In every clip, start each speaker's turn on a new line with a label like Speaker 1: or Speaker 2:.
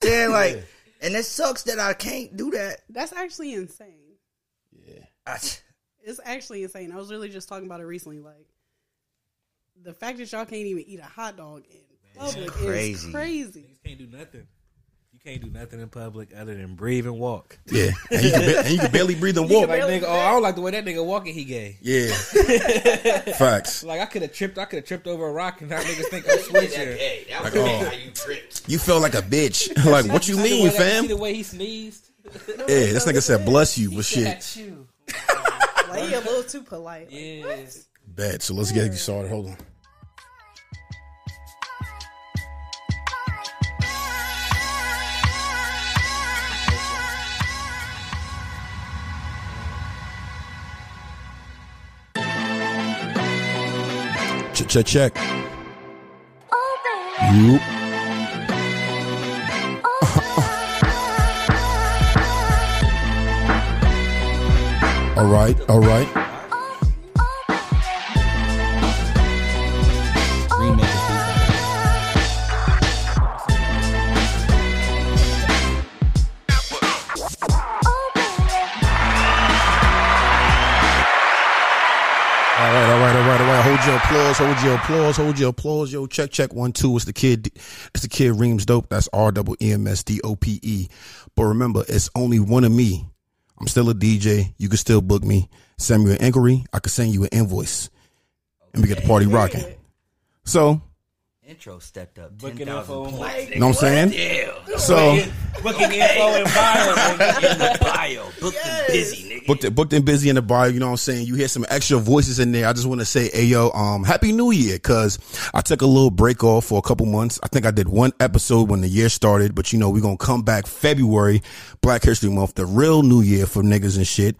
Speaker 1: saying? Like, and it sucks that I can't do that.
Speaker 2: That's actually insane.
Speaker 3: Yeah.
Speaker 1: I,
Speaker 2: It's actually insane. I was really just talking about it recently. Like the fact that y'all can't even eat a hot dog in public
Speaker 1: crazy.
Speaker 2: is crazy.
Speaker 4: Niggas can't do nothing. You can't do nothing in public other than breathe and walk.
Speaker 3: Yeah. And you can, ba- and you can barely breathe and walk.
Speaker 4: Like nigga, oh, I don't like the way that nigga walking. He gay.
Speaker 3: Yeah. Facts.
Speaker 4: Like I could have tripped. I could have tripped over a rock, and now niggas think I'm switching.
Speaker 5: Hey, that was
Speaker 3: Like, oh.
Speaker 5: how you tripped.
Speaker 3: You feel like a bitch. like, what you
Speaker 4: See the way
Speaker 3: mean,
Speaker 4: that-
Speaker 3: fam?
Speaker 4: See the way he sneezed.
Speaker 3: Yeah, this nigga said, bless you, but shit.
Speaker 4: Got you.
Speaker 2: Like you're a little too polite. Like,
Speaker 4: Yes.
Speaker 3: Bad. So let's get you started. Hold on. Check, check, check. You. all right, all right. All right, all right, all right, all right. Hold your applause, hold your applause, hold your applause. Yo, check, check. One, two. It's the kid. It's the kid Reams Dope. That's R double E M S D O P E. But remember, it's only one of me. I'm still a DJ. You can still book me. Send me an inquiry. I can send you an invoice, and we get the party rocking. So,
Speaker 5: Intro stepped up.
Speaker 4: Booking
Speaker 5: Ten thousand
Speaker 4: info.
Speaker 5: points.
Speaker 3: you know what I'm saying?
Speaker 5: Yeah,
Speaker 3: So,
Speaker 4: Fucking info and bio. nigga.
Speaker 5: in the bio, booked and busy, nigga.
Speaker 3: booked and, booked and busy in the bar. You know what I'm saying? You hear some extra voices in there. I just want to say, hey, yo, um, happy new year. Cause I took a little break off for a couple months. I think I did one episode when the year started, but you know, we're going to come back February, Black History Month, the real new year for niggas and shit.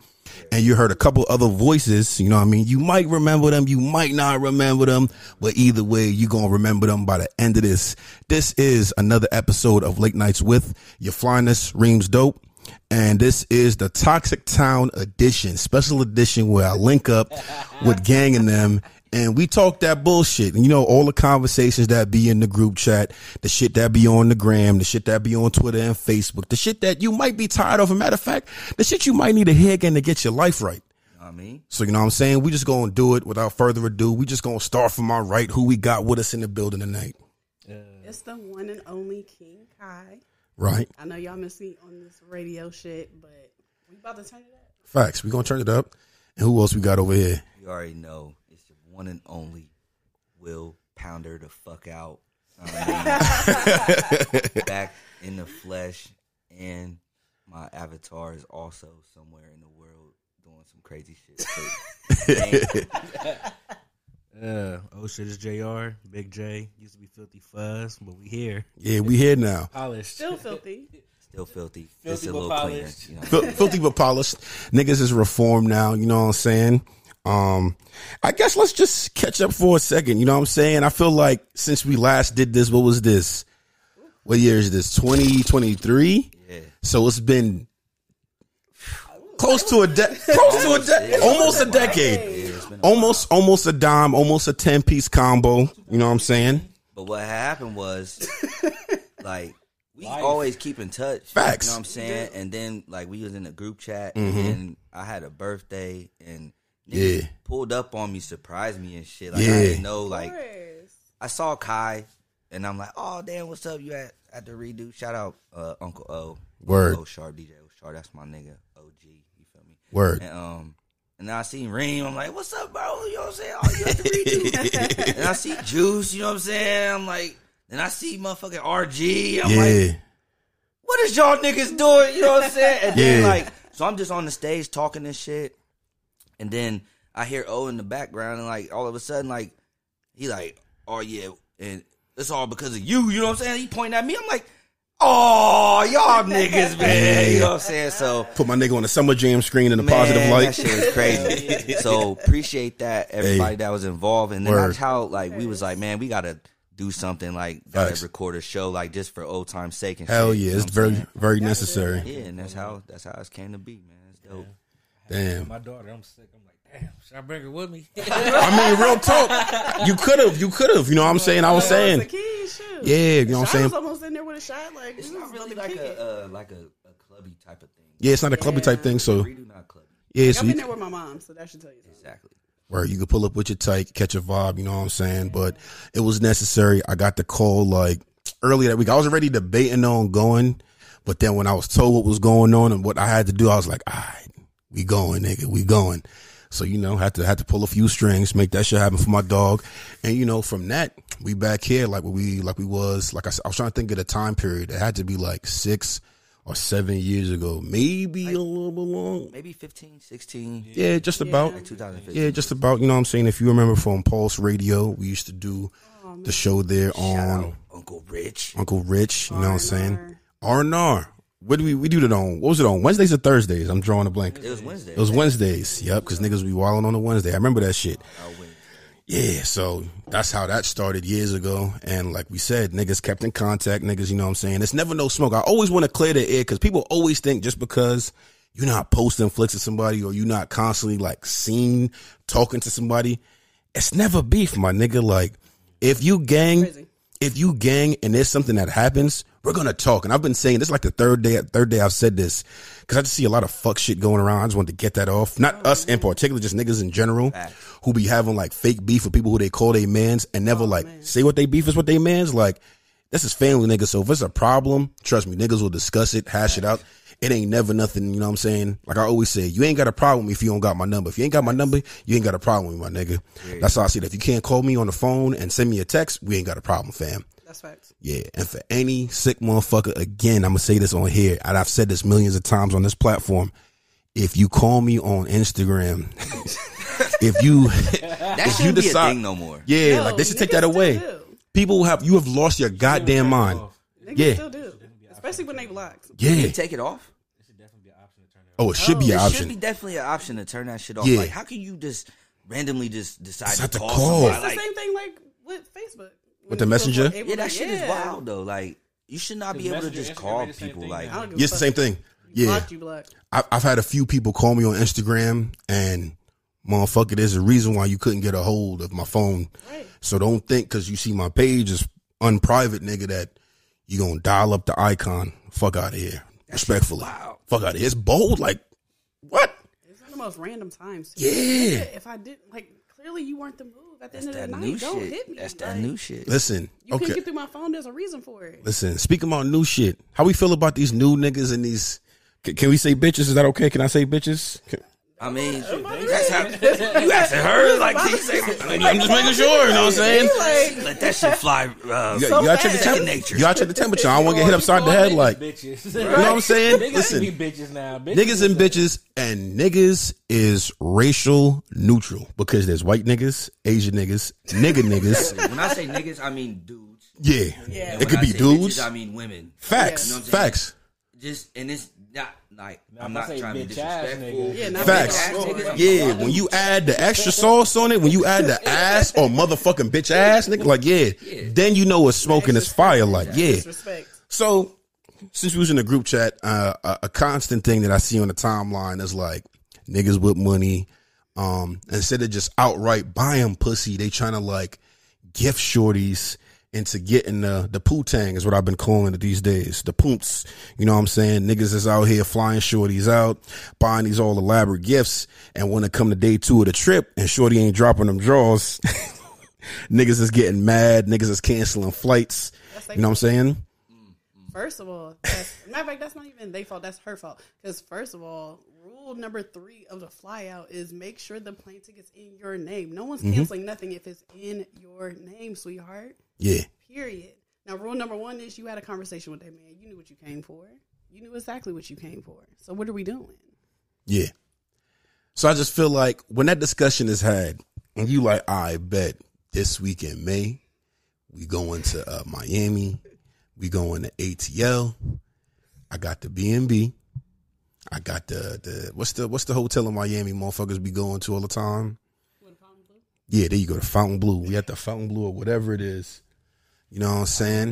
Speaker 3: And you heard a couple other voices, you know what I mean? You might remember them, you might not remember them, but either way, you going to remember them by the end of this. This is another episode of Late Nights with Your Flyness, Reams Dope. And this is the Toxic Town edition, special edition where I link up with gang and them and we talk that bullshit. And you know, all the conversations that be in the group chat, the shit that be on the gram, the shit that be on Twitter and Facebook, the shit that you might be tired of. a matter of fact, the shit you might need to hear again to get your life right.
Speaker 5: I mean,
Speaker 3: So you know what I'm saying? We just gonna do it without further ado. We just gonna start from our right, who we got with us in the building tonight.
Speaker 2: It's the one and only King Kai.
Speaker 3: Right?
Speaker 2: I know y'all miss me on this radio shit, but we about to turn it up.
Speaker 3: Facts. We gonna turn it up. And who else we got over here?
Speaker 5: you already know it's the one and only Will Pounder the fuck out. I mean, back in the flesh, and my avatar is also somewhere in the world doing some crazy shit. So, thank-
Speaker 4: Uh, oh shit, it's Jr. Big J used to be Filthy Fuzz, but we here
Speaker 3: Yeah, we here now.
Speaker 4: polished.
Speaker 2: Still filthy.
Speaker 5: still filthy,
Speaker 4: Filthy
Speaker 5: just a
Speaker 4: but
Speaker 5: little
Speaker 4: polished.
Speaker 5: cleaner. You know,
Speaker 3: Fil- filthy but polished. Niggas is reformed now. You know what I'm saying? Um, I guess let's just catch up for a second. You know what I'm saying? I feel like since we last did this, what was this? What year is this? 2023.
Speaker 5: yeah.
Speaker 3: So it's been close to a de- close to a de- almost a decade, almost almost a dime, almost a ten piece combo. You know what I'm saying?
Speaker 5: But what happened was, like, we always keep in touch.
Speaker 3: Facts.
Speaker 5: You
Speaker 3: Mm-hmm.
Speaker 5: know what I'm saying? And then, like, we was in a group chat, and I had a birthday, and niggas
Speaker 3: Yeah.
Speaker 5: pulled up on me, surprised me and shit. Like,
Speaker 3: Yeah.
Speaker 5: I didn't know, like,
Speaker 2: Chris.
Speaker 5: I saw Kai, and I'm like, oh, damn, what's up? You at, at the redo? Shout out uh, Uncle O.
Speaker 3: Word.
Speaker 5: O Sharp, DJ O Sharp. That's my nigga, OG. You feel me?
Speaker 3: Word.
Speaker 5: And, um, and then I see Reem. I'm like, what's up, bro? You know what I'm saying? Oh, you at the redo. and I see Juice. You know what I'm saying? I'm like, and I see motherfucking RG. I'm like,
Speaker 3: Yeah,
Speaker 5: what is y'all niggas doing? You know what I'm saying? And
Speaker 3: Yeah.
Speaker 5: then like, so I'm just on the stage talking this shit, and then I hear O in the background, and like all of a sudden, like he like, oh yeah, and it's all because of you. You know what I'm saying? He pointing at me. I'm like, oh y'all niggas, man. You know what I'm saying? So.
Speaker 3: put my nigga on the summer jam screen in the positive
Speaker 5: Man,
Speaker 3: light.
Speaker 5: That shit was crazy. so appreciate that everybody
Speaker 3: Hey.
Speaker 5: that was involved, and then
Speaker 3: Word.
Speaker 5: that's how like we was like, man, we gotta do something like gotta
Speaker 3: Facts.
Speaker 5: record a show like just for old time's sake. And
Speaker 3: Hell
Speaker 5: shit, you
Speaker 3: yeah,
Speaker 5: know
Speaker 3: it's
Speaker 5: what I'm
Speaker 3: very very necessary.
Speaker 5: saying? yeah, and that's how that's how it came to be, man. It's dope.
Speaker 3: Damn.
Speaker 4: My daughter, I'm sick. I'm like, damn, should I bring her with me?
Speaker 3: I mean, real talk. You could have. You could have. You know what I'm saying? I was
Speaker 2: As a
Speaker 3: saying.
Speaker 2: kid, shoot.
Speaker 3: Yeah, you know what I'm
Speaker 2: Shot
Speaker 3: saying?
Speaker 2: was almost in there with a shot. Like,
Speaker 5: It's
Speaker 2: we
Speaker 5: not
Speaker 2: was
Speaker 5: really
Speaker 2: about to
Speaker 5: like
Speaker 2: kick it.
Speaker 5: a uh, like a, a clubby type of thing.
Speaker 3: Yeah, it's not a clubby type thing. So
Speaker 5: Redo not clubby.
Speaker 3: yeah, so
Speaker 2: I've
Speaker 3: you,
Speaker 2: been there with my mom, so that should tell you something.
Speaker 5: Exactly.
Speaker 3: where you could pull up with your tight, catch a vibe, you know what I'm saying? But it was necessary. I got the call like early that week. I was already debating on going, but then when I was told what was going on and what I had to do, I was like, all right, we going, nigga, we going. So, you know, had to had to pull a few strings, make that shit happen for my dog. And you know, from that, we back here like we like we was like I, s- I was trying to think of the time period. It had to be like six or seven years ago. Maybe a little bit long.
Speaker 5: Maybe 15, 16,
Speaker 3: Yeah, just about.
Speaker 5: like 2015.
Speaker 3: Yeah, just about, you know what I'm saying? If you remember from Pulse Radio, we used to do the show there on
Speaker 5: Uncle Rich.
Speaker 3: Uncle Rich, you know what I'm saying?
Speaker 2: R&R.
Speaker 3: R&R. What do we, we do it on? What was it on? Wednesdays or Thursdays? I'm drawing a blank.
Speaker 5: It was Wednesday.
Speaker 3: It was Wednesdays. Yep, because niggas be wilding on a Wednesday. I remember that shit.
Speaker 5: Oh,
Speaker 3: Yeah, so that's how that started years ago. And like we said, niggas kept in contact. Niggas, you know what I'm saying? It's never no smoke. I always want to clear the air because people always think just because you're not posting flicks with somebody or you're not constantly like seen talking to somebody, it's never beef, my nigga. Like if you gang,
Speaker 2: Crazy.
Speaker 3: if you gang and there's something that happens, we're gonna talk. And I've been saying this is like the third day, third day I've said this because I just see a lot of fuck shit going around. I just wanted to get that off. Not us in particular, just niggas in general who be having like fake beef with people who they call they mans and never like say what they beef is what they mans. Like this is family, nigga. So if it's a problem, trust me, niggas will discuss it, hash it out. It ain't never nothing, you know what I'm saying? Like I always say, you ain't got a problem if you don't got my number. If you ain't got my number, you ain't got a problem with me, my nigga. That's how I see it. If you can't call me on the phone and send me a text, we ain't got a problem, fam.
Speaker 2: That's facts.
Speaker 3: Yeah, and for any sick motherfucker, again, I'm gonna say this on here, and I've said this millions of times on this platform. If you call me on Instagram, if you,
Speaker 5: That
Speaker 3: if you
Speaker 5: shouldn't be a
Speaker 3: decide,
Speaker 5: thing no more.
Speaker 3: yeah,
Speaker 2: No,
Speaker 3: like they should take
Speaker 2: Oh, niggas still
Speaker 3: that away.
Speaker 2: do.
Speaker 3: People have you have lost your goddamn mind.
Speaker 2: Niggas
Speaker 3: Yeah.
Speaker 2: still do, especially when they blocked.
Speaker 5: You
Speaker 3: Yeah.
Speaker 5: take it off.
Speaker 3: Oh, it should be an
Speaker 5: It
Speaker 3: option.
Speaker 5: should be definitely an option to turn that shit off.
Speaker 3: Yeah.
Speaker 5: Like, how can you just randomly just decide
Speaker 3: Decide
Speaker 5: to
Speaker 3: to
Speaker 5: call?
Speaker 3: call.
Speaker 5: somebody?
Speaker 3: It's
Speaker 2: It's
Speaker 5: Like,
Speaker 2: the same thing like with Facebook. When
Speaker 3: the
Speaker 2: it was
Speaker 3: Messenger?
Speaker 2: able
Speaker 5: yeah,
Speaker 2: to-
Speaker 5: that shit is
Speaker 2: yeah.
Speaker 5: wild though. Like, you should not be able to
Speaker 4: Messenger,
Speaker 5: just
Speaker 4: Instagram,
Speaker 5: call
Speaker 4: the same
Speaker 5: people.
Speaker 4: thing
Speaker 5: Like,
Speaker 2: I don't give a
Speaker 3: Yeah, it's the
Speaker 2: fuck.
Speaker 3: same thing.
Speaker 2: You
Speaker 3: Yeah.
Speaker 2: blocked, you blocked.
Speaker 3: I've, I've had a few people call me on Instagram and motherfucker, there's a reason why you couldn't get a hold of my phone.
Speaker 2: Right.
Speaker 3: So don't think because you see my page is unprivate, nigga, that you gonna dial up the icon. Fuck out of here. Respectfully. Fuck out of here. It's bold. Like, what?
Speaker 2: It's one of the most random times. Too.
Speaker 3: Yeah.
Speaker 2: If I did, like, clearly you weren't the move at the end of the
Speaker 5: that
Speaker 2: night.
Speaker 5: new
Speaker 2: Don't
Speaker 5: shit.
Speaker 2: hit me.
Speaker 5: That's
Speaker 2: Like,
Speaker 5: that new shit.
Speaker 3: Listen.
Speaker 2: You
Speaker 3: okay.
Speaker 2: couldn't get through my phone. There's a reason for it.
Speaker 3: Listen, speaking about new shit, how we feel about these new niggas and these. Can, can we say bitches? Is that okay? Can I say bitches? Can-
Speaker 5: I mean, that's how, you asking her like she say,
Speaker 3: I'm just making sure. You know what I'm saying?
Speaker 2: Like,
Speaker 5: let that shit fly. Uh,
Speaker 3: You, got, you gotta check the
Speaker 5: fast.
Speaker 3: temperature. You gotta check the temperature. I don't want to get hit upside the head like.
Speaker 4: bitches.
Speaker 3: You know what I'm saying?
Speaker 4: Niggas
Speaker 3: Listen,
Speaker 4: be bitches now. Bitches,
Speaker 3: niggas
Speaker 4: is
Speaker 3: and bitches and niggas is racial neutral because there's white niggas, Asian niggas, nigga niggas.
Speaker 5: when I say niggas, I mean dudes.
Speaker 3: Yeah,
Speaker 2: Yeah.
Speaker 3: it
Speaker 5: When
Speaker 3: could
Speaker 5: I
Speaker 3: be
Speaker 5: say
Speaker 3: dudes.
Speaker 5: Bitches, I mean women.
Speaker 3: facts,
Speaker 5: Yeah.
Speaker 3: facts.
Speaker 5: Just and it's not like I'm
Speaker 4: I'm
Speaker 5: not
Speaker 4: saying
Speaker 5: trying to be
Speaker 4: bitch ass
Speaker 5: disrespectful.
Speaker 4: niggas.
Speaker 2: yeah, not
Speaker 3: Facts.
Speaker 2: really.
Speaker 3: Yeah, when you add the extra sauce on it, when you add the ass or motherfucking bitch ass, nigga, like yeah, then you know it's smoking, it's fire, like yeah.
Speaker 2: Disrespect.
Speaker 3: So, since we was in the group chat, uh, a, a constant thing that I see on the timeline is like niggas with money. Um, instead of just outright buying pussy, they trying to like gift shorties into getting the the poo-tang is what I've been calling it these days. The poops, you know what I'm saying? Niggas is out here flying shorties out, buying these all elaborate gifts, and when it come to day two of the trip and shorty ain't dropping them draws, niggas is getting mad, niggas is canceling flights. You know what I'm saying?
Speaker 2: First of all, that's, matter of fact, that's not even their fault. That's her fault. Because first of all, rule number three of the flyout is make sure the plane ticket's in your name. No one's canceling nothing if it's in your name, sweetheart.
Speaker 3: Yeah.
Speaker 2: Period. Now, rule number one is you had a conversation with that man. You knew what you came for. You knew exactly what you came for. So what are we doing?
Speaker 3: Yeah. So I just feel like when that discussion is had, and you like, I bet this week in May, we going to uh, Miami, we going to ATL. I got the B and B. I got the the what's the what's the hotel in Miami? Motherfuckers be going to all the time. Yeah, there you go. The Fountain Blue. We at the Fountain Blue or whatever it is. You know what I'm saying?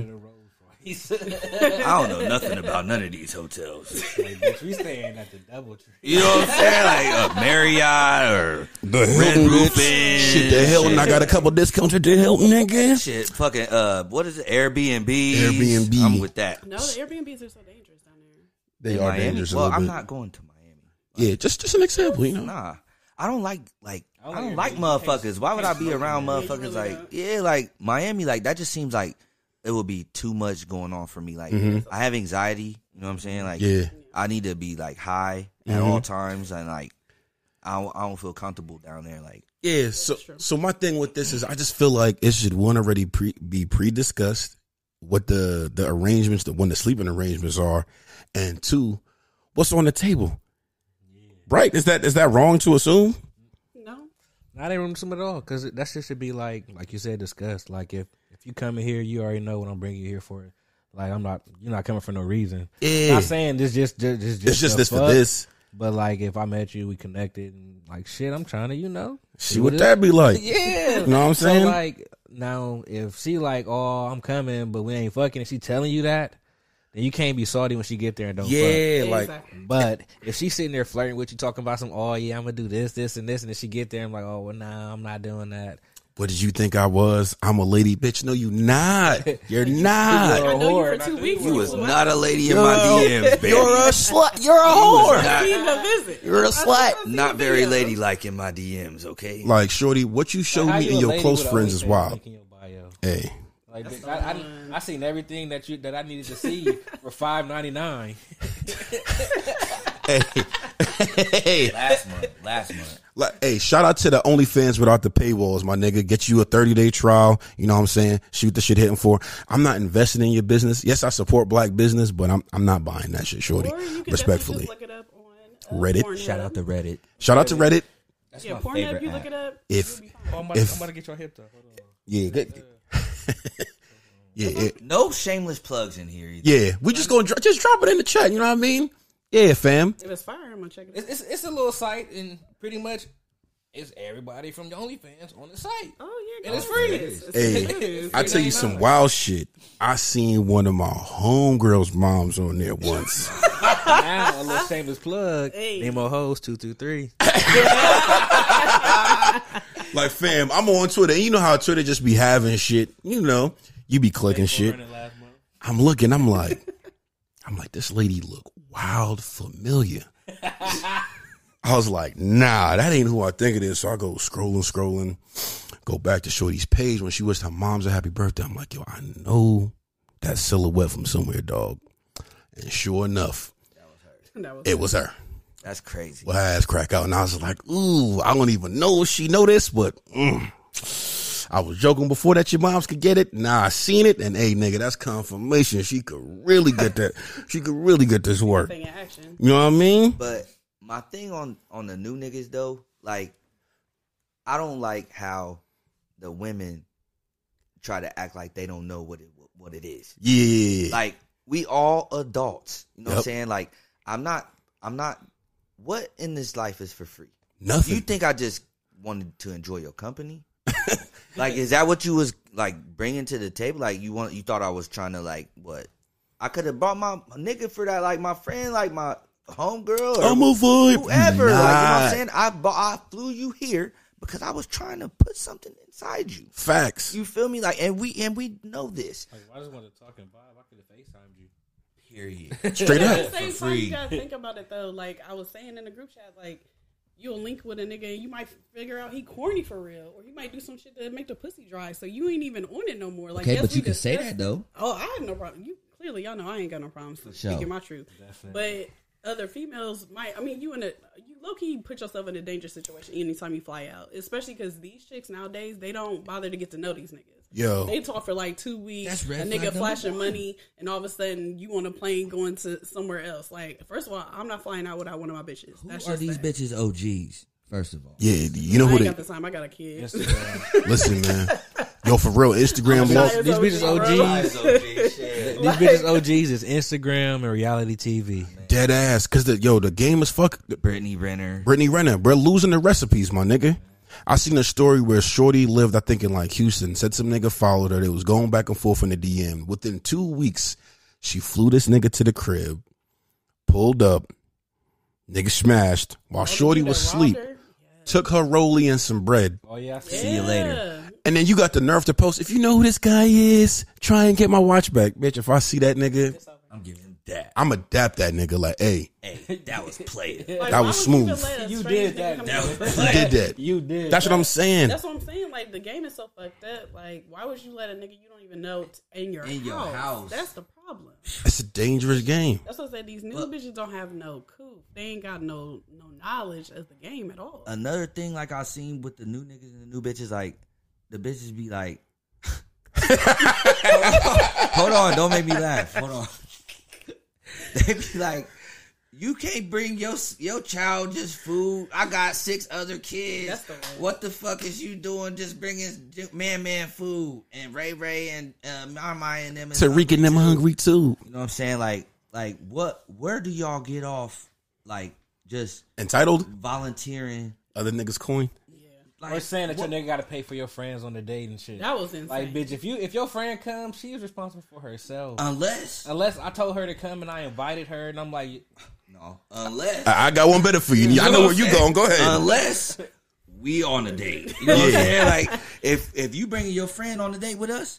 Speaker 5: He's- I don't know nothing about none of these hotels.
Speaker 4: Like, bitch, we staying at the double tree.
Speaker 5: You know what I'm saying? Like a Marriott or
Speaker 3: The
Speaker 5: Red
Speaker 3: Hilton,
Speaker 5: Roof
Speaker 3: bitch.
Speaker 5: Inn,
Speaker 3: Shit, the Hilton. I
Speaker 5: shit.
Speaker 3: got a couple discounts at the Hilton, nigga.
Speaker 5: shit. Fucking uh, what is it? Airbnb.
Speaker 3: Airbnb.
Speaker 5: I'm with that.
Speaker 2: No, the Airbnbs are so dangerous down there.
Speaker 3: They
Speaker 5: In
Speaker 3: are
Speaker 5: Miami?
Speaker 3: dangerous
Speaker 5: Well,
Speaker 3: a little
Speaker 5: I'm
Speaker 3: bit.
Speaker 5: not going to Miami.
Speaker 3: yeah, just just an example, you know.
Speaker 5: Nah, I don't like like I
Speaker 4: don't
Speaker 5: don't
Speaker 4: like
Speaker 5: like
Speaker 4: it.
Speaker 5: motherfuckers. Why would I be around
Speaker 2: you
Speaker 5: motherfuckers
Speaker 2: really
Speaker 5: like
Speaker 2: don't.
Speaker 5: yeah, like Miami? Like that just seems like it would be too much going on for me. Like I have anxiety. You know what I'm saying? Like
Speaker 3: Mm-hmm. Yeah. Mm-hmm.
Speaker 5: I need to be like high at all times, and like I don't, I don't feel comfortable down there. Like
Speaker 3: Yeah, so so my thing with this is I just feel like it should one already pre, be pre-discussed what the the arrangements, the when the sleeping arrangements are, and two, what's on the table. Right? Is that is that wrong to assume?
Speaker 2: No,
Speaker 4: Not in room some at all, because that shit should be like, like you said, discussed. Like if if you come in here, you already know what I'm bringing you here for. Like I'm not, you're not coming for no reason.
Speaker 3: Yeah.
Speaker 4: Not saying this just, just, just,
Speaker 3: It's just
Speaker 4: the
Speaker 3: this for
Speaker 4: fuck,
Speaker 3: this.
Speaker 4: But like if I met you, we connected, and like shit, I'm trying to, you know,
Speaker 3: See
Speaker 4: do
Speaker 3: what
Speaker 4: this.
Speaker 3: that be like.
Speaker 4: Yeah.
Speaker 3: You know what I'm
Speaker 4: So
Speaker 3: saying?
Speaker 4: like now, if she like, oh, I'm coming, but we ain't fucking, and she telling you that, then you can't be salty when she get there and don't. fuck.
Speaker 3: yeah, like
Speaker 2: exactly.
Speaker 4: But if she's sitting there flirting with you, talking about some, oh yeah, I'm gonna do this, this, and this, and then she get there, I'm like, oh well, nah, I'm not doing that.
Speaker 3: what did you think I was? I'm a lady, bitch. No, you not. You're
Speaker 4: You're
Speaker 3: not.
Speaker 4: a
Speaker 2: I know you
Speaker 4: whore.
Speaker 2: for two weeks.
Speaker 5: you was
Speaker 2: What?
Speaker 5: not a lady in my DMs, baby.
Speaker 3: You're a slut. You're a whore.
Speaker 5: not,
Speaker 2: Even a visit.
Speaker 3: You're a slut.
Speaker 5: not very ladylike in my DMs. Okay,
Speaker 3: Like, shorty, what you showed
Speaker 4: How
Speaker 3: me
Speaker 4: you
Speaker 3: and
Speaker 4: a
Speaker 3: your
Speaker 4: lady
Speaker 3: close
Speaker 4: with a
Speaker 3: friends is
Speaker 4: OnlyFans
Speaker 3: wild.
Speaker 4: link in your bio?
Speaker 3: Hey,
Speaker 4: Like, bitch, I, I, I seen everything that you that I needed to see for five ninety nine.
Speaker 3: hey,
Speaker 5: last month, last month.
Speaker 3: Like, hey, shout out to the OnlyFans without the paywalls, my nigga. Get you a 30 day trial. You know what I'm saying? Shoot the shit hitting for. I'm not investing in your business. Yes, I support black business, but I'm, I'm not buying that shit, shorty.
Speaker 2: Or you can
Speaker 3: Respectfully.
Speaker 2: Just look it up on uh,
Speaker 3: Reddit.
Speaker 2: Pornhub.
Speaker 5: to Reddit.
Speaker 3: shout out to Reddit.
Speaker 2: yeah,
Speaker 5: my
Speaker 2: Pornhub.
Speaker 5: favorite
Speaker 2: You look
Speaker 5: app.
Speaker 2: it up.
Speaker 3: If,
Speaker 4: Oh, I'm, about,
Speaker 3: If-
Speaker 4: I'm about to get your hip though. Hold on.
Speaker 3: yeah, good. yeah, it-
Speaker 5: No shameless plugs in here. Either.
Speaker 3: yeah. We just gonna, dr- just drop it in the chat. You know what I mean? Yeah, fam.
Speaker 2: If it's fire, I'm gonna check it. out.
Speaker 4: It's, it's it's a little site, and pretty much it's everybody from the OnlyFans on the site.
Speaker 2: Oh yeah,
Speaker 4: And it's
Speaker 2: go.
Speaker 4: free.
Speaker 2: It is. It's
Speaker 3: Hey,
Speaker 2: it is.
Speaker 3: I tell you some wild shit. I seen one of my homegirls' moms on there once.
Speaker 4: Now a little shameless plug.
Speaker 2: Hey.
Speaker 4: Nemo hoes two two three.
Speaker 3: Like, fam, I'm on Twitter. You know how Twitter just be having shit. You know, you be clicking shit. I'm looking. I'm like, I'm like, this lady look wild familiar. I was like, nah, that ain't who I think it is. So I go scrolling, scrolling, go back to Shorty's page when she wished her mom's a happy birthday. I'm like, yo, I know that silhouette from somewhere, dog. And sure enough,
Speaker 2: That was-
Speaker 3: it was her.
Speaker 5: That's crazy.
Speaker 3: Well, her ass crack out, and I was like, "Ooh, I don't even know if she know this, but mm. I was joking before that your moms could get it. Nah, I seen it, and hey, nigga, that's confirmation. She could really get that. she could really get this work.
Speaker 2: thing in action.
Speaker 3: You know what I mean?
Speaker 5: But my thing on on the new niggas though, like I don't like how the women try to act like they don't know what it what it is.
Speaker 3: Yeah,
Speaker 5: Like we all adults, you know what I'm
Speaker 3: Yep.
Speaker 5: saying? Like I'm not I'm not what in this life is for free?
Speaker 3: nothing.
Speaker 5: You think I just wanted to enjoy your company? like is that what you was like bringing to the table? Like you want you thought I was trying to like what? I could have brought my nigga for that like my friend, like my homegirl or
Speaker 3: I'm a vibe.
Speaker 5: whoever. Like, you know what
Speaker 3: Nah.
Speaker 5: I'm saying? I, bu- I flew you here because I was trying to put something inside you.
Speaker 3: Facts.
Speaker 5: You feel me? Like, and we and we know this.
Speaker 4: I just wanted to talk and vibe. I could have FaceTimed you.
Speaker 5: Period.
Speaker 3: Straight
Speaker 2: But
Speaker 3: up.
Speaker 2: at the same time, you gotta think about it though. Like I was saying in the group chat, like you'll link with a nigga and you might figure out he corny for real, or he might do some shit to make the pussy dry. So you ain't even on it no more. Like yes, we discussed-
Speaker 5: though.
Speaker 2: Oh, I have no problem. You clearly y'all know I ain't got no problems
Speaker 5: sure.
Speaker 2: speaking my truth. But other females might. I mean, you in a you low key put yourself in a dangerous situation anytime you fly out, especially because these chicks nowadays they don't bother to get to know these niggas.
Speaker 3: Yo.
Speaker 2: They talk for like two weeks.
Speaker 5: That's
Speaker 2: a
Speaker 5: red flag
Speaker 2: nigga
Speaker 5: number
Speaker 2: flashing
Speaker 5: one.
Speaker 2: money, and all of a sudden you on a plane going to somewhere else. Like, first of all, I'm not flying out without one of my bitches. That's just that.
Speaker 5: bitches OGs? First of all,
Speaker 3: Yeah, you know
Speaker 2: I
Speaker 3: who
Speaker 2: ain't got
Speaker 3: they
Speaker 2: the time. I got a kid.
Speaker 3: listen, man. Yo, for real, Instagram
Speaker 2: Shy
Speaker 3: most
Speaker 2: as
Speaker 4: these
Speaker 2: OG,
Speaker 4: bitches
Speaker 2: bro.
Speaker 5: OG
Speaker 4: OGs. These bitches OGs is Instagram and reality TV.
Speaker 3: dead ass because the yo the game is fuck
Speaker 5: Brittany Renner.
Speaker 3: Brittany Renner. We're losing the recipes, my nigga. I seen a story where Shorty lived, I think, in like Houston. Said some nigga followed her. They was going back and forth in the DM. Within two weeks, she flew this nigga to the crib, pulled up, nigga smashed while Shorty was asleep. Took her rolly and some bread,
Speaker 4: Oh yeah, I see.
Speaker 5: See you later.
Speaker 3: and then you got the nerve to post. If you know who this guy is, try and get my watch back, bitch. If I see that nigga,
Speaker 5: I'm giving him that.
Speaker 3: I'ma dap that nigga. Like, hey,
Speaker 5: Hey, that was player.
Speaker 2: Like, why
Speaker 3: That was
Speaker 2: would even
Speaker 3: smooth.
Speaker 2: let a
Speaker 4: You
Speaker 2: strange
Speaker 4: did that.
Speaker 2: nigga
Speaker 4: That
Speaker 2: come in?
Speaker 5: was
Speaker 3: you did that.
Speaker 4: You did.
Speaker 3: That's what I'm saying.
Speaker 2: That's what I'm saying. Like the game is so fucked up. Like why would you let a nigga you don't even know t- in your
Speaker 5: In
Speaker 2: house?
Speaker 5: your house.
Speaker 2: That's the problem.
Speaker 3: It's a dangerous game.
Speaker 2: That's what I said. These new
Speaker 5: Look.
Speaker 2: bitches don't have no coup. They ain't got no no knowledge of the game at
Speaker 4: Uh,
Speaker 2: all.
Speaker 5: Another thing, like I seen with the new niggas and the new bitches, like the bitches be like, hold on, don't make me laugh. Hold on. they be like, you can't bring your your child just food. I got six other kids.
Speaker 2: That's the one.
Speaker 5: what the fuck is you doing? Just bringing man man food and Ray Ray and uh, Marmai and them. is
Speaker 3: Tariq and them hungry too.
Speaker 5: You know what I'm saying? Like, like what? Where do y'all get off? Like, just
Speaker 3: Entitled
Speaker 5: volunteering.
Speaker 3: Other niggas coin.
Speaker 5: Like,
Speaker 4: We're saying that
Speaker 5: what-
Speaker 4: your nigga got to pay for your friends on the date and shit.
Speaker 2: That was insane.
Speaker 4: like, bitch, if you if your friend comes, she is responsible for herself.
Speaker 5: unless
Speaker 2: Uh,
Speaker 4: Unless I told her to come and I invited her, and I'm like,
Speaker 5: no, unless
Speaker 3: I, I got one better for you. I know where you going. Go ahead.
Speaker 5: unless we on a date. You know what I'm
Speaker 3: Yeah.
Speaker 5: saying? Like, if if you bringing your friend on a date with us,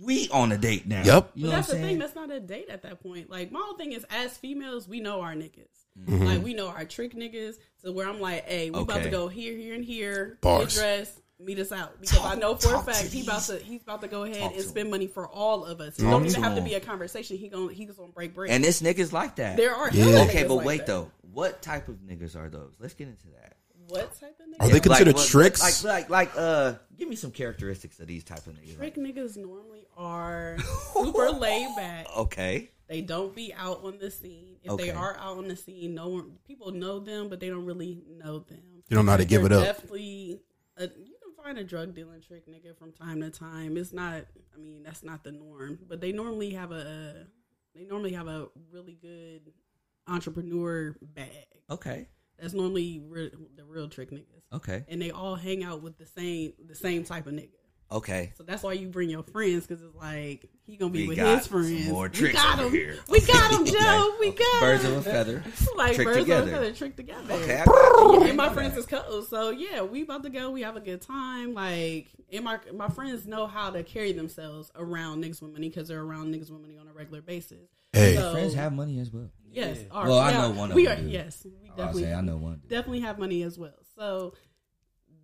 Speaker 5: we on a date now.
Speaker 3: Yep.
Speaker 5: You know
Speaker 2: but
Speaker 5: what I'm
Speaker 2: that's the thing.
Speaker 5: saying?
Speaker 2: That's not a date at that point. Like my whole thing is, as females, we know our niggas. Like we know our trick niggas. So where I'm like, hey, we about
Speaker 5: Mm-hmm. Okay.
Speaker 2: to go here, here, and here.
Speaker 3: Bars.
Speaker 2: Get dressed. Meet us out because I know for a
Speaker 5: talk to
Speaker 2: fact he about
Speaker 5: these.
Speaker 2: to he's about to go ahead
Speaker 5: Talk
Speaker 2: and
Speaker 5: to
Speaker 2: spend money for all of us. It don't even
Speaker 5: to
Speaker 2: have to
Speaker 5: him.
Speaker 2: be a conversation. He going he's gonna break bread.
Speaker 5: And this niggas like that.
Speaker 2: there are
Speaker 3: Yeah.
Speaker 2: hella
Speaker 5: okay,
Speaker 2: niggas
Speaker 5: but
Speaker 2: like
Speaker 5: wait
Speaker 2: that.
Speaker 5: though. What type of niggas are those? Let's get into that.
Speaker 2: What type of niggas?
Speaker 3: Are they considered
Speaker 5: what-
Speaker 3: tricks?
Speaker 5: Like, like, like, uh, give me some characteristics of these type of niggas.
Speaker 2: Trick niggas normally are super laid back.
Speaker 5: Okay.
Speaker 2: They don't be out on the scene. If
Speaker 5: Okay.
Speaker 2: they are out on the scene, no one people know them, but they don't really know them.
Speaker 3: You don't know how to give it
Speaker 2: They're
Speaker 3: up.
Speaker 2: Definitely, a, you can find a drug dealing trick nigga from time to time. It's not. I mean, that's not the norm. But they normally have a. They normally have a really good entrepreneur bag.
Speaker 5: Okay.
Speaker 2: That's normally re- the real trick niggas,
Speaker 5: Okay.
Speaker 2: and they all hang out with the same the same type of nigga.
Speaker 5: Okay.
Speaker 2: So that's why you bring your friends because it's like he gonna be
Speaker 5: We
Speaker 2: with
Speaker 5: got
Speaker 2: his friends.
Speaker 5: some more
Speaker 2: we
Speaker 5: tricks
Speaker 2: got
Speaker 5: over
Speaker 2: him.
Speaker 5: here.
Speaker 2: We got him,
Speaker 5: Okay.
Speaker 2: Joe. We got
Speaker 5: Oh, Birds of
Speaker 2: him.
Speaker 5: a feather.
Speaker 2: like
Speaker 5: trick
Speaker 2: birds
Speaker 5: together.
Speaker 2: of a feather, trick together.
Speaker 5: Okay. I got you.
Speaker 2: And my friends is cool, so yeah, we about to go. We have a good time. Like, and my my friends know how to carry themselves around niggas with money because they're around niggas with money on a regular basis.
Speaker 3: Hey.
Speaker 2: So,
Speaker 5: Friends have money as well.
Speaker 2: yes. Our,
Speaker 5: Well, I
Speaker 2: yeah,
Speaker 5: know one of
Speaker 2: we
Speaker 5: them
Speaker 2: Are,
Speaker 5: do.
Speaker 2: yes, we
Speaker 5: Oh, I was
Speaker 2: definitely.
Speaker 5: saying, I know one.
Speaker 2: definitely have money as well. So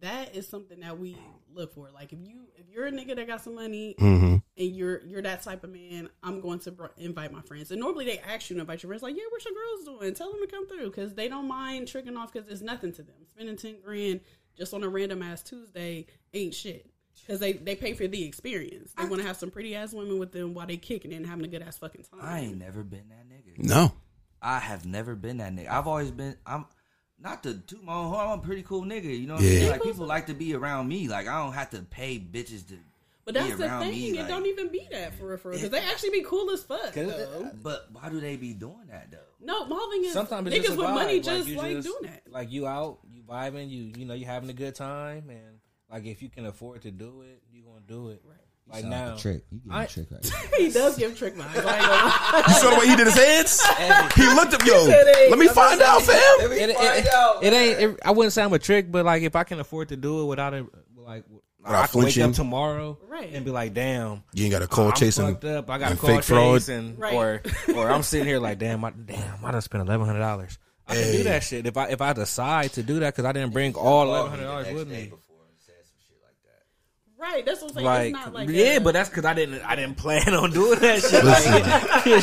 Speaker 2: that is something that we look for. Like if you if you're a nigga that got some money
Speaker 3: Mhm.
Speaker 2: and you're you're that type of man, I'm going to br- invite my friends. And normally they ask you to invite your friends. Like yeah, what's your girls doing? Tell them to come through because they don't mind tricking off because it's nothing to them. Spending ten grand just on a random ass Tuesday ain't shit. Cause they, they pay for the experience. They want to have some pretty ass women with them while they kicking it and having a good ass fucking time.
Speaker 5: I ain't never been that nigga.
Speaker 3: No.
Speaker 5: I have never been that nigga. I've always been. I'm not the toot my own horn. I'm a pretty cool nigga. You know what
Speaker 3: Yeah.
Speaker 5: I'm saying? Like people like to be around me. Like I don't have to pay bitches to.
Speaker 2: But that's
Speaker 5: be
Speaker 2: the
Speaker 5: around
Speaker 2: thing.
Speaker 5: Me,
Speaker 2: it
Speaker 5: like-
Speaker 2: don't even be that for real, because they actually be cool as fuck. though.
Speaker 5: But why do they be doing that though?
Speaker 2: No, Marvin is
Speaker 4: sometimes it's
Speaker 2: niggas
Speaker 4: just a
Speaker 2: with
Speaker 4: vibe.
Speaker 2: money just
Speaker 4: you
Speaker 2: like, doing that.
Speaker 4: Like you out, you vibing, you you know you having a good time, and like if you can afford to do it, you gonna do it. Like now,
Speaker 5: You
Speaker 4: I- a
Speaker 5: trick right
Speaker 2: he does give trick vibes. I ain't gonna lie.
Speaker 3: You saw the way he did his hands? He looked up, yo. Let me find out, fam.
Speaker 4: it, it, it- it ain't. It, I wouldn't say I'm a trick, but like if I can afford to do it without it, like I can wake
Speaker 3: flinching.
Speaker 4: up tomorrow
Speaker 2: Right.
Speaker 4: and be like, damn.
Speaker 3: You ain't got a call
Speaker 4: I'm
Speaker 3: chasing.
Speaker 4: fucked up. I got
Speaker 3: and
Speaker 4: call
Speaker 3: fake fraud.
Speaker 4: chase and
Speaker 2: Right.
Speaker 4: or or I'm sitting here like damn, I, damn, I done spent eleven hundred dollars. I can do that shit if I if I decide to do that because I didn't bring all eleven hundred dollars with me.
Speaker 2: right. That's what I'm saying.
Speaker 4: Like,
Speaker 2: it's not like
Speaker 4: yeah,
Speaker 2: a-
Speaker 4: but that's because I didn't I didn't plan on doing that shit. Like,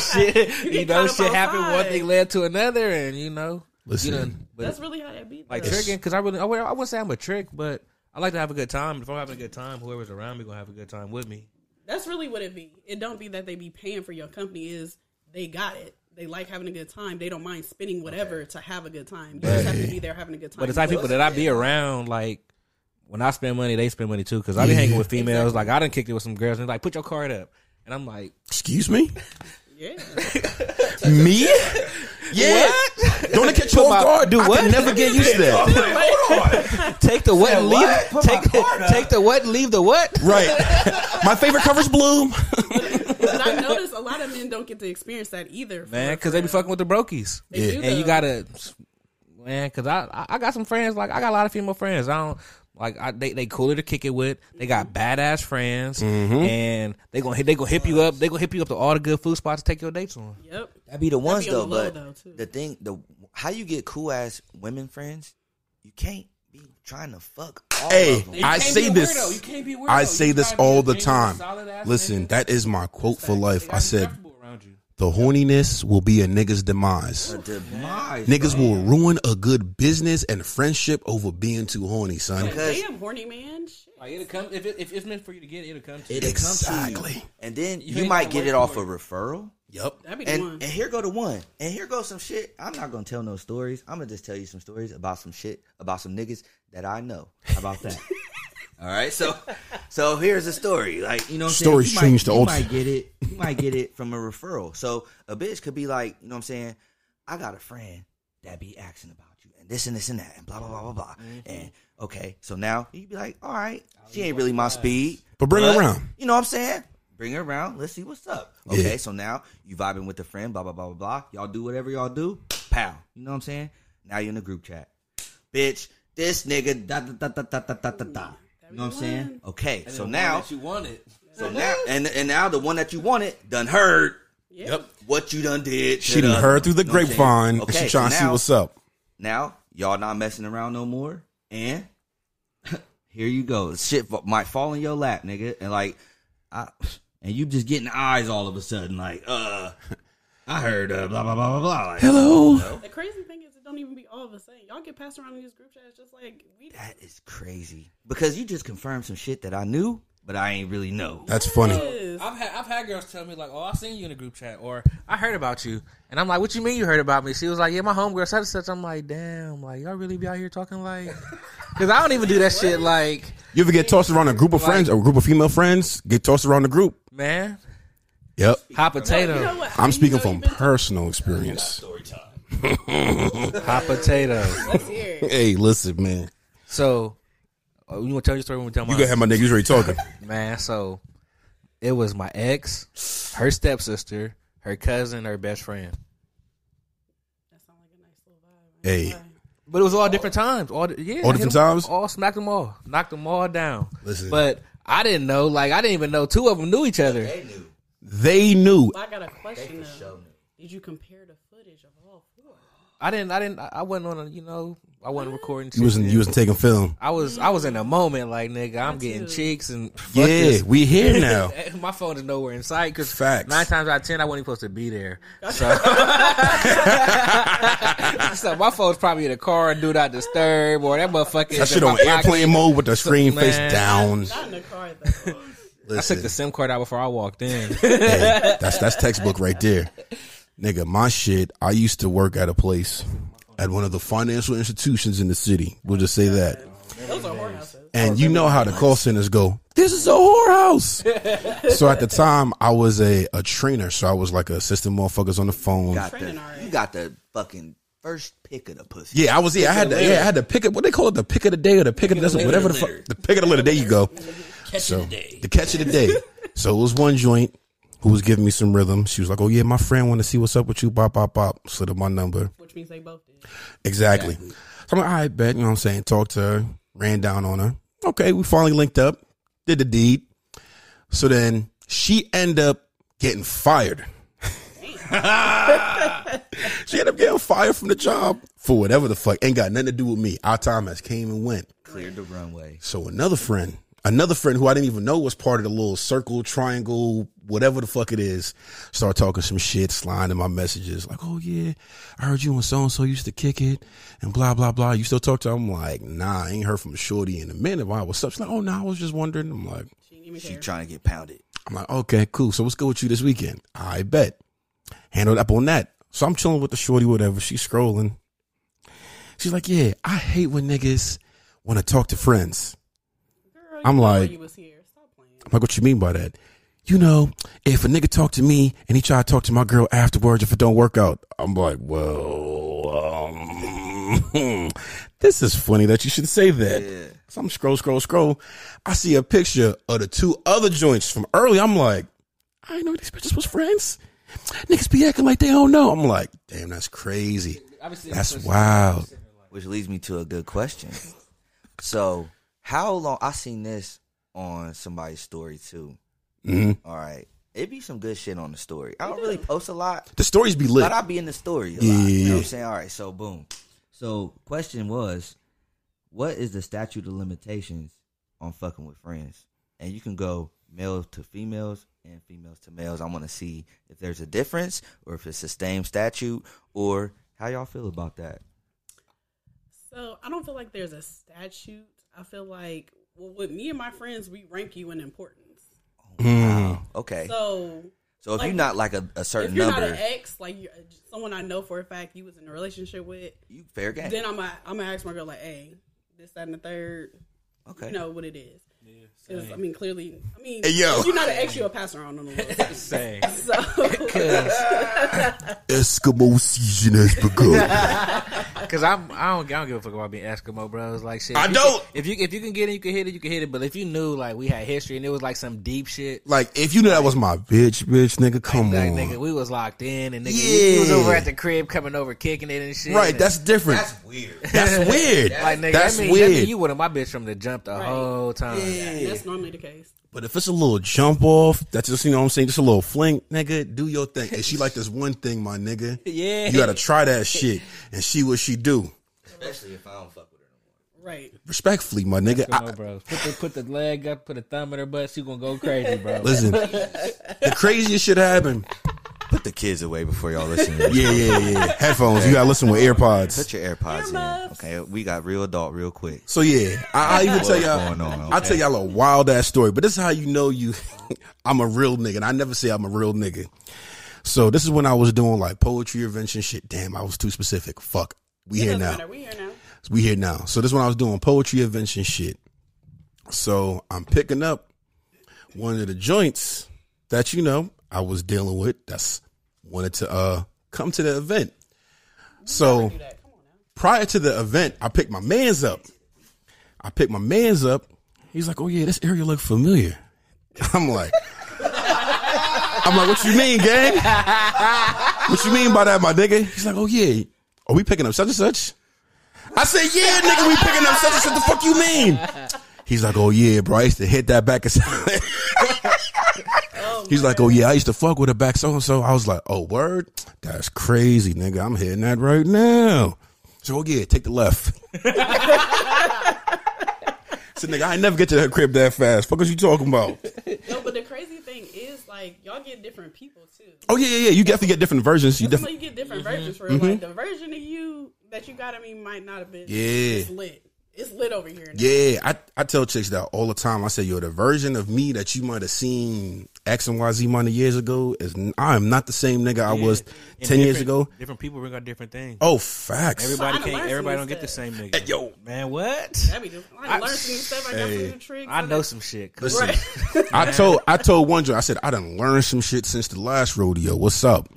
Speaker 4: shit, you
Speaker 2: get
Speaker 4: know,
Speaker 2: caught up
Speaker 4: shit happened. One
Speaker 2: outside.
Speaker 4: thing led to another, and you know,
Speaker 3: Listen.
Speaker 4: you done, but
Speaker 2: that's really how that be.
Speaker 4: like
Speaker 2: though.
Speaker 4: tricking because I really I wouldn't I wouldn't say I'm a trick, but I like to have a good time. If I'm having a good time, whoever's around me gonna have a good time with me.
Speaker 2: that's really what it be. It don't be that they be paying for your company. Is they got it. They like having a good time. They don't mind spending whatever to have a good time. You just have to be there having a good time.
Speaker 4: But the type of people that I be around, like when I spend money, they spend money too. Because I be hanging with females. Like I done kicked it with some girls, and they like, put your card up, and I'm like,
Speaker 3: Excuse me?
Speaker 2: yeah,
Speaker 3: Me? Yeah. Don't it catch you off guard?
Speaker 6: do
Speaker 3: I
Speaker 6: what?
Speaker 3: can never get used to that.
Speaker 6: Take the what and leave.
Speaker 5: what? Put my
Speaker 6: Take the, take the what and leave the what.
Speaker 3: Right. My favorite cover's blue.
Speaker 2: But I noticed a lot of men don't get to experience that either.
Speaker 4: man, because they be fucking with the brokies.
Speaker 2: They do,
Speaker 4: and you
Speaker 2: though.
Speaker 4: gotta, man, because I I- I got some friends like I got a lot of female friends. I don't like I, they they cooler to kick it with. They got badass friends,
Speaker 3: Mm-hmm.
Speaker 4: and they gonna hit they gonna hip you up. They gonna hip you up to all the good food spots to take your dates on.
Speaker 2: Yep.
Speaker 5: That'd be the ones
Speaker 2: be on
Speaker 5: though,
Speaker 2: the low,
Speaker 5: but
Speaker 2: though, too.
Speaker 5: the thing, the how you get cool ass women friends, you can't be trying to fuck all
Speaker 3: Hey,
Speaker 5: of them.
Speaker 3: I
Speaker 4: can't
Speaker 3: say
Speaker 4: be a
Speaker 3: this.
Speaker 4: weirdo. You can't be a weirdo.
Speaker 3: I
Speaker 4: You
Speaker 3: say
Speaker 4: gotta
Speaker 3: this
Speaker 4: be a
Speaker 3: all the
Speaker 4: genuine,
Speaker 3: time.
Speaker 4: solid-ass
Speaker 3: Listen,
Speaker 4: nigga.
Speaker 3: that is my quote for life. I said,
Speaker 4: around you.
Speaker 3: the horniness will be a nigga's demise.
Speaker 5: Demise,
Speaker 3: Niggas
Speaker 5: bro.
Speaker 3: will ruin a good business and friendship over being too horny, son.
Speaker 5: Because
Speaker 2: Damn, horny man. Shit.
Speaker 4: Like it'll come if, it, if it's meant for you to get, it, it'll come to you.
Speaker 5: it'll come to you,
Speaker 3: Exactly.
Speaker 5: and then
Speaker 4: You
Speaker 5: you,
Speaker 4: ain't
Speaker 5: might
Speaker 4: gotta
Speaker 5: get
Speaker 4: work
Speaker 5: it off
Speaker 4: for
Speaker 5: a
Speaker 4: it.
Speaker 5: referral.
Speaker 3: Yep.
Speaker 2: That'd be the
Speaker 5: And,
Speaker 2: one.
Speaker 5: and here go to one. And here goes some shit. I'm not gonna tell no stories. I'm gonna just tell you some stories about some shit about some niggas that I know. How about that? All right. So, so here's a story. Like you know, what I'm saying?
Speaker 3: Stories
Speaker 5: You might-
Speaker 3: changed the
Speaker 5: You
Speaker 3: old-
Speaker 5: might get it. You might get it from a referral. So a bitch could be like, you know, what I'm saying, I got a friend that be asking about you and this and this and that and blah blah blah blah blah. And okay, so now you be like, all right,
Speaker 4: Oh,
Speaker 5: she ain't really my speed,
Speaker 3: But bring her around.
Speaker 5: you know what I'm saying? Bring her around. Let's see what's up. Okay, so now you vibing with a friend, blah, blah, blah, blah, blah. Y'all do whatever y'all do. Pow. You know what I'm saying? Now you're in the group chat. Bitch, this nigga, da, da, da, da, da, da, da, da, da. You know what I'm saying? Okay, so now,
Speaker 4: you want it.
Speaker 5: so now, and, and now the one that you wanted done heard
Speaker 2: Yep.
Speaker 5: what you done did. to
Speaker 3: She done
Speaker 5: the-
Speaker 3: heard through the
Speaker 5: You know what I'm saying?
Speaker 3: grapevine and she
Speaker 5: Okay,
Speaker 3: trying to
Speaker 5: so
Speaker 3: see
Speaker 5: now-
Speaker 3: what's up.
Speaker 5: now y'all not messing around no more, and here you go. Shit fa- might fall in your lap, nigga, and like, I, and you just getting eyes all of a sudden, like, uh, I heard uh, blah blah blah blah blah. Like,
Speaker 3: Hello.
Speaker 2: The crazy thing is, it don't even be all of us saying. Y'all get passed around in these group chats just like we.
Speaker 5: that is crazy because you just confirmed some shit that I knew, but I ain't really know.
Speaker 3: That's funny.
Speaker 2: Yes.
Speaker 4: I've had I've had girls tell me like, "Oh, I seen you in a group chat," or "I heard about you," and I'm like, "What you mean you heard about me?" She was like, "Yeah, my homegirl such and such." I'm like, "Damn, like y'all really be out here talking like?" Because I don't even do that shit. Like,
Speaker 3: You ever get tossed around a group of friends, or a group of female friends, get tossed around the group?
Speaker 4: man,
Speaker 3: Yep.
Speaker 4: hot
Speaker 2: You know
Speaker 4: potato,
Speaker 2: what?
Speaker 3: I'm speaking
Speaker 2: You know
Speaker 3: from
Speaker 2: you've been-
Speaker 3: personal experience.
Speaker 4: hot potato.
Speaker 2: Let's hear it.
Speaker 3: Hey, listen, man.
Speaker 4: So, oh, you want to tell your story when we tell
Speaker 3: You
Speaker 4: mine?
Speaker 3: gonna have my niggas already talking.
Speaker 4: man. So, it was my ex, her stepsister, her cousin, her best friend.
Speaker 2: That sound like a nice little vibe.
Speaker 3: Hey,
Speaker 4: But it was all different times. All di- yeah,
Speaker 3: All
Speaker 4: I hit
Speaker 3: different
Speaker 4: them
Speaker 3: times?
Speaker 4: All smacked them all, knocked them all down.
Speaker 3: Listen.
Speaker 4: but I didn't know. Like I didn't even know two of them knew each other.
Speaker 3: they knew.
Speaker 2: But I got a question though. Did you compare the footage of all four?
Speaker 4: I didn't. I didn't. I I wasn't on a. You know, I wasn't recording.
Speaker 3: You wasn't.
Speaker 4: shit.
Speaker 3: You wasn't taking film.
Speaker 4: I was. I was in a moment. Like nigga, I'm getting cheeks and fuck
Speaker 3: Yeah,
Speaker 4: this.
Speaker 3: we here now.
Speaker 4: My phone is nowhere in sight because
Speaker 3: Facts.
Speaker 4: nine times out of ten I wasn't even supposed to be there. So, so my phone's probably in the car, do not disturb, or that motherfucker.
Speaker 3: That
Speaker 4: is
Speaker 3: shit
Speaker 4: in my
Speaker 3: on
Speaker 4: pocket.
Speaker 3: airplane mode with the screen
Speaker 4: Man.
Speaker 3: face down.
Speaker 2: Not in the car though.
Speaker 4: I took the
Speaker 3: Listen,
Speaker 4: SIM card out before I walked in.
Speaker 3: hey, that's that's textbook right there, nigga. My shit. I used to work at a place at one of the financial institutions in the city. We'll just say that.
Speaker 2: Those are whorehouses.
Speaker 3: And you know how the call centers go. This is a whorehouse. so at the time, I was a, a trainer, so I was like assisting motherfuckers on the phone.
Speaker 5: You got
Speaker 2: Training
Speaker 5: the,
Speaker 2: already.
Speaker 5: you got the fucking first pick of the pussy.
Speaker 3: Yeah, I was. Yeah, I had to. Yeah, I had to pick up. What they call it, the pick of the day or the pick, of the,
Speaker 5: litter.
Speaker 3: whatever the fuck. The pick of the litter. There you go. Catch so, of the day. The catch of the day. so it was one joint who was giving me some rhythm. She was like, "Oh yeah, my friend want to see what's up with you." Bop, bop, bop. Slid up my number.
Speaker 2: Which means they both did.
Speaker 3: Exactly. So I'm like, all right, bet. You know what I'm saying? Talked to her, ran down on her. Okay, we finally linked up, did the deed. So then she end up getting fired. she ended up getting fired from the job for whatever the fuck. Ain't got nothing to do with me. Our time has came and went.
Speaker 5: Cleared the runway.
Speaker 3: So another friend, another friend who I didn't even know was part of the little circle, triangle, whatever the fuck it is, started talking some shit, sliding in my messages like, "Oh yeah, I heard you and so and so used to kick it, and blah blah blah." You still talk to? her? I'm like, "Nah, I ain't heard from Shorty in a minute. Why? What's up?" She's like, "Oh no, I was just wondering." I'm like,
Speaker 2: She didn't even
Speaker 5: She
Speaker 2: care.
Speaker 5: trying to get pounded.
Speaker 3: I'm like, okay, cool. So what's good with you this weekend? I bet. Handled up on that. So I'm chilling with the shorty, whatever. She's scrolling. She's like, yeah, I hate when niggas want to talk to friends.
Speaker 2: Girl, you
Speaker 3: I'm
Speaker 2: know why
Speaker 3: like-
Speaker 2: you was here. Stop playing.
Speaker 3: I'm like, what you mean by that? You know, if a nigga talk to me and he try to talk to my girl afterwards, if it don't work out, I'm like, well, um, this is funny that you should say that. So I'm scroll, scroll, scroll. I see a picture of the two other joints from early. I'm like, I didn't know these bitches was friends. Niggas be acting like they don't know. I'm like, damn, that's crazy. That's wild.
Speaker 5: Which leads me to a good question. so, how long? I seen this on somebody's story too. All right, it be some good shit on the story. I don't really post a lot,
Speaker 3: The stories be lit.
Speaker 5: but I be in the story a lot. You know what I'm saying? All right, so boom. So, question was, what is the statute of limitations on fucking with friends? And you can go males to females and females to males. I want to see if there's a difference or if it's the same statute or how y'all feel about that.
Speaker 2: So I don't feel like there's a statute. I feel like well, with me and my friends, we rank you in importance.
Speaker 5: Okay.
Speaker 2: So
Speaker 5: So if
Speaker 2: Like,
Speaker 5: you're not like a, a
Speaker 2: if
Speaker 5: certain
Speaker 2: you're
Speaker 5: number,
Speaker 2: not an ex, like you're uh, someone I know for a fact you was in a relationship with,
Speaker 5: you fair game.
Speaker 2: then I'm gonna I'm gonna ask my girl like, hey, this that and the third,
Speaker 5: okay.
Speaker 2: you know what it is. Because I mean, clearly, I mean,
Speaker 3: Hey, yo.
Speaker 2: if you're not an ex, you're a passer on on the low.
Speaker 4: Same.
Speaker 2: So
Speaker 3: Eskimo season has begun.
Speaker 4: Cause I'm I don't, I don't give a fuck about being Eskimo, bro. It's like shit.
Speaker 3: I
Speaker 4: if you
Speaker 3: don't.
Speaker 4: can- if you if you can get it, you can hit it. You can hit it. But if you knew like we had history and it was like some deep shit,
Speaker 3: like, if you knew that was my bitch, bitch, nigga, come
Speaker 4: like
Speaker 3: on.
Speaker 4: nigga, we was locked in and nigga, you, you was
Speaker 3: Mm. Yeah.
Speaker 4: over at the crib coming over kicking it and shit.
Speaker 3: Right,
Speaker 4: and-
Speaker 3: that's different.
Speaker 5: That's weird.
Speaker 3: That's weird.
Speaker 4: like nigga.
Speaker 3: that's
Speaker 4: that mean,
Speaker 3: weird.
Speaker 4: That mean you one of my bitch from the jump the whole time.
Speaker 2: that's normally the case.
Speaker 3: But if it's a little jump off, that's just you know what I'm saying, just a little fling, nigga, do your thing. And she like this one thing, my nigga.
Speaker 4: Yeah.
Speaker 3: You gotta try that shit and see what she do.
Speaker 5: Especially if I don't fuck with her no more.
Speaker 2: Right.
Speaker 3: Respectfully, my nigga. I,
Speaker 4: Eskimo bros. Put the put the leg up, put a thumb in her butt. She gonna go crazy, bro.
Speaker 3: listen, the craziest shit happened.
Speaker 5: Put the kids away before y'all listen. to this.
Speaker 3: Yeah, yeah, yeah. Headphones. You gotta listen with AirPods.
Speaker 5: Put your AirPods in. Okay, we got real adult real quick.
Speaker 3: So yeah, I, I even tell
Speaker 5: What's going on,
Speaker 3: y'all, I
Speaker 5: okay?
Speaker 3: tell y'all a wild ass story. But this is how you know you, I'm a real nigga, and I never say I'm a real nigga. So this is when I was doing like poetry invention shit. Damn, I was too specific. Fuck, we here
Speaker 2: Doesn't
Speaker 3: now.
Speaker 2: matter. We here now.
Speaker 3: we here now. So this one I was doing poetry events and shit. So I'm picking up one of the joints that you know I was dealing with. That's wanted to uh come to the event. So prior to the event, I picked my man's up. I picked my man's up. He's like, "Oh yeah, this area look familiar." I'm like, I'm like, "What you mean, gang? What you mean by that, my nigga?" He's like, "Oh yeah, are we picking up such and such?" I said, yeah, nigga, we picking up such and such. The fuck you mean? He's like, oh yeah, bro. I used to hit that back. and He's like, oh yeah, I used to fuck with a back so and so. I was like, oh word, that's crazy, nigga. I'm hitting that right now. So oh, yeah, take the left. so nigga, I ain't never get to that crib that fast. Fuck, what you talking about?
Speaker 2: No, but the crazy thing is like y'all get different people too.
Speaker 3: Oh yeah, yeah, yeah. You definitely get different versions. You
Speaker 2: That's
Speaker 3: definitely.
Speaker 2: why you get different
Speaker 4: Mm-hmm.
Speaker 2: versions for it. Like the version of you that you got of me might not have been
Speaker 3: Yeah.
Speaker 2: it's lit. It's lit over here. now.
Speaker 3: Yeah, I, I tell chicks that all the time. I say, yo, the version of me that you might have seen X and Y Z amount of years ago is n- I am not the same nigga I was
Speaker 4: And
Speaker 3: ten years
Speaker 4: different-
Speaker 3: ago.
Speaker 4: Different people bring out different things.
Speaker 3: Oh, facts.
Speaker 2: So I
Speaker 4: Everybody
Speaker 2: done
Speaker 4: can't.
Speaker 2: learned
Speaker 4: Everybody
Speaker 2: some
Speaker 4: don't
Speaker 2: new
Speaker 4: get the
Speaker 2: stuff.
Speaker 4: same nigga.
Speaker 3: yo.
Speaker 4: man, what?
Speaker 2: That'd be dope. I learned some new stuff. I got some new tricks.
Speaker 4: I know some shit.
Speaker 3: Listen, I told I told one joint. I said I done learned some shit since the last rodeo. What's up?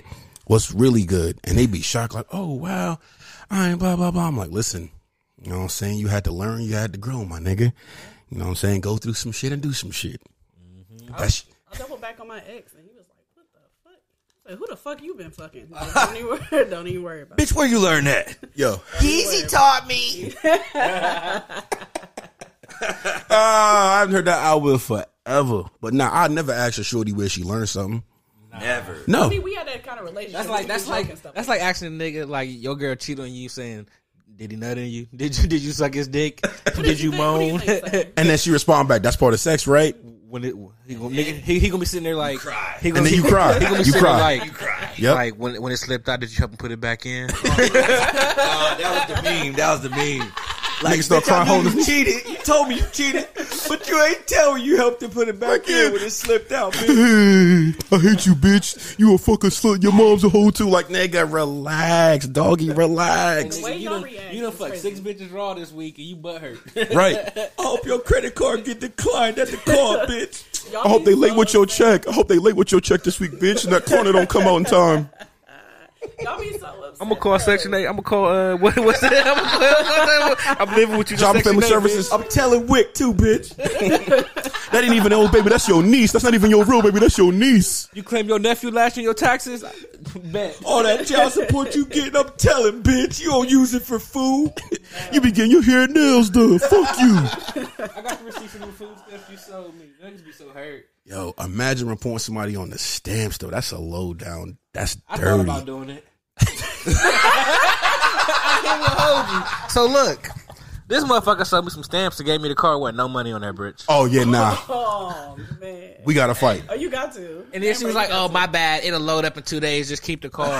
Speaker 3: What's really good? And they be shocked, like, oh wow, I ain't blah blah blah. I'm like, listen, you know what I'm saying? You had to learn, you had to grow, my nigga. You know what I'm saying? Go through some shit and do some shit.
Speaker 4: Mm-hmm.
Speaker 3: That's
Speaker 2: I double back on my ex, and he was like, "What the fuck? I said, Who the fuck you been fucking? Like, don't even worry. Don't even worry about. it.
Speaker 5: Bitch, where you learn that?
Speaker 3: yo.
Speaker 5: Yeezy taught me.
Speaker 3: Ah, I've heard that I will forever. But nah, I never asked a shorty where she learned something.
Speaker 5: Never.
Speaker 3: No.
Speaker 2: I mean, we had that kind of relationship.
Speaker 4: That's like that's like that's like asking a nigga like your girl cheat on you saying, "Did he nut on you? Did you did you suck his dick? did you moan?"
Speaker 3: And then she respond back, that's part of sex, right?
Speaker 4: when it he gonna, nigga, he, he gonna be sitting there like he gonna
Speaker 3: And then you cry.
Speaker 4: He gonna be
Speaker 3: You
Speaker 4: sitting
Speaker 3: cry.
Speaker 4: there like
Speaker 3: Yep.
Speaker 4: like when when it slipped out, did you help him put it back in?
Speaker 5: Uh, that was the meme. That was the meme.
Speaker 3: Niggas start
Speaker 5: bitch, I
Speaker 3: crying,
Speaker 5: knew
Speaker 3: holding-
Speaker 5: You cheated. You told me you cheated, but you ain't tell me you helped to put it back in when it slipped out. Bitch.
Speaker 3: Hey, I hate you, bitch. You a fucking slut. Your mom's a hoe too. Like, nigga, relax, doggy, relax.
Speaker 2: way
Speaker 4: you
Speaker 2: y'all
Speaker 4: done,
Speaker 2: react
Speaker 4: you done
Speaker 2: is
Speaker 4: fucked
Speaker 2: crazy.
Speaker 4: six bitches raw this week and you butt hurt.
Speaker 3: Right.
Speaker 5: I hope your credit card get declined at the car, bitch.
Speaker 3: I hope they late with your check. I hope they late with your check this week, bitch. And that corner don't come out in time.
Speaker 2: Y'all be so upset.
Speaker 4: I'm gonna call Section Eight. I'm gonna call uh, what, what's that? I'm, gonna call, I'm living with you. to
Speaker 3: Job and
Speaker 4: Section
Speaker 3: Family
Speaker 4: eight,
Speaker 3: Services.
Speaker 4: bitch.
Speaker 3: I'm telling Wick too, bitch. that ain't even old baby. That's your niece. That's not even your real baby. That's your niece.
Speaker 4: You claim your nephew lashing your taxes. Bet.
Speaker 3: All that child support you getting, I'm telling, bitch. You don't use it for food. you be getting your hair and nails done. Fuck you.
Speaker 4: I got the receipt for the food stuff you sold me. Niggas be so hurt.
Speaker 3: Yo, imagine reporting somebody on the stamps though. That's a low down. That's
Speaker 4: I thought
Speaker 3: dirty.
Speaker 4: about doing it.
Speaker 6: So look,
Speaker 4: This motherfucker sold me some stamps and gave me the car with no money on that bitch.
Speaker 3: oh yeah, nah.
Speaker 2: Oh man.
Speaker 3: We gotta fight.
Speaker 2: Oh, you got to.
Speaker 4: And then she was like, "Oh my bad, it'll load up in two days. Just keep the car."
Speaker 6: so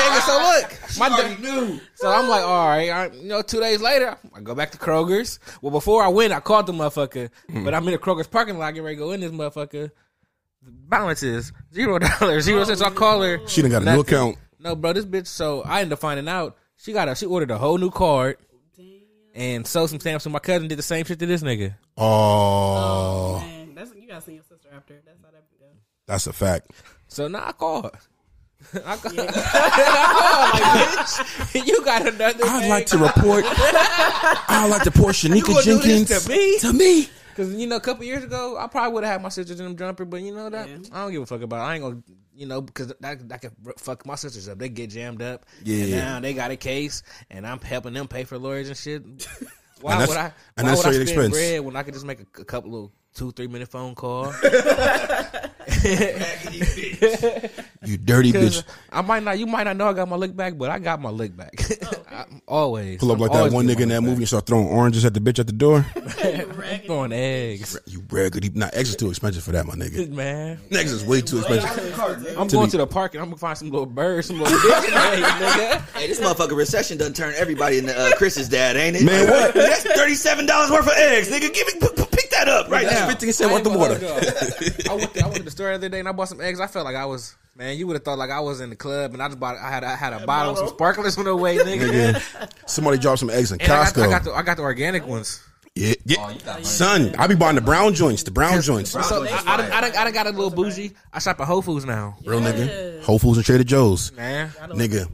Speaker 6: nigga, so look,
Speaker 4: my da- So I'm like, all right, I, you know, two days later, I go back to Kroger's. Well, before I went, I called the motherfucker, but I'm in the Kroger's parking lot, getting ready to go in this motherfucker. The balance is zero dollars, zero cents. I call her.
Speaker 3: She done got a new
Speaker 4: Nothing.
Speaker 3: account.
Speaker 4: No, bro, this bitch. So I ended up finding out she got a she ordered a whole new card and sold some stamps. And my cousin did the same shit to this nigga.
Speaker 3: Oh,
Speaker 2: Man, that's you gotta see your sister after. That's how that goes.
Speaker 3: that's a fact.
Speaker 4: So now I called. I called. I called like, bitch, you got another.
Speaker 3: I'd
Speaker 4: thing
Speaker 3: like to report. I'd like to report Shanika
Speaker 4: do this
Speaker 3: Jenkins
Speaker 4: to me?
Speaker 3: To me.
Speaker 4: Cause you know, a couple years ago, I probably would have had my sisters in them jumper, but you know that I don't give a fuck about. It. I ain't gonna, you know, because that that could r- fuck my sisters up. They get jammed up.
Speaker 3: Yeah.
Speaker 4: And now they got a case, and I'm helping them pay for lawyers and shit. Why
Speaker 3: And that's-
Speaker 4: would I?
Speaker 3: and
Speaker 4: why
Speaker 3: that's
Speaker 4: would I
Speaker 3: straight
Speaker 4: spend
Speaker 3: expense.
Speaker 4: bread when I could just make a, a couple of two three minute phone call?
Speaker 3: You dirty
Speaker 4: Because
Speaker 3: bitch.
Speaker 4: I might not, you might not know I got my lick back, but I got my lick back. I'm always
Speaker 3: Pull up
Speaker 4: I'm
Speaker 3: like that
Speaker 4: always
Speaker 3: one
Speaker 4: getting
Speaker 3: nigga in
Speaker 4: my
Speaker 3: that
Speaker 4: lick
Speaker 3: movie and start throwing oranges at the bitch at the door.
Speaker 4: back. throwing eggs,
Speaker 3: you raggedy. Nah, eggs is too expensive for that, my nigga.
Speaker 4: man.
Speaker 3: Eggs is way too expensive.
Speaker 4: I'm
Speaker 3: To
Speaker 4: going
Speaker 3: be-
Speaker 4: to the park and I'm gonna find some little birds, some little bitch eggs, nigga.
Speaker 5: Hey, this motherfucker recession done turn everybody into uh, Chris's dad, ain't it?
Speaker 3: Man, what?
Speaker 5: That's thirty-seven dollars worth of eggs, nigga. Give me, p- p- pick that up right
Speaker 4: Now,
Speaker 5: now.
Speaker 3: Fifteen cent
Speaker 4: I
Speaker 3: worth
Speaker 4: ain't
Speaker 3: of
Speaker 4: gonna
Speaker 3: water.
Speaker 4: hold y'all. I went, to, I went to the store the other day and I bought some eggs. I felt like I was man. You would have thought like I was in the club and I just bought. I had I had a bottle with some sparklers on the way, nigga.
Speaker 3: Somebody dropped some eggs in
Speaker 4: And I got,
Speaker 3: Costco.
Speaker 4: I got the Oh, I got the organic ones.
Speaker 3: yeah, yeah. son, I be buying the brown joints. The brown joints.
Speaker 4: So I, I, done- I, done- I done got a little bougie. I shop at Whole Foods now,
Speaker 3: Real nigga. Whole Foods and Trader Joe's.
Speaker 4: man.
Speaker 3: Nigga.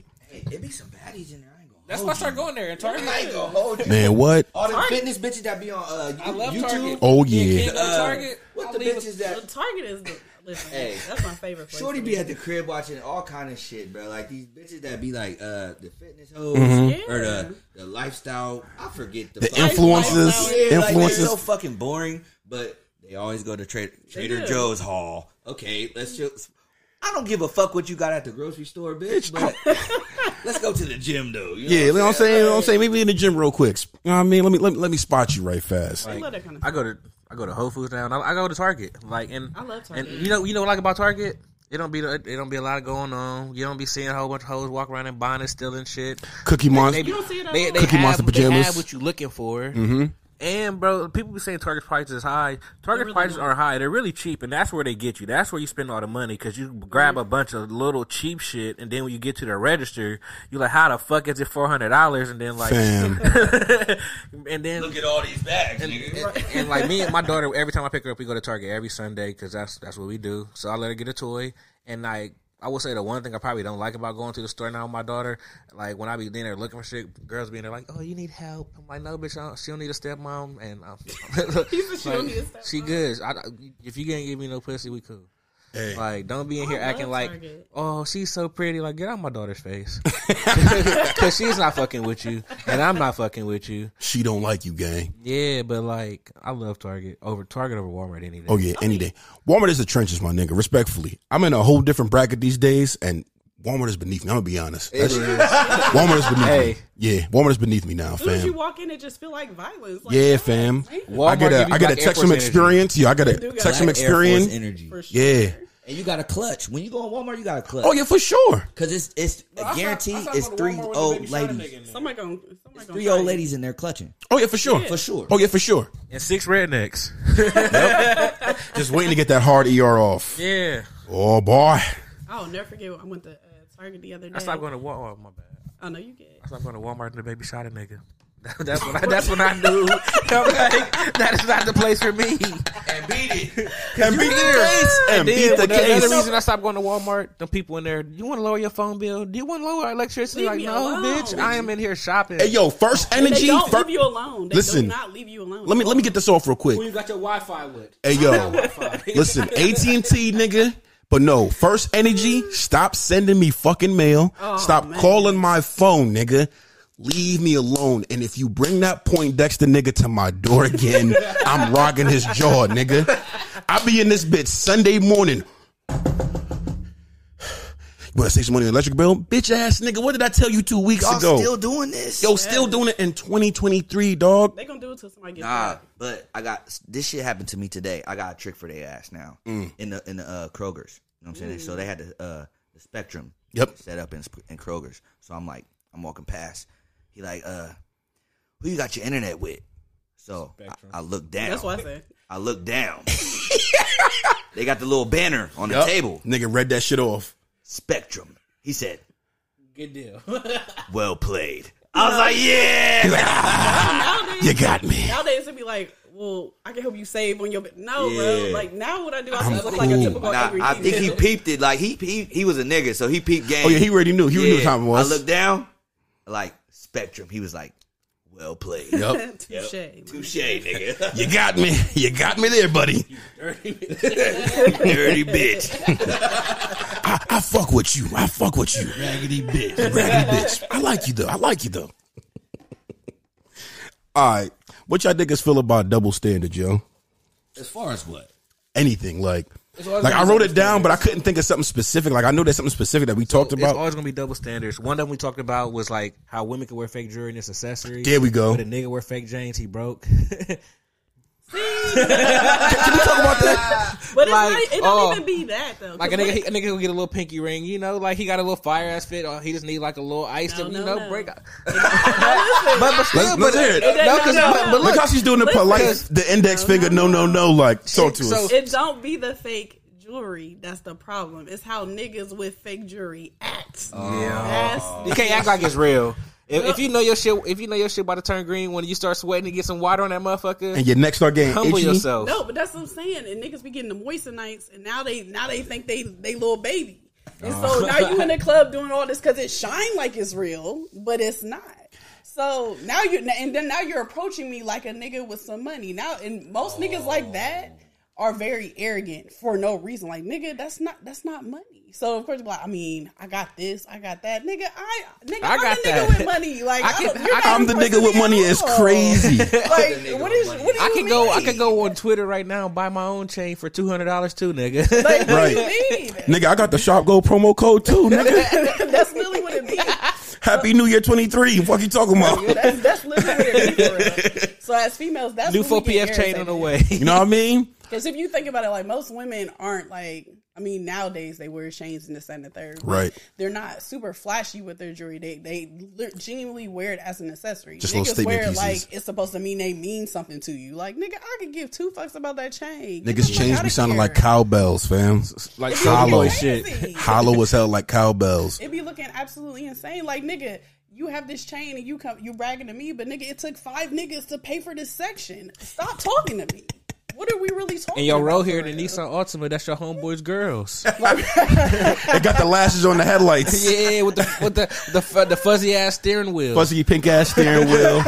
Speaker 5: It be some baddies in there. I ain't gonna
Speaker 4: That's why I started going there and Target.
Speaker 5: I ain't gonna hold you.
Speaker 3: Man, what?
Speaker 5: All them fitness bitches that be on uh,
Speaker 4: I love
Speaker 5: YouTube.
Speaker 4: Target. Uh,
Speaker 3: Oh
Speaker 4: You
Speaker 3: yeah.
Speaker 4: can't go to Target.
Speaker 5: What
Speaker 4: I
Speaker 5: the
Speaker 4: leave-
Speaker 5: bitches
Speaker 2: The
Speaker 5: that
Speaker 2: Target is the listen.
Speaker 5: Hey.
Speaker 2: That's my favorite. Place
Speaker 5: Shorty
Speaker 2: to
Speaker 5: be at the crib watching all kind of shit, bro. Like these bitches that be like uh the fitness hoes
Speaker 2: Mm-hmm.
Speaker 5: or the, the lifestyle. I forget the,
Speaker 3: The
Speaker 5: fucking-
Speaker 3: influencers.
Speaker 5: Yeah, like, they're so
Speaker 3: Influencers.
Speaker 5: fucking boring, but they always go to Trader Trader
Speaker 2: do.
Speaker 5: Joe's Hall. Okay, let's just. I don't give a fuck what you got at the grocery store, bitch. But let's go to the gym though. You know
Speaker 3: Yeah, you know what I'm saying? You know what I'm saying? Maybe in the gym real quick. You know what I mean? Let me let me, let me spot you right fast.
Speaker 2: I love that kind of
Speaker 4: I go to I go to Whole Foods now. And I, I go to Target. Like and
Speaker 2: I love Target.
Speaker 4: And you know you know what I like about Target. It don't be it don't be a lot going on. You don't be seeing a whole bunch of hoes walk around in bonnets stealing shit.
Speaker 3: Cookie Monster.
Speaker 2: You don't see it at
Speaker 4: They,
Speaker 2: all.
Speaker 4: they
Speaker 3: Cookie
Speaker 4: have,
Speaker 3: Monster
Speaker 4: They
Speaker 3: pajamas. Mm-hmm.
Speaker 4: have what you looking for. And bro, people be saying Target prices is high. Target prices are high. They're really cheap, and that's where they get you. That's where you spend all the money because you grab a bunch of little cheap shit, and then when you get to the register, you're like, "How the fuck is it four hundred dollars?" And then like,
Speaker 3: Fam.
Speaker 4: and then
Speaker 5: Look at all these bags, nigga.
Speaker 4: and like me and my daughter, every time I pick her up, we go to Target every Sunday because that's that's what we do. So I let her get a toy, and like I will say the one thing I probably don't like about going to the store now with my daughter, like when I be in there looking for shit, girls being there like, "Oh, you need help?" I'm like, "No, bitch, I don't, she don't need a stepmom." And I'm,
Speaker 2: she don't need a
Speaker 4: Like, she good. I, I- if you can't give me no pussy, we cool.
Speaker 3: Hey.
Speaker 4: Like, don't be in here
Speaker 2: I
Speaker 4: acting
Speaker 2: love
Speaker 4: like,
Speaker 2: Target.
Speaker 4: oh, she's so pretty. Like, get out my daughter's face, because she's not fucking with you, and I'm not fucking with you.
Speaker 3: She don't like you, gang.
Speaker 4: Yeah, but like I love Target over Target over Walmart any day.
Speaker 3: Oh yeah, any day. Walmart is the trenches, my nigga. Respectfully, I'm in a whole different bracket these days, and Walmart is beneath me. I'm gonna be honest. That's- Walmart is beneath me.
Speaker 4: Hey.
Speaker 3: Yeah, Walmart is beneath me now,
Speaker 2: As soon as you
Speaker 3: fam.
Speaker 2: walk in, it just feel like violence. Like, oh,
Speaker 3: Yeah, fam.
Speaker 2: man.
Speaker 3: I get
Speaker 4: Walmart give you
Speaker 3: a I get a
Speaker 4: Black Air
Speaker 3: Texum
Speaker 4: Force energy.
Speaker 3: experience. Yeah, I got a Texum
Speaker 5: Black Air Force
Speaker 3: experience.
Speaker 5: energy.
Speaker 2: For sure.
Speaker 3: Yeah.
Speaker 5: And you got a clutch. When you go on Walmart, you got a clutch.
Speaker 3: Oh yeah, for sure.
Speaker 5: Cause it's it's
Speaker 4: I saw-
Speaker 5: guaranteed
Speaker 4: I saw
Speaker 5: it's
Speaker 4: one of
Speaker 5: three
Speaker 4: Walmart with the
Speaker 5: old
Speaker 4: baby shower
Speaker 5: ladies.
Speaker 4: nigga in there.
Speaker 2: Somebody gonna. Somebody gonna
Speaker 5: Three
Speaker 2: try
Speaker 5: old
Speaker 2: you.
Speaker 5: ladies in there clutching.
Speaker 3: Oh yeah, for sure.
Speaker 5: For sure.
Speaker 3: Oh yeah, for sure.
Speaker 4: and six rednecks.
Speaker 3: Just waiting to get that hard ER off.
Speaker 4: yeah,
Speaker 3: Oh boy.
Speaker 2: I'll never forget. when I went to uh, Target the other day.
Speaker 4: I stopped going to Walmart. My bad.
Speaker 2: Oh no, you get.
Speaker 4: I stopped going to Walmart and the baby shot a nigga.
Speaker 6: That's when I, that's when I knew. I'm like, that is not the place for me.
Speaker 5: And beat it.
Speaker 3: And beat the case. And
Speaker 4: then,
Speaker 3: beat the
Speaker 4: that's
Speaker 3: case.
Speaker 4: another reason I stopped going to Walmart. The people in there, you want to lower your phone bill? Do you want to lower electricity?
Speaker 2: Leave
Speaker 4: like,
Speaker 2: me
Speaker 4: no,
Speaker 2: alone.
Speaker 4: bitch, I am in here shopping.
Speaker 3: Hey, yo, first
Speaker 2: And
Speaker 3: energy.
Speaker 2: they don't
Speaker 3: fir-
Speaker 2: leave you alone. They
Speaker 3: Listen.
Speaker 2: do not leave you alone.
Speaker 3: let me let me get this off real quick.
Speaker 7: Who you got your Wi-Fi with?
Speaker 3: Hey yo, listen, AT and T nigga. But no, first energy. Stop sending me fucking mail. stop calling my phone, nigga. Leave me alone. And if you bring that point Dexter nigga to my door again, I'm rocking his jaw, nigga. I be in this bitch Sunday morning. You wanna save some money on your electric bill? Bitch ass nigga, what did I tell you two weeks
Speaker 1: Y'all
Speaker 3: ago?
Speaker 1: still doing this?
Speaker 3: Yo, still doing it in 2023, dog.
Speaker 2: They gonna do it till somebody gets
Speaker 5: Nah,
Speaker 2: mad.
Speaker 5: Ah, but I got this shit happened to me today. I got a trick for their ass now in the in the uh, Kroger's. You know what I'm saying? So they had the uh, the Spectrum
Speaker 3: Yep.
Speaker 5: set up in Sp- in Kroger's. So I'm like, I'm walking past. He like, uh, who you got your internet with? So I, I look down.
Speaker 2: That's what I said.
Speaker 5: I look down. they got the little banner on the table.
Speaker 3: Nigga read that shit off.
Speaker 5: Spectrum. He said,
Speaker 7: Good deal.
Speaker 5: "Well played." I was like, "Yeah."
Speaker 2: Nowadays,
Speaker 3: You got me.
Speaker 2: nowadays it'd be like, well, I can help you save on your. bi- No, bro.
Speaker 5: Yeah.
Speaker 2: Like now, what I do, I look like a
Speaker 3: cool.
Speaker 2: typical
Speaker 5: Nah,
Speaker 2: angry
Speaker 5: I think he
Speaker 2: teenager.
Speaker 5: peeped it. Like he he he was a nigga, so he peeped game.
Speaker 3: Oh yeah, he already knew. He knew what time it was.
Speaker 5: I looked down, like Spectrum. He was like, "Well played,
Speaker 3: Yep.
Speaker 2: Touche.
Speaker 5: touche, nigga,
Speaker 3: You got me. You got me there, buddy.
Speaker 5: dirty bitch."
Speaker 3: I, I fuck with you. I fuck with you. Raggedy bitch. Raggedy bitch. I like you though. I like you though. All right. What y'all niggas feel about double standard, yo?
Speaker 7: as far as what?
Speaker 3: Anything like
Speaker 4: always
Speaker 3: like I
Speaker 4: gonna
Speaker 3: wrote
Speaker 4: be
Speaker 3: it down, but I couldn't think of something specific. Like I know there's something specific that we talked
Speaker 4: It's
Speaker 3: about.
Speaker 4: always gonna be double standards. One of them we talked about was like how women can wear fake jewelry and it's accessory.
Speaker 3: There we go.
Speaker 4: But a nigga wear fake James, he broke.
Speaker 2: But it's
Speaker 4: Like,
Speaker 2: not, it don't
Speaker 4: oh,
Speaker 2: even be that though.
Speaker 4: like a
Speaker 2: 'Cause
Speaker 4: nigga, he- a nigga will get a little pinky ring, you know, like he got a little fire ass fit, or he just need like a little ice
Speaker 2: No,
Speaker 4: to,
Speaker 2: no,
Speaker 4: you know,
Speaker 2: no.
Speaker 4: break.
Speaker 2: listen,
Speaker 4: But, but still,
Speaker 3: Let's- let's
Speaker 4: but,
Speaker 3: hear it.
Speaker 4: no, 'cause-
Speaker 2: No, no,
Speaker 4: but-
Speaker 2: no.
Speaker 4: but
Speaker 3: Look
Speaker 4: look,
Speaker 3: how she's doing the
Speaker 2: Listen.
Speaker 3: polite, the index finger. No, no, no. Like talk to
Speaker 4: So-
Speaker 3: us.
Speaker 2: it don't be the fake jewelry that's the problem. It's how niggas with fake jewelry act. Yeah. That's,
Speaker 4: you can't act like it's real. If, if you know your shit, if you know your shit about to turn green when you start sweating and get some water on that motherfucker,
Speaker 3: And your neck start getting
Speaker 4: humble
Speaker 3: itchy.
Speaker 4: yourself.
Speaker 2: no, but that's what I'm saying. And niggas be getting the moistenites, and now they now they think they they little baby. And so now you in the club doing all this because it shine like it's real, but it's not. So now you and then now you're approaching me like a nigga with some money. Now and most niggas like that are very arrogant for no reason. Like nigga, that's not that's not money. So of course, like I mean, I got this, I got that, nigga. I nigga,
Speaker 4: I
Speaker 2: I am
Speaker 4: got
Speaker 2: the nigga
Speaker 4: that.
Speaker 2: with money. Like
Speaker 4: I
Speaker 2: I
Speaker 4: can-
Speaker 2: you're
Speaker 4: I-
Speaker 2: not
Speaker 3: I'm the nigga
Speaker 2: impressing
Speaker 3: with
Speaker 2: me
Speaker 3: money.
Speaker 2: at
Speaker 3: It's
Speaker 2: all.
Speaker 3: crazy.
Speaker 2: Like what is what do
Speaker 4: I
Speaker 2: you
Speaker 4: could go. I
Speaker 2: mean?
Speaker 4: could go on Twitter right now and buy my own chain for two hundred dollars too, nigga.
Speaker 2: Like, what do
Speaker 3: Right.
Speaker 2: you mean?
Speaker 3: Nigga, I got the shop go promo code too, nigga.
Speaker 2: that's literally what it be.
Speaker 3: Happy New Year 23. Fuck you talking about?
Speaker 2: That's, that's literally what it be. For real. So as females, that's
Speaker 4: New
Speaker 2: when we
Speaker 4: four
Speaker 2: get
Speaker 4: PF chain on the
Speaker 2: irritated.
Speaker 4: way.
Speaker 3: You know what I mean?
Speaker 2: Because if you think about it, like most women aren't like. I mean, nowadays they wear chains and this and the third. but
Speaker 3: Right.
Speaker 2: They're not super flashy with their jewelry. They they le- genuinely wear it as an accessory.
Speaker 3: Just little
Speaker 2: niggas
Speaker 3: statement
Speaker 2: wear it like
Speaker 3: pieces.
Speaker 2: it's supposed to mean they mean something to you. Like nigga, I could give two fucks about that chain. Get the
Speaker 3: Niggas
Speaker 2: fuck
Speaker 3: changed
Speaker 2: outta
Speaker 3: me sounding
Speaker 2: here.
Speaker 3: like cowbells, fam.
Speaker 4: like
Speaker 3: Hollow.
Speaker 4: Solid shit.
Speaker 2: Crazy.
Speaker 3: Hollow as hell like cowbells.
Speaker 2: It be looking absolutely insane. Like nigga, you have this chain and you come you bragging to me, but nigga, it took five niggas to pay for this section. Stop talking to me. What are we really talking?
Speaker 4: And your
Speaker 2: about
Speaker 4: row
Speaker 2: for
Speaker 4: here in the
Speaker 2: real?
Speaker 4: Nissan Altima, that's your homeboy's girls.
Speaker 3: They got the lashes on the headlights.
Speaker 4: yeah, with the with the the, fu- the fuzzy ass steering wheel.
Speaker 3: Fuzzy pink ass steering wheel.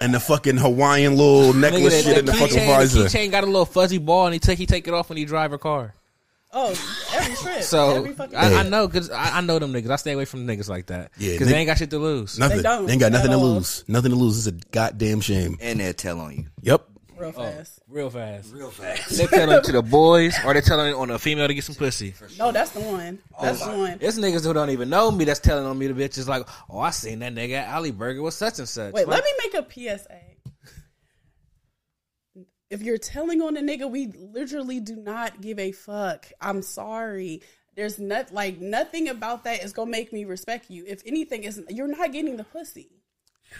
Speaker 3: and the fucking Hawaiian little necklace
Speaker 4: Nigga,
Speaker 3: shit in the fucking
Speaker 4: keychain, the
Speaker 3: visor.
Speaker 4: keychain got a little fuzzy ball, and he take he take it off when he drive a car.
Speaker 2: Oh, every trip.
Speaker 4: So
Speaker 2: every fucking
Speaker 4: I, I
Speaker 2: trip.
Speaker 4: know because I, I know them niggas. I stay away from niggas like that.
Speaker 3: Yeah,
Speaker 4: because
Speaker 3: nigg-
Speaker 4: they ain't got shit to lose.
Speaker 3: Nothing.
Speaker 2: They
Speaker 3: They,
Speaker 2: don't
Speaker 3: ain't got nothing
Speaker 2: at
Speaker 3: to
Speaker 2: all.
Speaker 3: lose. Nothing to lose. It's a goddamn shame.
Speaker 5: and they'll tell on you.
Speaker 3: Yep.
Speaker 2: real
Speaker 4: Oh.
Speaker 2: fast.
Speaker 4: Real fast. Real fast. they tell them to the boys, or they telling on a female to get some pussy.
Speaker 2: No, that's the one. That's
Speaker 4: Oh.
Speaker 2: the one.
Speaker 4: It's niggas who don't even know me that's telling on me the bitches like, oh, I seen that nigga at Alley Burger with such and such.
Speaker 2: Wait,
Speaker 4: Like,
Speaker 2: let me make a PSA. If you're telling on a nigga, we literally do not give a fuck. I'm sorry. There's not like nothing about that is gonna make me respect you. If anything, is you're not getting the pussy.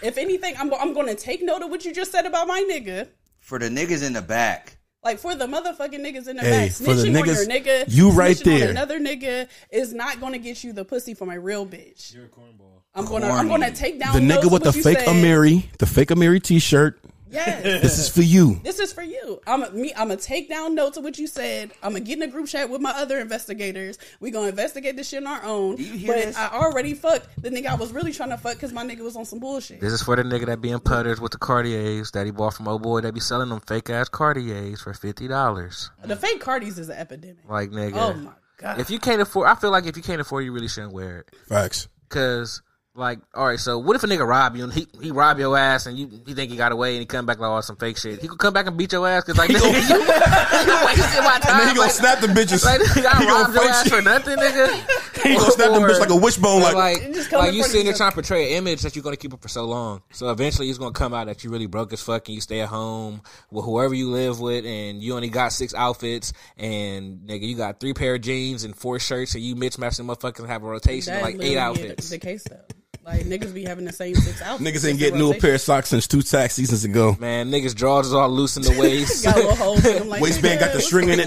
Speaker 2: If anything, I'm I'm gonna take note of what you just said about my nigga.
Speaker 5: For the niggas in the back,
Speaker 2: Like for the motherfucking niggas in the
Speaker 3: Hey,
Speaker 2: back,
Speaker 3: for the
Speaker 2: snitching
Speaker 3: niggas,
Speaker 2: on your nigga,
Speaker 3: you right
Speaker 2: snitching on
Speaker 3: there.
Speaker 2: another nigga is not gonna get you the pussy from a real bitch.
Speaker 7: You're a cornball.
Speaker 2: I'm gonna, I'm gonna take down
Speaker 3: The nigga
Speaker 2: notes
Speaker 3: with the
Speaker 2: what you
Speaker 3: fake
Speaker 2: said.
Speaker 3: Amiri, the fake Amiri T-shirt.
Speaker 2: Yes,
Speaker 3: This is for you.
Speaker 2: this is for you. I'm a, me. I'm gonna take down notes of what you said. I'm gonna get in a group chat with my other investigators. We gonna investigate this shit on our own.
Speaker 5: you hear
Speaker 2: But
Speaker 5: this?
Speaker 2: I already fucked the nigga I was really trying to fuck because my nigga was on some bullshit.
Speaker 4: This is for the nigga that be in putters with the Cartiers that he bought from old boy that be selling them fake ass Cartiers for fifty dollars.
Speaker 2: The fake Cardis is an epidemic.
Speaker 4: Like nigga,
Speaker 2: Oh my god.
Speaker 4: if you can't afford, I feel like if you can't afford, you really shouldn't wear it.
Speaker 3: Facts.
Speaker 4: Cause like, all right, so what if a nigga rob you and he he rob your ass and you he think he got away and he come back like all some fake shit? He could come back and beat your ass because like nigga, you, you wasted my time.
Speaker 3: And then he gonna
Speaker 4: like,
Speaker 3: snap the bitches.
Speaker 4: like, nigga, I
Speaker 3: He gonna
Speaker 4: robbed your
Speaker 3: fake
Speaker 4: ass
Speaker 3: shit.
Speaker 4: for nothing, nigga.
Speaker 3: He gonna snap them
Speaker 4: Or-
Speaker 3: bitch like a wishbone.
Speaker 4: Like,
Speaker 3: Like,
Speaker 4: like,
Speaker 2: just come in
Speaker 4: you
Speaker 2: front of
Speaker 4: sitting there
Speaker 2: yourself.
Speaker 4: trying to portray an image that you're gonna keep up for so long. So eventually it's gonna come out that you really broke as fuck and you stay at home with whoever you live with and you only got six outfits and nigga you got three pair of jeans and four shirts and you mismatch them motherfuckers and have a rotation
Speaker 2: That
Speaker 4: of like
Speaker 2: literally
Speaker 4: eight
Speaker 2: is
Speaker 4: outfits.
Speaker 2: The case though, like niggas be having the same six outfits.
Speaker 3: niggas ain't getting new a pair of socks since two tax seasons ago.
Speaker 4: Man, niggas drawers is all loose in the waist.
Speaker 2: Got little holes. in them, like,
Speaker 3: Waistband got the string in it,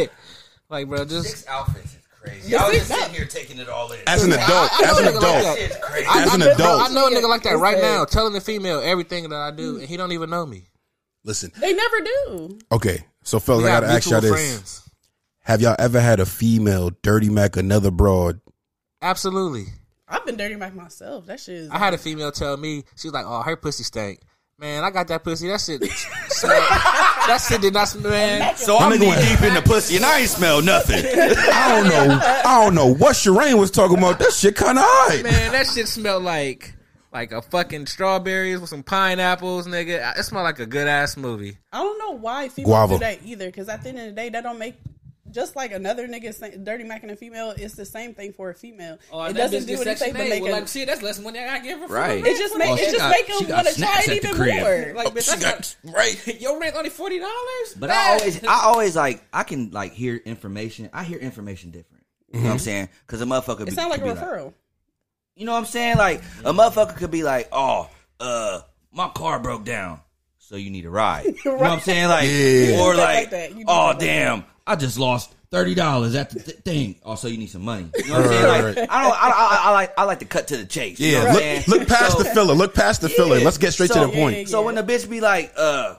Speaker 4: yeah. Like bro, just
Speaker 5: Six outfits is crazy. I was just sitting here taking it all in.
Speaker 3: As an adult,
Speaker 4: I- I know
Speaker 3: as
Speaker 4: a nigga
Speaker 3: an
Speaker 4: like
Speaker 3: adult,
Speaker 4: that.
Speaker 5: It's crazy.
Speaker 3: as an
Speaker 4: Bro, I
Speaker 3: adult.
Speaker 4: know a nigga like that right now, telling the female everything that I do, and he don't even know me.
Speaker 3: Listen,
Speaker 2: They never do.
Speaker 3: okay. So fellas, I Oh, gotta ask y'all
Speaker 4: mutual
Speaker 3: this: Have y'all ever had a female dirty mac another broad?
Speaker 4: Absolutely.
Speaker 2: I've been dirty like myself. That shit is.
Speaker 4: I had a female tell me she was like, "Oh, her pussy stank." Man, I got that pussy. That shit, smelled- that shit did not smell. Man,
Speaker 3: So I'm going deep in the pussy and I ain't smell nothing. I don't know. I don't know what Shireen was talking about. That shit kind of hot.
Speaker 4: man, that shit smelled like like a fucking strawberries with some pineapples, nigga. It smelled like a good ass movie.
Speaker 2: I don't know why females
Speaker 3: Guava.
Speaker 2: do that either. Because at the end of the day, that don't make. Just like another nigga say- dirty macking a female, it's the same thing for a female.
Speaker 7: Oh,
Speaker 2: it
Speaker 7: that
Speaker 2: doesn't do
Speaker 7: bitch did
Speaker 2: anything
Speaker 7: Section
Speaker 2: but
Speaker 7: eight.
Speaker 2: make
Speaker 7: well,
Speaker 2: a-
Speaker 7: like, shit, that's less money I gotta give her. for
Speaker 5: Right.
Speaker 7: the
Speaker 2: it just make
Speaker 5: Oh, she
Speaker 2: it just
Speaker 5: got-
Speaker 2: make
Speaker 5: she
Speaker 2: them
Speaker 5: got
Speaker 2: want to try
Speaker 5: snacks
Speaker 2: it
Speaker 5: at the
Speaker 2: even
Speaker 5: crib.
Speaker 2: more.
Speaker 4: Oh,
Speaker 7: Like, bitch,
Speaker 3: She
Speaker 7: that's
Speaker 3: got right.
Speaker 7: not, your rent only forty dollars.
Speaker 5: But I always, I always like, I can like hear information. I hear information different. You know what I'm
Speaker 3: Mm-hmm.
Speaker 5: saying? Because a motherfucker,
Speaker 2: it sounds like a
Speaker 5: be
Speaker 2: referral.
Speaker 5: you know what I'm saying? Like a motherfucker could be like, oh, uh, my car broke down, so you need a ride. You know what I'm saying? Like, or
Speaker 3: Yeah.
Speaker 2: You do stuff
Speaker 5: like,
Speaker 2: like that. You do stuff
Speaker 5: oh
Speaker 2: like that."
Speaker 5: damn, I just lost thirty dollars at the th- thing. Oh, so you need some money. You know what I'm saying?
Speaker 3: Right,
Speaker 5: Like, I don't, I, I, I like, I like to cut to the chase. You know what
Speaker 3: Yeah.
Speaker 5: I'm saying?
Speaker 3: Look, look past
Speaker 5: So-
Speaker 3: the filler. Look past the filler. Let's get straight to
Speaker 5: So-
Speaker 3: the point.
Speaker 2: yeah,
Speaker 5: So when the bitch be like, uh,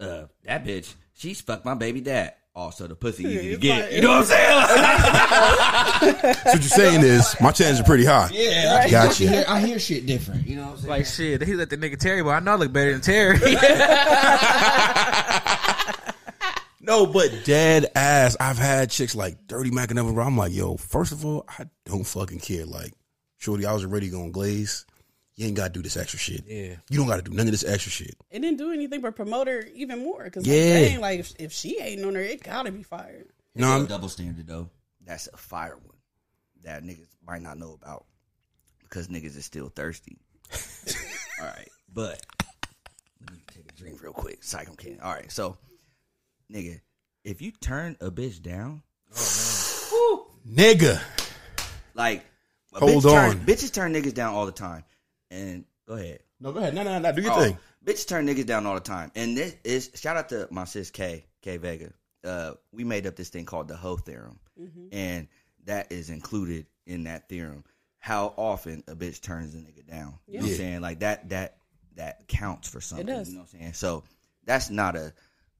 Speaker 5: uh, that bitch, she fucked my baby dad. Also, the pussy easy to
Speaker 2: it's
Speaker 5: get.
Speaker 2: like-
Speaker 5: you know what I'm saying?
Speaker 3: So what you're saying is my chances are pretty high.
Speaker 7: Yeah, I-
Speaker 3: Gotcha.
Speaker 7: I hear, I hear shit different. You know what I'm saying?
Speaker 4: Like shit, he let the nigga Terry, but I know I look better than Terry.
Speaker 3: No, but dead ass. I've had chicks like dirty mac and everything. I'm like, yo, first of all, I don't fucking care. Like, shorty, I was already gonna glaze. You ain't gotta do this extra shit. Yeah. You don't gotta do none of this extra shit.
Speaker 2: it didn't do anything but promote her even more. Because
Speaker 3: Yeah.
Speaker 2: like, dang, like if, if she ain't on her, it gotta be fired.
Speaker 3: No, I'm,
Speaker 5: double standard though. That's a fire one that niggas might not know about because niggas is still thirsty. All right, but let me take a drink real quick. Psych, I'm kidding. All right, so nigga, if you turn a bitch down,
Speaker 3: nigga.
Speaker 5: like a
Speaker 3: Hold
Speaker 5: bitch turn-
Speaker 3: on.
Speaker 5: bitches turn niggas down all the time. And go ahead.
Speaker 3: No, go ahead. No, no, no. Do your
Speaker 5: Oh,
Speaker 3: thing.
Speaker 5: Bitches turn niggas down all the time. And this is shout out to my sis K, K Vega. Uh, we made up this thing called the hoe theorem. And that is included in that theorem. How often a bitch turns a nigga down. You know what I'm saying? Like that that that counts for something.
Speaker 2: does.
Speaker 5: You know what I'm saying? So that's not a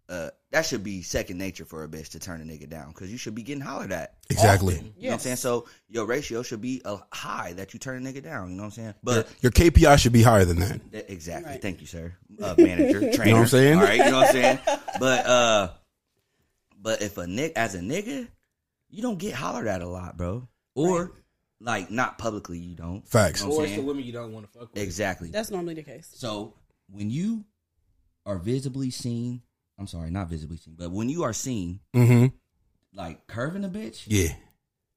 Speaker 5: uh, that should be second nature for a bitch to turn a nigga down because you should be getting hollered at.
Speaker 3: Exactly.
Speaker 5: often. You know what I'm saying? So your ratio should be a high that you turn a nigga down. You know what I'm saying? But
Speaker 3: Your KPI should be higher than that.
Speaker 5: Th- Exactly. Thank you, sir. Uh, manager, trainer.
Speaker 3: know what I'm saying?
Speaker 5: All right, you know what I'm saying? But uh but if a nick as a nigga, you don't get hollered at a lot, bro. Or like not publicly you don't.
Speaker 3: Facts.
Speaker 5: You know what
Speaker 7: or
Speaker 5: I'm
Speaker 7: it's the
Speaker 5: saying?
Speaker 7: women you don't want to fuck with.
Speaker 5: Exactly.
Speaker 2: That's normally the case.
Speaker 5: So when you are visibly seen, I'm sorry, not visibly seen, but when you are seen
Speaker 3: Mm-hmm.
Speaker 5: like curving a bitch,
Speaker 3: Yeah.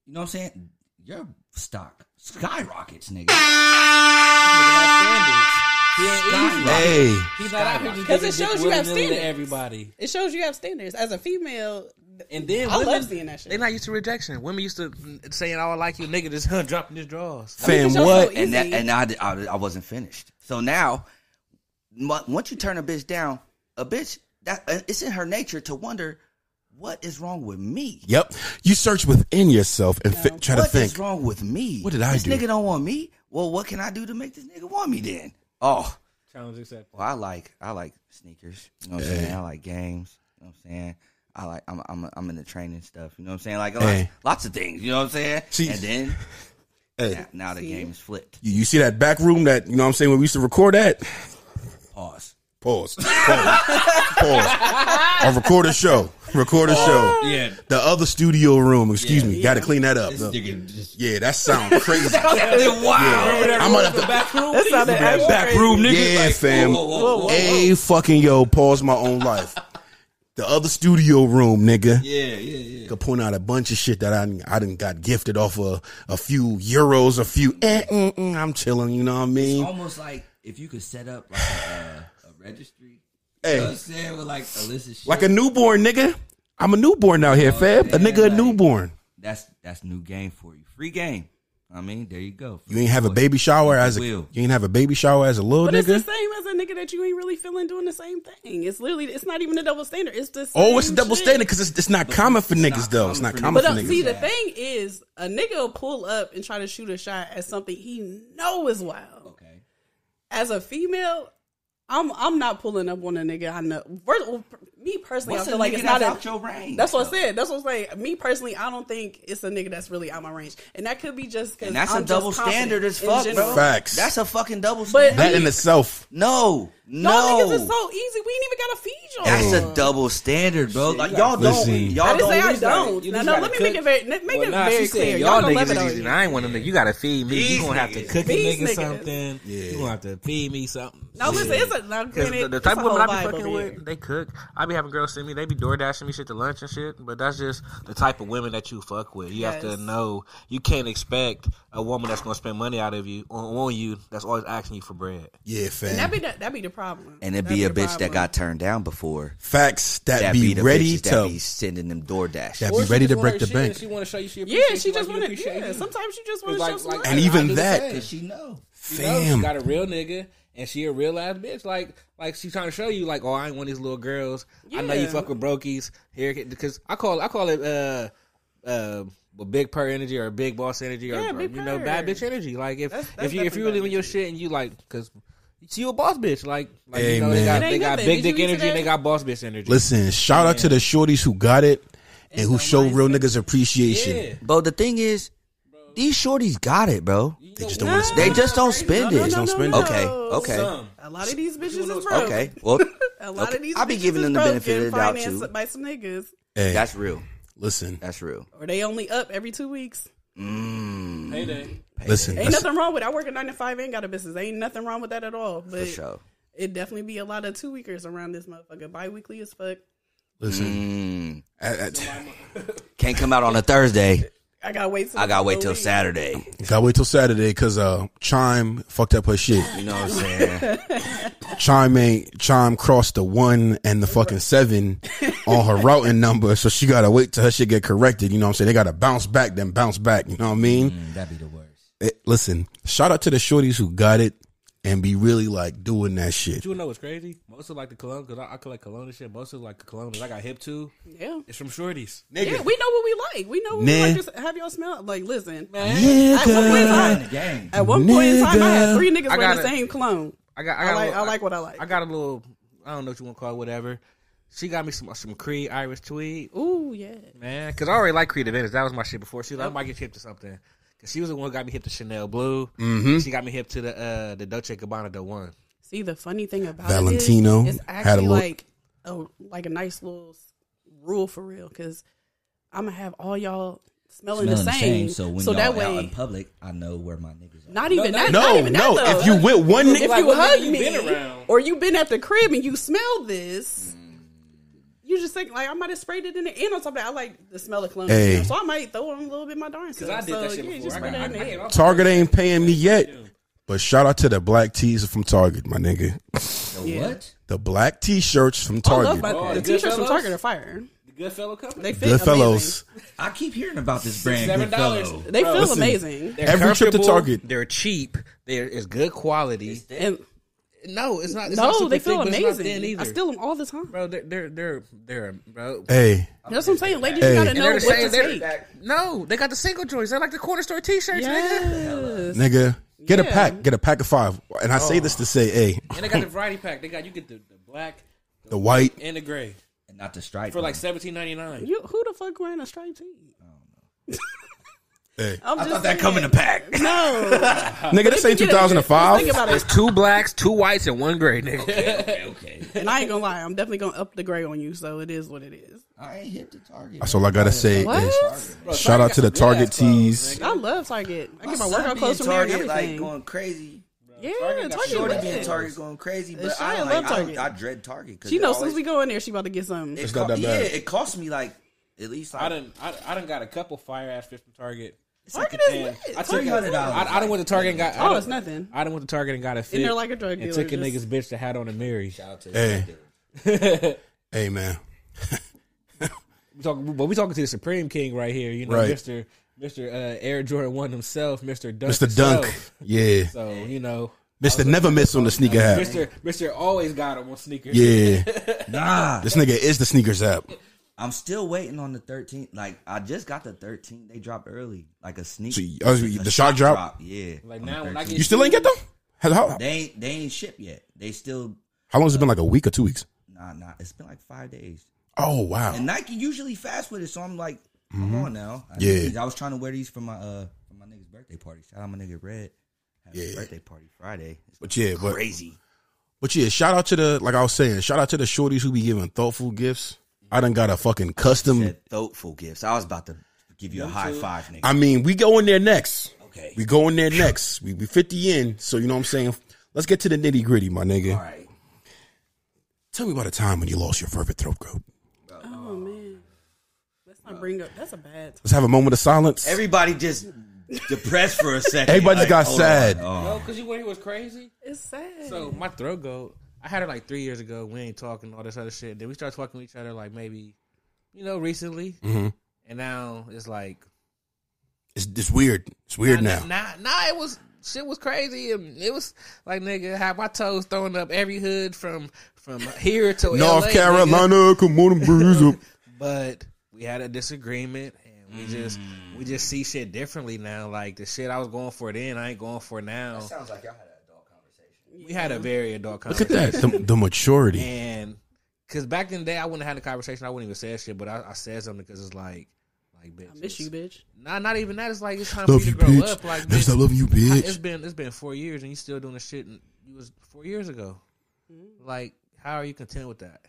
Speaker 5: you know what I'm saying? Your stock skyrockets, nigga.
Speaker 7: He ain't easy.
Speaker 3: Hey.
Speaker 7: He's not out here
Speaker 2: 'Cause
Speaker 7: just giving
Speaker 2: it shows
Speaker 7: dick
Speaker 2: you have
Speaker 7: willy-nilly to
Speaker 2: standards.
Speaker 7: everybody.
Speaker 2: It shows you have standards as a female.
Speaker 7: And then
Speaker 2: I
Speaker 7: women,
Speaker 2: love seeing that shit.
Speaker 4: they not used to rejection. Women used to mm, saying, "Oh, I like you, nigga." Just huh, dropping his drawers.
Speaker 3: Fam,
Speaker 2: it's also
Speaker 3: what?
Speaker 2: easy.
Speaker 5: and that, and I, I, I wasn't finished. So now, mo- once you turn a bitch down, a bitch that and it's in her nature to wonder what is wrong with me.
Speaker 3: Yep. You search within yourself and fi- try to
Speaker 5: What
Speaker 3: think.
Speaker 5: is wrong with me?
Speaker 3: What did I
Speaker 5: this
Speaker 3: do?
Speaker 5: This nigga don't want me. Well, what can I do to make this nigga want me then? Oh,
Speaker 4: Challenge accepted.
Speaker 5: well, I like I like sneakers. You know what I'm saying? I like games. You know what I'm saying? I like I'm I'm I'm into training stuff. You know what I'm saying? Like lots,
Speaker 3: Hey.
Speaker 5: lots of things. You know what I'm saying?
Speaker 3: See-
Speaker 5: and then
Speaker 3: Hey.
Speaker 5: now, now the game is flipped.
Speaker 3: You, you see that back room that, you know what I'm saying, when we used to record at?
Speaker 5: Pause.
Speaker 3: Pause. Pause. Pause. Or record a show. Record a show.
Speaker 4: Yeah.
Speaker 3: The other studio room, excuse me. Gotta clean that up. though.
Speaker 4: Nigga just
Speaker 3: Yeah, that sounds crazy.
Speaker 5: wow.
Speaker 3: I'm gonna have to
Speaker 4: back room.
Speaker 2: That sounded actually
Speaker 4: back
Speaker 2: crazy.
Speaker 4: room, nigga.
Speaker 3: Yeah,
Speaker 4: Like,
Speaker 3: fam.
Speaker 4: whoa, whoa, whoa, whoa.
Speaker 3: Hey, fucking yo, pause my own life. The other studio room, nigga,
Speaker 4: Yeah, yeah, yeah.
Speaker 3: could point out a bunch of shit that I done- I didn't got gifted off of a few euros, a few. Eh, mm, mm, I'm chilling, you know what I mean?
Speaker 5: Almost like if you could set up like a, uh, a registry. You know what
Speaker 3: Hey,
Speaker 5: I'm saying with like illicit shit.
Speaker 3: like a newborn, nigga. I'm a newborn out here, fam.
Speaker 5: man,
Speaker 3: A nigga, a
Speaker 5: like-
Speaker 3: newborn.
Speaker 5: that's that's new game for you. Free game. I mean, there you go.
Speaker 3: You ain't have a baby shower as a. You
Speaker 5: Will.
Speaker 3: ain't have a baby shower as a little
Speaker 2: But it's the
Speaker 3: nigga.
Speaker 2: same as a nigga that you ain't really feeling doing the same thing. It's literally, it's not even a double standard. It's the
Speaker 3: Oh, it's a
Speaker 2: same
Speaker 3: double
Speaker 2: shit.
Speaker 3: standard because it's, it's not common for niggas though. It's not common
Speaker 2: But
Speaker 3: for
Speaker 2: uh, see,
Speaker 3: niggas.
Speaker 2: the thing is, a nigga will pull up and try to shoot a shot at something he know is wild.
Speaker 5: Okay.
Speaker 2: As a female, I'm I'm not pulling up on a nigga I know. First, well, per- me personally,
Speaker 5: What's
Speaker 2: I
Speaker 5: a
Speaker 2: feel like
Speaker 5: nigga
Speaker 2: it's
Speaker 5: that's
Speaker 2: not a,
Speaker 5: out your range,
Speaker 2: That's what I said. That's what I'm saying. Me personally, I don't think it's a nigga that's really out my range, and that could be just because
Speaker 5: And that's
Speaker 2: I'm
Speaker 5: a double
Speaker 2: just confident
Speaker 5: standard as
Speaker 2: in
Speaker 5: fuck,
Speaker 2: general.
Speaker 5: bro.
Speaker 3: Facts.
Speaker 5: That's a fucking double
Speaker 2: But-
Speaker 5: standard.
Speaker 3: That in itself.
Speaker 5: no,
Speaker 2: Y'all
Speaker 5: no.
Speaker 2: niggas is so easy. We ain't even gotta feed y'all.
Speaker 5: that's a double standard, bro. Like y'all don't.
Speaker 3: Listen.
Speaker 5: Y'all
Speaker 2: I didn't
Speaker 5: don't.
Speaker 2: say I
Speaker 5: reason-
Speaker 2: don't.
Speaker 4: you
Speaker 2: No,
Speaker 4: just
Speaker 2: no,
Speaker 4: gotta
Speaker 2: let me
Speaker 4: cook.
Speaker 2: make it very, make it
Speaker 8: nah,
Speaker 2: very
Speaker 8: she
Speaker 2: clear.
Speaker 8: said
Speaker 2: Y'all,
Speaker 8: y'all
Speaker 2: gonna love
Speaker 8: niggas
Speaker 2: it
Speaker 8: is
Speaker 2: on
Speaker 8: easy.
Speaker 2: you.
Speaker 8: and I ain't one of them. You gotta feed me.
Speaker 5: These
Speaker 8: you gonna have to
Speaker 5: niggas.
Speaker 8: cook a
Speaker 2: These
Speaker 8: nigga
Speaker 2: niggas.
Speaker 8: something.
Speaker 3: Yeah.
Speaker 8: You gonna have to feed me something.
Speaker 2: No, listen, it's a no,
Speaker 8: Cause
Speaker 2: granted,
Speaker 8: the, the
Speaker 2: it's
Speaker 8: type
Speaker 2: a
Speaker 8: of women
Speaker 2: whole
Speaker 8: I be
Speaker 2: vibe
Speaker 8: fucking
Speaker 2: over
Speaker 8: with,
Speaker 2: here.
Speaker 8: they cook. I be having girls send me, they be door dashing me shit to lunch and shit. But that's just the type of women that you fuck with. You have to
Speaker 2: Yes.
Speaker 8: know you can't expect a woman that's gonna spend money out of you on, on you that's always asking you for bread.
Speaker 3: Yeah, fam.
Speaker 2: That be the, that be the problem.
Speaker 5: And it
Speaker 2: That
Speaker 5: be a
Speaker 2: the
Speaker 5: bitch that
Speaker 2: problem.
Speaker 5: got turned down before.
Speaker 3: Facts that,
Speaker 5: That
Speaker 3: be,
Speaker 5: be the
Speaker 3: ready
Speaker 5: bitches that
Speaker 3: to
Speaker 5: be sending them DoorDash.
Speaker 3: that be ready to break the bank.
Speaker 4: She want to show you she
Speaker 2: Yeah,
Speaker 4: appreciates
Speaker 2: she
Speaker 4: you
Speaker 2: just
Speaker 4: like you
Speaker 2: wanted.
Speaker 4: appreciate
Speaker 2: Yeah,
Speaker 4: you.
Speaker 2: sometimes she just wants
Speaker 4: Like-
Speaker 2: to show some
Speaker 4: like-
Speaker 2: love.
Speaker 3: And
Speaker 4: I
Speaker 3: even
Speaker 4: do the
Speaker 3: that,
Speaker 4: same.
Speaker 5: She know.
Speaker 4: You know,
Speaker 3: Fam.
Speaker 4: she got a real nigga, and she a real ass bitch. Like, like she trying to show you, like, oh, I ain't one of these little girls. I know you
Speaker 2: Yeah.
Speaker 4: fuck with brokies here, because I call, I call it, uh, uh, well, big purr energy or big boss energy or,
Speaker 2: Yeah,
Speaker 4: or,
Speaker 2: big
Speaker 4: you know bad
Speaker 2: purr.
Speaker 4: bitch energy. Like if
Speaker 2: That's-
Speaker 4: if
Speaker 2: that's
Speaker 4: you if you
Speaker 2: definitely
Speaker 4: really
Speaker 2: bad
Speaker 4: on your
Speaker 2: bitch
Speaker 4: shit and you like, because she a boss bitch. Like, like
Speaker 3: Hey,
Speaker 4: you know they
Speaker 3: man.
Speaker 4: got
Speaker 3: It
Speaker 2: ain't
Speaker 4: they got
Speaker 2: nothing.
Speaker 4: big
Speaker 2: Did you
Speaker 4: dick
Speaker 2: eat
Speaker 4: energy and
Speaker 2: today?
Speaker 4: they got boss bitch energy.
Speaker 3: Listen, shout out to the shorties who got it and who show real niggas appreciation.
Speaker 4: Yeah.
Speaker 5: Bro, the thing is, these shorties got it, bro.
Speaker 3: They just don't want to
Speaker 5: They just don't spend
Speaker 2: No,
Speaker 5: it.
Speaker 2: no, no,
Speaker 3: spend
Speaker 2: no,
Speaker 3: it.
Speaker 5: Okay,
Speaker 2: no.
Speaker 5: okay,
Speaker 2: A lot of these bitches is broke.
Speaker 5: okay. Well,
Speaker 2: A lot of
Speaker 5: Okay.
Speaker 2: these.
Speaker 5: I be
Speaker 2: bitches
Speaker 5: giving
Speaker 2: is
Speaker 5: them the
Speaker 2: broke
Speaker 5: benefit of
Speaker 2: and
Speaker 5: the doubt,
Speaker 2: financed
Speaker 5: too.
Speaker 2: By some niggas,
Speaker 3: Hey,
Speaker 5: that's real.
Speaker 3: listen,
Speaker 5: That's real.
Speaker 2: or they only up every two weeks.
Speaker 4: Payday.
Speaker 3: listen.
Speaker 2: Ain't
Speaker 3: that's-
Speaker 2: nothing wrong with. I work a nine to five and got a business. Ain't nothing wrong with that at all. But
Speaker 5: For sure.
Speaker 2: it definitely be a lot of two weekers around this motherfucker. Biweekly as fuck.
Speaker 3: Listen,
Speaker 5: Mm.
Speaker 3: I- I-
Speaker 5: Can't come out on a Thursday.
Speaker 2: I gotta wait. Till
Speaker 5: I gotta wait till
Speaker 2: Saturday.
Speaker 5: Saturday.
Speaker 3: gotta wait till Saturday because uh, Chime fucked up her shit.
Speaker 5: You know what I'm saying?
Speaker 3: Chime ain't Chime crossed the one and the fucking seven on her routing number, so she gotta wait till her shit get corrected. You know what I'm saying? They gotta bounce back, then bounce back. You know what I mean?
Speaker 5: Mm, That'd be the worst.
Speaker 3: It- listen, shout out to the shorties who got it and be really like doing that shit.
Speaker 4: You know what's crazy? Most of like the cologne because I, I collect cologne and shit. Most of like the cologne that I got hip to
Speaker 2: Yeah.
Speaker 4: is from shorties.
Speaker 2: Yeah, we know what we like. We know what
Speaker 3: Nah.
Speaker 2: we like. Just have y'all smell. Like, listen,
Speaker 3: Yeah,
Speaker 2: At one point in time,
Speaker 5: Gang.
Speaker 2: at one point in time, I had three niggas
Speaker 4: I
Speaker 2: wearing the
Speaker 4: gotta-
Speaker 2: same cologne.
Speaker 4: I got I,
Speaker 2: I
Speaker 4: got a
Speaker 2: like,
Speaker 4: little-
Speaker 2: I like what I like.
Speaker 4: I got a little. I don't know what you want to call it, whatever. She got me some some Creed Irish Tweed,
Speaker 2: Ooh, yeah.
Speaker 4: man. Because I already like Creed Advantage. That was my shit before. She was like, I might get hip to something. Because she was the one who got me hip to Chanel Blue. Mm-hmm. She got me hip to the uh, the Dolce Gabbana the one.
Speaker 2: See, the funny thing about
Speaker 3: Valentino
Speaker 2: it is, it's
Speaker 3: had
Speaker 2: actually
Speaker 3: a little-
Speaker 2: like a like a nice little s- rule for real. Because I'm gonna have all y'all smelling, the same. so that way,
Speaker 5: public, I know where my niggas
Speaker 2: not even that. not
Speaker 3: No,
Speaker 2: even that,
Speaker 3: no.
Speaker 2: though.
Speaker 3: If you with one nigga,
Speaker 2: if you
Speaker 4: what
Speaker 2: hug
Speaker 4: nigga you
Speaker 2: me
Speaker 4: been around?
Speaker 2: or you been at the crib and you smell this, you just think like I might have sprayed it in the end on something. I like the smell of cologne,
Speaker 3: Hey.
Speaker 2: smell, so I might throw on a little bit of my darn self.
Speaker 4: I did
Speaker 2: so,
Speaker 4: that shit
Speaker 2: yeah,
Speaker 4: before.
Speaker 2: Just
Speaker 4: I
Speaker 2: spray
Speaker 4: got-
Speaker 2: that in the
Speaker 4: I-
Speaker 2: end.
Speaker 3: Target ain't paying me yet. But shout out to the black tees from Target, my nigga.
Speaker 5: are.
Speaker 2: Yeah.
Speaker 5: What?
Speaker 3: The black t-shirts from
Speaker 2: I love
Speaker 3: Target.
Speaker 2: my,
Speaker 4: Oh,
Speaker 2: the
Speaker 4: Goodfellas?
Speaker 2: t-shirts from Target are fire.
Speaker 4: The good fellow company.
Speaker 2: They fit
Speaker 3: Good fellows.
Speaker 5: I keep hearing about this brand.
Speaker 4: seven
Speaker 5: Good
Speaker 4: dollars.
Speaker 5: fellow.
Speaker 2: amazing. They feel
Speaker 3: listen.
Speaker 2: amazing.
Speaker 4: They're
Speaker 3: Every trip to
Speaker 4: comfortable,
Speaker 3: Target.
Speaker 4: They're cheap. There is good quality.
Speaker 2: And
Speaker 7: No, it's not. It's
Speaker 2: No,
Speaker 7: not super
Speaker 2: they feel
Speaker 7: thick, but it's not thin
Speaker 2: amazing.
Speaker 7: either.
Speaker 2: I steal them all the time.
Speaker 7: bro, they're they're they're, they're bro.
Speaker 3: Hey,
Speaker 2: That's what I'm saying. Ladies,
Speaker 3: Hey.
Speaker 2: you gotta
Speaker 3: And
Speaker 2: know
Speaker 7: they're
Speaker 2: what
Speaker 7: the
Speaker 2: to
Speaker 7: same- they're-
Speaker 2: take.
Speaker 7: No, they got the single joints. They're like the corner store T-shirts, nigga.
Speaker 2: Yes.
Speaker 3: nigga, get a
Speaker 2: Yeah. Oh.
Speaker 3: pack, get a pack of five. And I say this to say, hey,
Speaker 7: And they got the variety pack. They got you get the, the black
Speaker 3: the white.
Speaker 7: and the gray
Speaker 5: and not the stripe
Speaker 7: for like
Speaker 5: one.
Speaker 7: seventeen ninety nine.
Speaker 2: You, who the fuck wearing a striped tee?
Speaker 3: Hey.
Speaker 2: I'm just
Speaker 5: I thought that
Speaker 2: saying.
Speaker 5: come in a pack.
Speaker 2: No,
Speaker 3: Nigga, this ain't
Speaker 2: Oh, You get it. Think
Speaker 3: 2005.
Speaker 2: about it.
Speaker 4: Two blacks, two whites, and one gray nigga.
Speaker 5: okay,
Speaker 2: And I ain't gonna lie, I'm definitely gonna up the gray on you. So it is what it is.
Speaker 5: I ain't hit the target.
Speaker 3: That's all I gotta say is
Speaker 2: What?
Speaker 3: shout out to the Target tees.
Speaker 2: I love Target. I
Speaker 5: My
Speaker 2: get my
Speaker 5: son
Speaker 2: workout
Speaker 5: being
Speaker 2: clothes from there and
Speaker 5: Target,
Speaker 2: everything.
Speaker 5: like going crazy.
Speaker 2: yeah,
Speaker 7: Target
Speaker 2: Target.
Speaker 7: got
Speaker 5: Shorty
Speaker 2: with
Speaker 5: being
Speaker 2: it.
Speaker 5: Target going crazy,
Speaker 2: And
Speaker 5: but
Speaker 2: Shia
Speaker 5: I, don't
Speaker 2: love
Speaker 5: like, I, don't-
Speaker 2: Target.
Speaker 5: I dread Target. 'cause
Speaker 2: She
Speaker 5: it
Speaker 2: knows since
Speaker 5: always-
Speaker 2: we go in there, she about to get something.
Speaker 5: it
Speaker 3: It's not
Speaker 5: co-
Speaker 3: that bad.
Speaker 5: Yeah, it cost me like at least
Speaker 9: I
Speaker 5: like
Speaker 9: done I, I done got a couple fire ass fish from Target.
Speaker 2: Target is
Speaker 9: And I
Speaker 2: lit.
Speaker 9: took
Speaker 2: Target is
Speaker 9: I,
Speaker 5: $300.
Speaker 2: lit.
Speaker 9: I done went to Target and got. I
Speaker 2: Oh,
Speaker 9: done-
Speaker 2: it's nothing.
Speaker 9: I done went to Target and got a fit.
Speaker 2: And they're like a drug
Speaker 9: and
Speaker 2: dealer.
Speaker 9: took a nigga's
Speaker 2: just-
Speaker 9: bitch that had on a Mary.
Speaker 3: Hey, hey, man.
Speaker 9: We talking, but we talking to the Supreme King right here. You know,
Speaker 3: Right.
Speaker 9: Mister Mister uh, Air Jordan One himself, Mister Dunk.
Speaker 3: Mr. Dunk.
Speaker 9: himself.
Speaker 3: Yeah.
Speaker 9: So you know,
Speaker 3: Mr. Never Miss on the sneaker app.
Speaker 9: Mister Mister always got him on sneakers.
Speaker 3: Yeah.
Speaker 5: nah.
Speaker 3: This nigga is the sneakers app.
Speaker 5: I'm still waiting on the 13th. Like I just got the 13th. They dropped early, like a sneak.
Speaker 3: So, oh,
Speaker 5: like
Speaker 3: the
Speaker 5: a
Speaker 3: shock drop?
Speaker 5: Yeah.
Speaker 9: Like
Speaker 5: on the
Speaker 9: now, when I
Speaker 5: 13th.
Speaker 9: get
Speaker 3: You still ain't get them? How, how,
Speaker 5: they ain't they ain't shipped yet. They still
Speaker 3: how long has it been? Like a week or two weeks?
Speaker 5: nah nah. It's been like five days.
Speaker 3: Oh, wow.
Speaker 5: And Nike usually fast with it, so I'm like, come on now. I
Speaker 3: Mm-hmm. Yeah.
Speaker 5: need these. I was trying to wear these for my uh for my nigga's birthday party. Shout out my nigga Red. Had his
Speaker 3: Yeah.
Speaker 5: birthday party Friday. It's
Speaker 3: But yeah, but
Speaker 5: crazy.
Speaker 3: But yeah, shout out to the like I was saying, shout out to the shorties who be giving thoughtful gifts. I done got a fucking custom.
Speaker 5: Said thoughtful gifts. I was about to give you a high five, nigga.
Speaker 3: I mean, we go in there next.
Speaker 5: okay.
Speaker 3: We go in there next. We we fifty in, so you know what I'm saying. Let's get to the nitty gritty, my nigga.
Speaker 5: All right.
Speaker 3: Tell me about a time when you lost your fervent throat goat.
Speaker 2: Oh man, let's not bring up. That's a bad.
Speaker 3: Let's have a moment of silence.
Speaker 5: Everybody just depressed for a second.
Speaker 3: Everybody just got
Speaker 5: hold
Speaker 3: sad.
Speaker 5: on. Oh.
Speaker 9: Oh,
Speaker 4: Because you want to hear what's crazy?
Speaker 2: It's sad.
Speaker 4: So my throat go. I had it like three years ago. We ain't talking all this other shit. Then we started talking to each other like maybe, you know, recently.
Speaker 3: Mm-hmm.
Speaker 4: And now it's like
Speaker 3: It's, it's weird. It's weird now.
Speaker 4: Nah, nah, it was shit was crazy, and it was like nigga, had my toes thrown up every hood from from here to
Speaker 3: North
Speaker 4: LA, nigga.
Speaker 3: Carolina, come on and breeze up.
Speaker 4: But we had a disagreement, and we just we
Speaker 3: Mm.
Speaker 4: just see shit differently now. Like the shit I was going for then, I ain't going for now.
Speaker 5: Sounds like y'all had an adult conversation.
Speaker 4: We had a very adult
Speaker 3: Look at
Speaker 4: conversation,
Speaker 3: that. The, the maturity.
Speaker 4: and because back in the day, I wouldn't have had a conversation. I wouldn't even say shit, but I, I said something because it's like. Like, bitch,
Speaker 2: I miss you, bitch.
Speaker 4: Nah, not even that. It's like it's time
Speaker 3: Love
Speaker 4: for
Speaker 3: you,
Speaker 4: you to grow
Speaker 3: bitch.
Speaker 4: up. Like,
Speaker 3: Yes, I
Speaker 4: bitch,
Speaker 3: love you,
Speaker 4: I-
Speaker 3: bitch.
Speaker 4: it's been it's been four years and you still doing the shit and you was four years ago. Like, how are you content with that?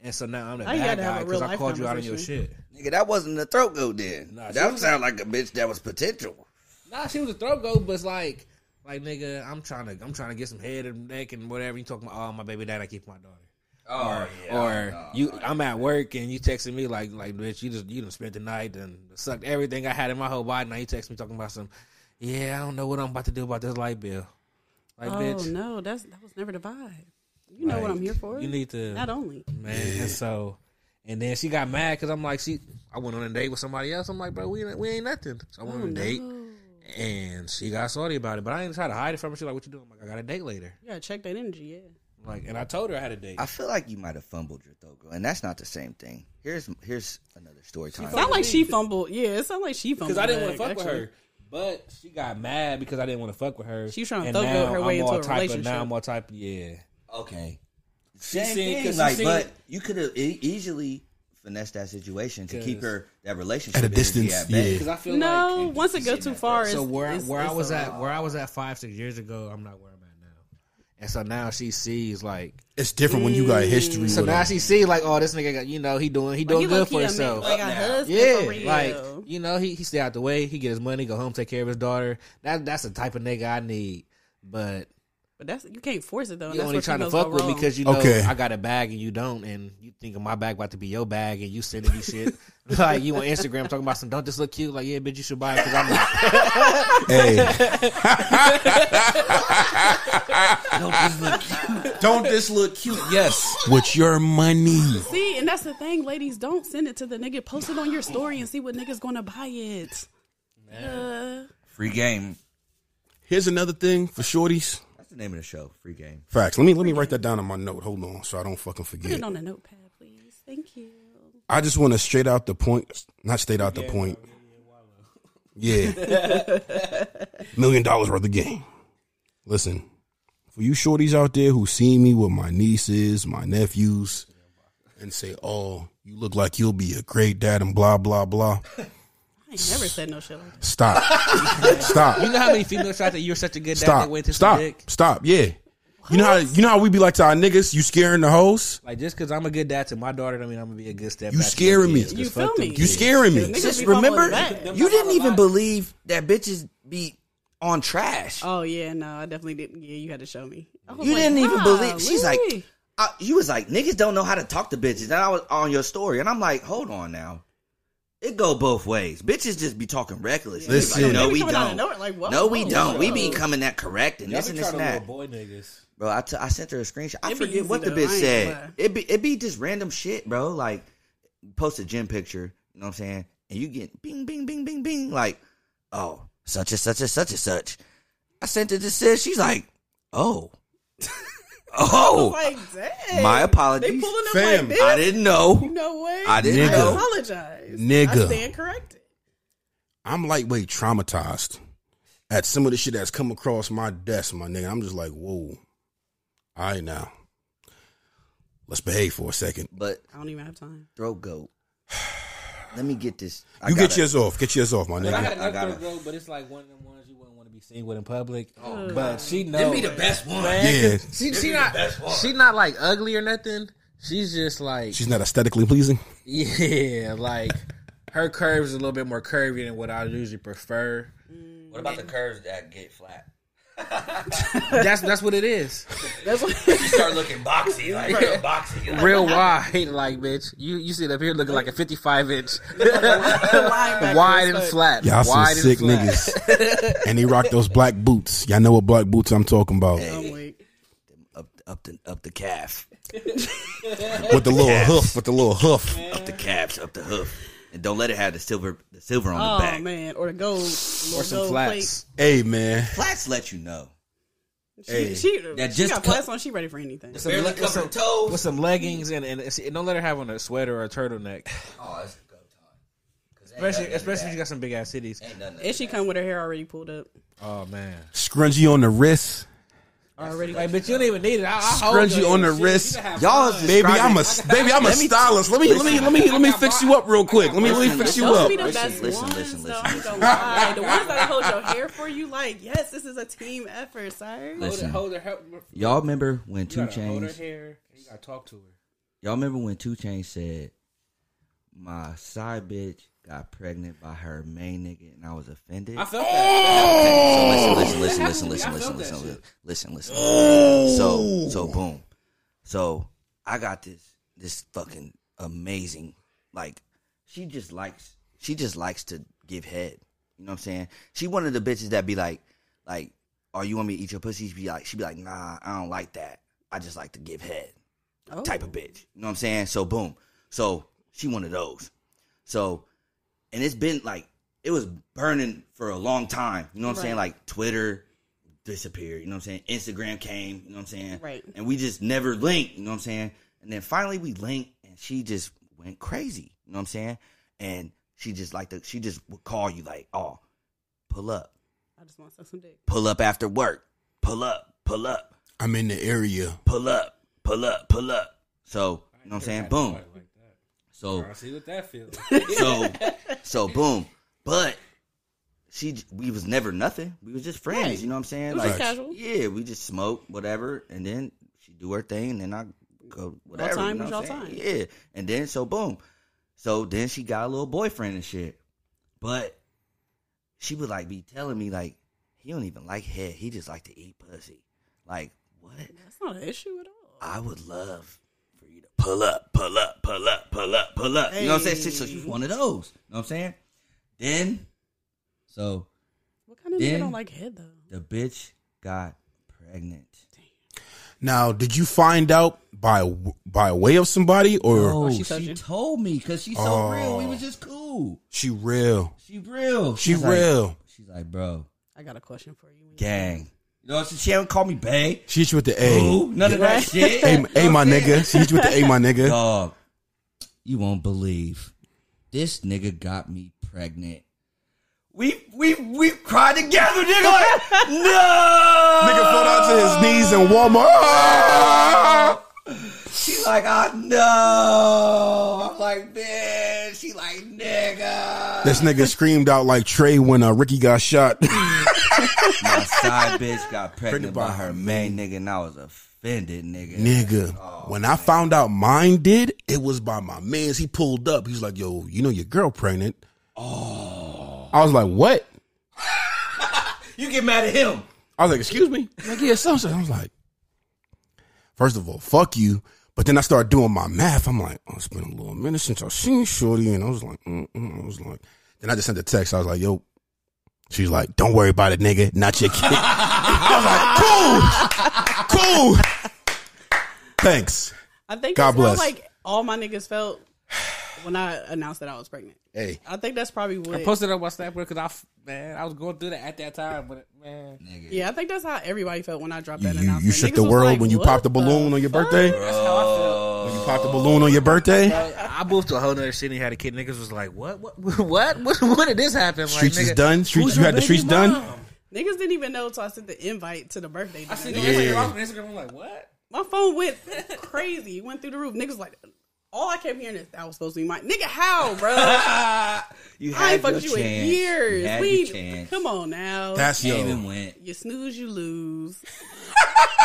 Speaker 4: And so now I'm
Speaker 2: Mm-hmm.
Speaker 4: the
Speaker 2: Now you
Speaker 4: bad
Speaker 2: gotta have
Speaker 4: guy
Speaker 2: a
Speaker 4: because
Speaker 2: real
Speaker 4: I
Speaker 2: life
Speaker 4: called you out on your shit.
Speaker 5: Nigga, that wasn't a throat go then. that would sound like a bitch that was potential.
Speaker 4: Nah, she was a throat goat, but it's like, like nigga, I'm trying to I'm trying to get some head and neck and whatever. You talking about? Oh, my baby dad, I keep my daughter.
Speaker 5: Oh,
Speaker 4: or you, I'm at work and you texting me like, like bitch, you just you done spent the night and sucked everything I had in my whole body. Now you text me talking about some, yeah, I don't know what I'm about to do about this light bill. Like,
Speaker 2: oh
Speaker 4: bitch,
Speaker 2: no, that's that was never the vibe. You know what I'm here for.
Speaker 4: you need to
Speaker 2: Not only.
Speaker 4: man. And so, and then she got mad because I'm like, she, I went on a date with somebody else. I'm like, bro, we ain't, we ain't nothing. So I went on a date,
Speaker 2: Oh, No.
Speaker 4: and she got salty about it. But I didn't try to hide it from her. She like, what you doing? I'm like, I got a date later.
Speaker 2: You gotta check that energy. Yeah.
Speaker 4: Like, and I told her I had a date.
Speaker 5: I feel like you might have fumbled your throat go, and that's not the same thing. Here's here's another story time.
Speaker 2: Sound like she fumbled. Yeah, it sound like she fumbled.
Speaker 4: because I didn't want to fuck
Speaker 2: back,
Speaker 4: with
Speaker 2: actually.
Speaker 4: her. But she got mad because I didn't want to fuck with her.
Speaker 2: She was trying to
Speaker 4: And
Speaker 2: thug
Speaker 4: now
Speaker 2: goat her
Speaker 4: I'm
Speaker 2: way
Speaker 4: all
Speaker 2: into a
Speaker 4: type Of, now
Speaker 2: relationship.
Speaker 4: I'm all type of, yeah.
Speaker 5: Okay. Same
Speaker 4: seen- 'cause
Speaker 5: thing,
Speaker 4: she
Speaker 5: like,
Speaker 4: seen-
Speaker 5: but you could have e- easily finessed that situation to keep her that relationship
Speaker 3: At a
Speaker 5: energy
Speaker 3: distance,
Speaker 5: at
Speaker 3: yeah.
Speaker 5: bay.
Speaker 4: Because I feel like.
Speaker 2: No, once it goes too far, it's,
Speaker 4: So where
Speaker 2: it's-
Speaker 4: where I
Speaker 2: it's
Speaker 4: was
Speaker 2: a
Speaker 4: at
Speaker 2: wrap.
Speaker 4: where I was at five six years ago, I'm not where I'm at now. And so now she sees like
Speaker 3: It's different when you got history.
Speaker 4: So
Speaker 3: with
Speaker 4: now
Speaker 3: it.
Speaker 4: she see like, oh, this nigga, got, you know, he doing he doing
Speaker 2: He
Speaker 4: good
Speaker 2: low-key
Speaker 4: for
Speaker 2: a man,
Speaker 4: himself.
Speaker 2: Like a husband
Speaker 4: yeah,
Speaker 2: for real.
Speaker 4: like you know, he, he stay out the way, he get his money, go home, take care of his daughter. That that's the type of nigga I need. But
Speaker 2: but that's you can't force it though.
Speaker 4: you
Speaker 2: That's
Speaker 4: only
Speaker 2: where
Speaker 4: trying to
Speaker 2: females go
Speaker 4: fuck with me
Speaker 2: wrong.
Speaker 4: because you know
Speaker 3: Okay.
Speaker 4: I got a bag and you don't, and you thinking my bag about to be your bag, and you sending me shit like you on Instagram talking about some don't this look cute? Like yeah, bitch, you should buy it because I'm not.
Speaker 3: Hey,
Speaker 5: Don't just look cute.
Speaker 3: don't this look cute? Yes, with your money.
Speaker 2: See, and that's the thing, ladies. Don't send it to the nigga. Post it on your story and see what niggas gonna buy it. Uh,
Speaker 5: Free game.
Speaker 3: Here's another thing for shorties.
Speaker 5: That's the name of the show? Free game.
Speaker 3: Facts. Let me let me write that down in my note. Hold on, so I don't fucking
Speaker 2: Put
Speaker 3: forget.
Speaker 2: it on a notepad, please. Thank you.
Speaker 3: I just want to straight out the point, not straight out the point. Yeah, million dollars worth of game. Listen, for you shorties out there who see me with my nieces, my nephews, and say, "Oh, you look like you'll be a great dad," and blah blah blah.
Speaker 2: I ain't never said no shit like that.
Speaker 3: Stop. Stop.
Speaker 7: You know how many females thought that you're such a good dad
Speaker 3: Stop.
Speaker 7: that went to
Speaker 3: Stop.
Speaker 7: dick?
Speaker 3: Stop. Yeah. You know how you know how we be like to our niggas. You scaring the hoes.
Speaker 7: Like just because I'm a good dad to my daughter, don't mean I'm gonna be a good step.
Speaker 3: You
Speaker 7: back to
Speaker 3: scaring
Speaker 7: your
Speaker 3: me.
Speaker 7: kids.
Speaker 2: You
Speaker 7: Just
Speaker 2: feel
Speaker 7: fuck them
Speaker 2: me?
Speaker 3: You scaring me.
Speaker 2: Niggas
Speaker 1: Just
Speaker 2: be fumbling
Speaker 1: remember,
Speaker 2: back.
Speaker 1: you didn't even believe that bitches be on trash.
Speaker 2: Oh yeah, no, I definitely didn't. Yeah, you had to show me. I was
Speaker 1: You
Speaker 2: like,
Speaker 1: didn't even believe. She's like,
Speaker 2: golly.
Speaker 1: I,
Speaker 5: You was like, niggas don't know how to talk to bitches. And I was on your story, and I'm like, hold on now. It go both ways. Bitches just be talking reckless. They be
Speaker 3: Listen.
Speaker 5: like, no,
Speaker 2: They be
Speaker 5: we
Speaker 2: coming out of
Speaker 5: don't.
Speaker 2: nowhere, like, whoa,
Speaker 5: no, we
Speaker 2: whoa,
Speaker 5: don't. We
Speaker 2: whoa.
Speaker 5: be coming that correct and this and this and that.
Speaker 7: boy niggas.
Speaker 5: Bro, I, t- I sent her a screenshot. I
Speaker 2: It be
Speaker 5: forget
Speaker 2: easy
Speaker 5: what the
Speaker 2: though,
Speaker 5: bitch
Speaker 2: I ain't
Speaker 5: said.
Speaker 2: gonna
Speaker 5: It be it be just random shit, bro. Like post a gym picture, you know what I'm saying? And you get bing bing bing bing bing like, oh, such and such and such and such. I sent it to sis. She's like, oh. oh.
Speaker 2: like, dang.
Speaker 5: My apologies.
Speaker 2: They pulling up
Speaker 3: Fam,
Speaker 2: like this.
Speaker 5: I didn't know.
Speaker 2: No way.
Speaker 5: I didn't
Speaker 3: Nigga.
Speaker 2: I
Speaker 5: know.
Speaker 2: apologize.
Speaker 3: Nigga.
Speaker 2: I stand corrected.
Speaker 3: I'm lightweight traumatized at some of the shit that's come across my desk, my nigga. I'm just like, whoa. All right, now. Let's behave for a second.
Speaker 5: But
Speaker 2: I don't even have time.
Speaker 5: throat goat. Let me get this. I
Speaker 3: You get
Speaker 5: gotta-
Speaker 3: yours off. Get yours off, my
Speaker 7: I
Speaker 3: nigga.
Speaker 7: had
Speaker 5: I got
Speaker 7: another
Speaker 5: it.
Speaker 7: girl, but it's like one of them ones you wouldn't want to be seen with in public. but she knows.
Speaker 5: be the best one.
Speaker 3: Yeah.
Speaker 7: She, she not. She not like ugly or nothing. She's just like
Speaker 3: She's not aesthetically pleasing.
Speaker 7: yeah, like her curves are a little bit more curvy than what I usually prefer.
Speaker 5: What about the curves that get flat?
Speaker 7: That's that's what it is.
Speaker 2: That's what
Speaker 5: You start looking boxy, like real boxy. Like,
Speaker 7: Real wide, like bitch. You you sit up here looking like a fifty five inch, wide and flat.
Speaker 3: Y'all some
Speaker 7: wide and
Speaker 3: sick
Speaker 7: flat.
Speaker 3: niggas. and he rock those black boots. Y'all know what black boots I'm talking about.
Speaker 2: I'm like,
Speaker 5: up, up the up the calf.
Speaker 3: With the little hoof. With the little hoof.
Speaker 5: up the calves, up the hoof, and don't let it have the silver the silver on
Speaker 2: oh
Speaker 5: the back.
Speaker 2: man, or the gold, or
Speaker 7: Some
Speaker 2: gold
Speaker 7: flats.
Speaker 3: Hey, man.
Speaker 5: Flats let you know.
Speaker 2: Plate. She, she,
Speaker 5: That
Speaker 2: she
Speaker 5: just
Speaker 2: got
Speaker 5: cut-
Speaker 2: flats on. She ready for anything.
Speaker 7: Some
Speaker 5: Barely
Speaker 7: le-
Speaker 5: cover
Speaker 7: some-
Speaker 5: toes.
Speaker 7: with some leggings and, and, and don't let her have on a sweater or a turtleneck,
Speaker 5: Oh, that's a go time.
Speaker 7: especially especially if she got some big ass titties.
Speaker 2: And she come with her hair already pulled up.
Speaker 7: Oh man,
Speaker 3: Scrunchie on the wrist.
Speaker 2: Already.
Speaker 7: like bitch, you don't even need it. I, I
Speaker 3: Scrunchie on the wrist.
Speaker 5: Y'all is
Speaker 3: Baby,
Speaker 5: describing-
Speaker 3: I'm a baby. I'm a stylist. Let me let me let me let me fix you up real quick. Let me let me fix you
Speaker 2: Those
Speaker 3: up.
Speaker 2: be the
Speaker 5: Listen,
Speaker 2: best
Speaker 5: listen,
Speaker 2: ones,
Speaker 5: listen,
Speaker 2: though.
Speaker 5: listen,
Speaker 2: I ain't gonna lie. The ones that hold your hair for you, like, yes, this is a team effort, sir.
Speaker 5: Listen,
Speaker 7: Hold her, hold her,
Speaker 5: y'all remember when Two
Speaker 7: hold her
Speaker 5: Chains?
Speaker 7: hair. You gotta talk to her.
Speaker 5: Y'all remember when Two Chains said, "My side bitch got pregnant by her main nigga," and I was offended.
Speaker 7: I felt that.
Speaker 5: So listen, listen, listen, listen, listen, listen, listen, listen, listen, listen. So, so boom. So I got this, this fucking amazing. Like, she just likes, she just likes to give head. You know what I'm saying? She one of the bitches that be like, like, oh, you want me to eat your pussy? She be like, she be like, nah, I don't like that. I just like to give head
Speaker 2: Oh.
Speaker 5: type of bitch. You know what I'm saying? So boom. So she one of those. So and it's been like it was burning for a long time. You know what I'm saying?
Speaker 2: Right.
Speaker 5: Like Twitter disappeared. You know what I'm saying? Instagram came. You know what I'm saying?
Speaker 2: Right.
Speaker 5: And we just never linked. You know what I'm saying? And then finally we linked, and she just went crazy. You know what I'm saying? And she just like the she just would call you like, oh, pull up,
Speaker 2: I just want some- some dick.
Speaker 5: pull up after work, pull up, pull up
Speaker 3: I'm in the area.
Speaker 5: pull up, pull up, pull up. So you know what I'm saying? Boom. So
Speaker 7: See what that feels.
Speaker 5: so so boom. But she j- we was never nothing. We was just friends. You know what I'm saying?
Speaker 2: It was just casual.
Speaker 5: Yeah, we just smoked whatever, and then she do her thing, and then I go whatever.
Speaker 2: time
Speaker 5: you know what
Speaker 2: was y'all
Speaker 5: I'm saying? Yeah, and then so boom. So then she got a little boyfriend and shit, but she would like be telling me like he don't even like head. He just like to eat pussy. Like what?
Speaker 2: That's not an issue at all.
Speaker 5: I would love for you to pull up, pull up, pull up, pull up, pull up. You know what I'm saying? Shit, So she's one of those. You know what I'm saying? Then, so
Speaker 2: What kind of
Speaker 5: Then-
Speaker 2: nigga don't like head though?
Speaker 5: the bitch got pregnant.
Speaker 3: Now, did you find out by by way of somebody or
Speaker 5: Oh,
Speaker 2: she
Speaker 5: she,
Speaker 2: told
Speaker 5: told,
Speaker 2: you?
Speaker 5: me because she's so real. We was just cool.
Speaker 3: she real?
Speaker 5: Oh. She real.
Speaker 3: She
Speaker 5: She's like-
Speaker 3: real.
Speaker 5: she's like, bro,
Speaker 2: I got a question for you.
Speaker 5: gang. You know what I'm saying? She don't call me bae.
Speaker 3: She hit you with the A.
Speaker 5: Ooh, none of that shit.
Speaker 3: A, a my nigga. She hit you with the A, my nigga.
Speaker 5: Dog, you won't believe. This nigga got me pregnant. We we we cried together, nigga. Like, no.
Speaker 3: Nigga fell down to his knees in Walmart. Ah!
Speaker 5: She like, I know. I'm like, man. She like, nigga.
Speaker 3: This nigga screamed out like Trey when uh, Ricky got shot.
Speaker 5: My side bitch got pregnant
Speaker 3: Pregnant
Speaker 5: by
Speaker 3: by
Speaker 5: her main nigga, and I was offended, nigga.
Speaker 3: nigga, when I found out mine did, it was by my mans. He pulled up. He's like, yo, you know your girl pregnant. Oh. I was like, what?
Speaker 5: You get mad at him.
Speaker 3: I was like, excuse me? He's like, yeah, so so." I was like, first of all, fuck you. But then I started doing my math. I'm like, oh, it's been a little minute since I seen Shorty. And I was like, Mm-mm. I was like, then I just sent a text. I was like, yo, she's like, don't worry about it, nigga. Not your kid. I was like, cool, cool. Thanks.
Speaker 2: I think
Speaker 3: God
Speaker 2: that's how,
Speaker 3: bless.
Speaker 2: like all my niggas felt when I announced that I was pregnant.
Speaker 3: Hey,
Speaker 2: I think that's probably what.
Speaker 7: I posted it on my Snapchat because I, f- man, I was going through that at that time, but man,
Speaker 2: yeah, I think that's how everybody felt when I dropped
Speaker 3: you,
Speaker 2: that
Speaker 3: you,
Speaker 2: announcement.
Speaker 3: you shook
Speaker 2: Niggas
Speaker 3: the
Speaker 2: was
Speaker 3: world
Speaker 2: like,
Speaker 3: when you
Speaker 2: "What
Speaker 3: popped the balloon on your birthday?
Speaker 7: that's how I felt.
Speaker 3: When you popped the balloon on your birthday?
Speaker 7: I moved to a whole nother city, had a kid. Niggas was like, "What? What? What? What, what did this happen?" Like,
Speaker 3: Streets is
Speaker 7: nigga,
Speaker 3: done. Streets,
Speaker 7: who's
Speaker 3: you
Speaker 7: your
Speaker 3: had the
Speaker 7: baby
Speaker 3: streets done.
Speaker 7: mom?
Speaker 2: Niggas didn't even know until I sent the invite to the birthday.
Speaker 7: I seen
Speaker 2: dinner.
Speaker 7: on Instagram. I was on Instagram. I'm like, "What?"
Speaker 2: My phone went crazy. It went through the roof. Niggas like, all I kept hearing is that was supposed to be my nigga. How, bro?
Speaker 5: Ah, You had
Speaker 2: I ain't fucked
Speaker 5: your
Speaker 2: with you in
Speaker 5: chance.
Speaker 2: years.
Speaker 5: You had
Speaker 2: we
Speaker 5: your chance.
Speaker 2: come on now.
Speaker 3: That's
Speaker 5: Came and
Speaker 3: yo.
Speaker 5: went.
Speaker 2: you snooze, you lose.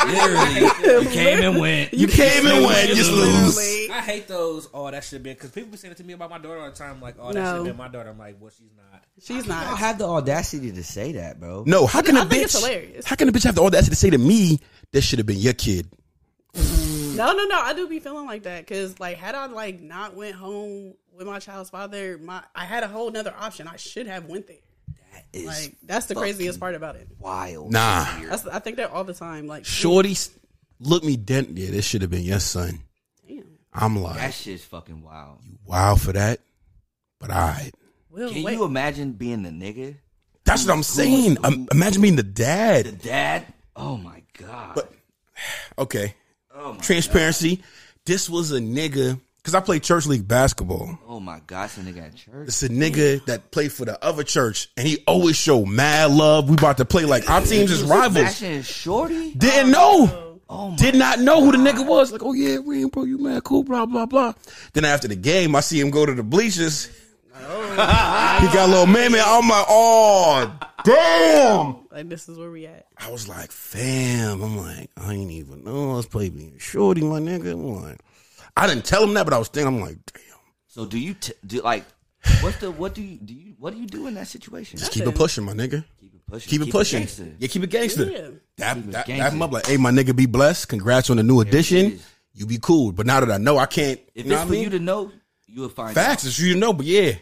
Speaker 5: Literally, you came and went.
Speaker 3: You came and went. You just lose.
Speaker 2: Literally.
Speaker 7: I hate those. Oh, that should been because people be saying it to me about my daughter all the time. Like, oh, that
Speaker 2: No.
Speaker 7: should been my daughter. I'm like, well, she's not.
Speaker 2: She's
Speaker 5: I don't
Speaker 2: not.
Speaker 5: have the audacity to say that, bro.
Speaker 3: No, how can a
Speaker 2: I think it's
Speaker 3: bitch?
Speaker 2: hilarious.
Speaker 3: How can a bitch have the audacity to say to me, "This should have been your kid"?
Speaker 2: No, no, no. I do be feeling like that because, like, had I like not went home with my child's father, my I had a whole nother option. I should have went there.
Speaker 5: It's
Speaker 2: Like, that's the craziest part about it.
Speaker 5: wild.
Speaker 3: Nah,
Speaker 2: That's I think that all the time. Like,
Speaker 3: Shorty s- looked me dead. Yeah, this should have been your son.
Speaker 2: damn,
Speaker 3: I'm like,
Speaker 5: That shit's fucking wild.
Speaker 3: wow for that. But all right,
Speaker 2: Will,
Speaker 5: Can
Speaker 2: wait.
Speaker 5: you imagine being the nigga,
Speaker 3: that's what I'm saying. Um, imagine being the
Speaker 5: the
Speaker 3: dad.
Speaker 5: dad? Oh my god.
Speaker 3: But- Okay,
Speaker 5: oh my.
Speaker 3: transparency. This was a nigga because I played church league basketball.
Speaker 5: Oh my god, some nigga at church.
Speaker 3: It's a nigga that played for the other church, and he always show mad love. We about to play like our teams is rivals.
Speaker 5: Smashing shorty.
Speaker 3: Didn't know.
Speaker 5: Oh my.
Speaker 3: Did not know who the nigga was. Like, oh yeah, we ain't bro, you mad, cool, blah blah blah. Then after the game, I see him go to the bleachers.
Speaker 5: Oh.
Speaker 3: he got a little man. I'm like, oh damn.
Speaker 2: Like, this is where we at.
Speaker 3: I was like, fam. I'm like, I ain't even know. I was playing being shorty, my nigga. I'm like, I didn't tell him that, but I was thinking, I'm like, damn.
Speaker 5: So do you t- do like what the what do you do you what do you do in that situation?
Speaker 3: Just keep it pushing, my nigga.
Speaker 5: Keep it pushing.
Speaker 3: Keep it pushing.
Speaker 5: gangster.
Speaker 3: yeah, keep it gangster.
Speaker 2: Yeah.
Speaker 3: That
Speaker 5: it
Speaker 3: that, that
Speaker 5: gangster.
Speaker 3: mother like, hey, my nigga, be blessed. Congrats on the new addition.
Speaker 5: is.
Speaker 3: You be cool. But now that I know, I can't.
Speaker 5: If
Speaker 3: you know
Speaker 5: it's
Speaker 3: what I
Speaker 5: for
Speaker 3: mean?
Speaker 5: you to know, you will find
Speaker 3: Facts, it's for you to know. But yeah,
Speaker 5: out.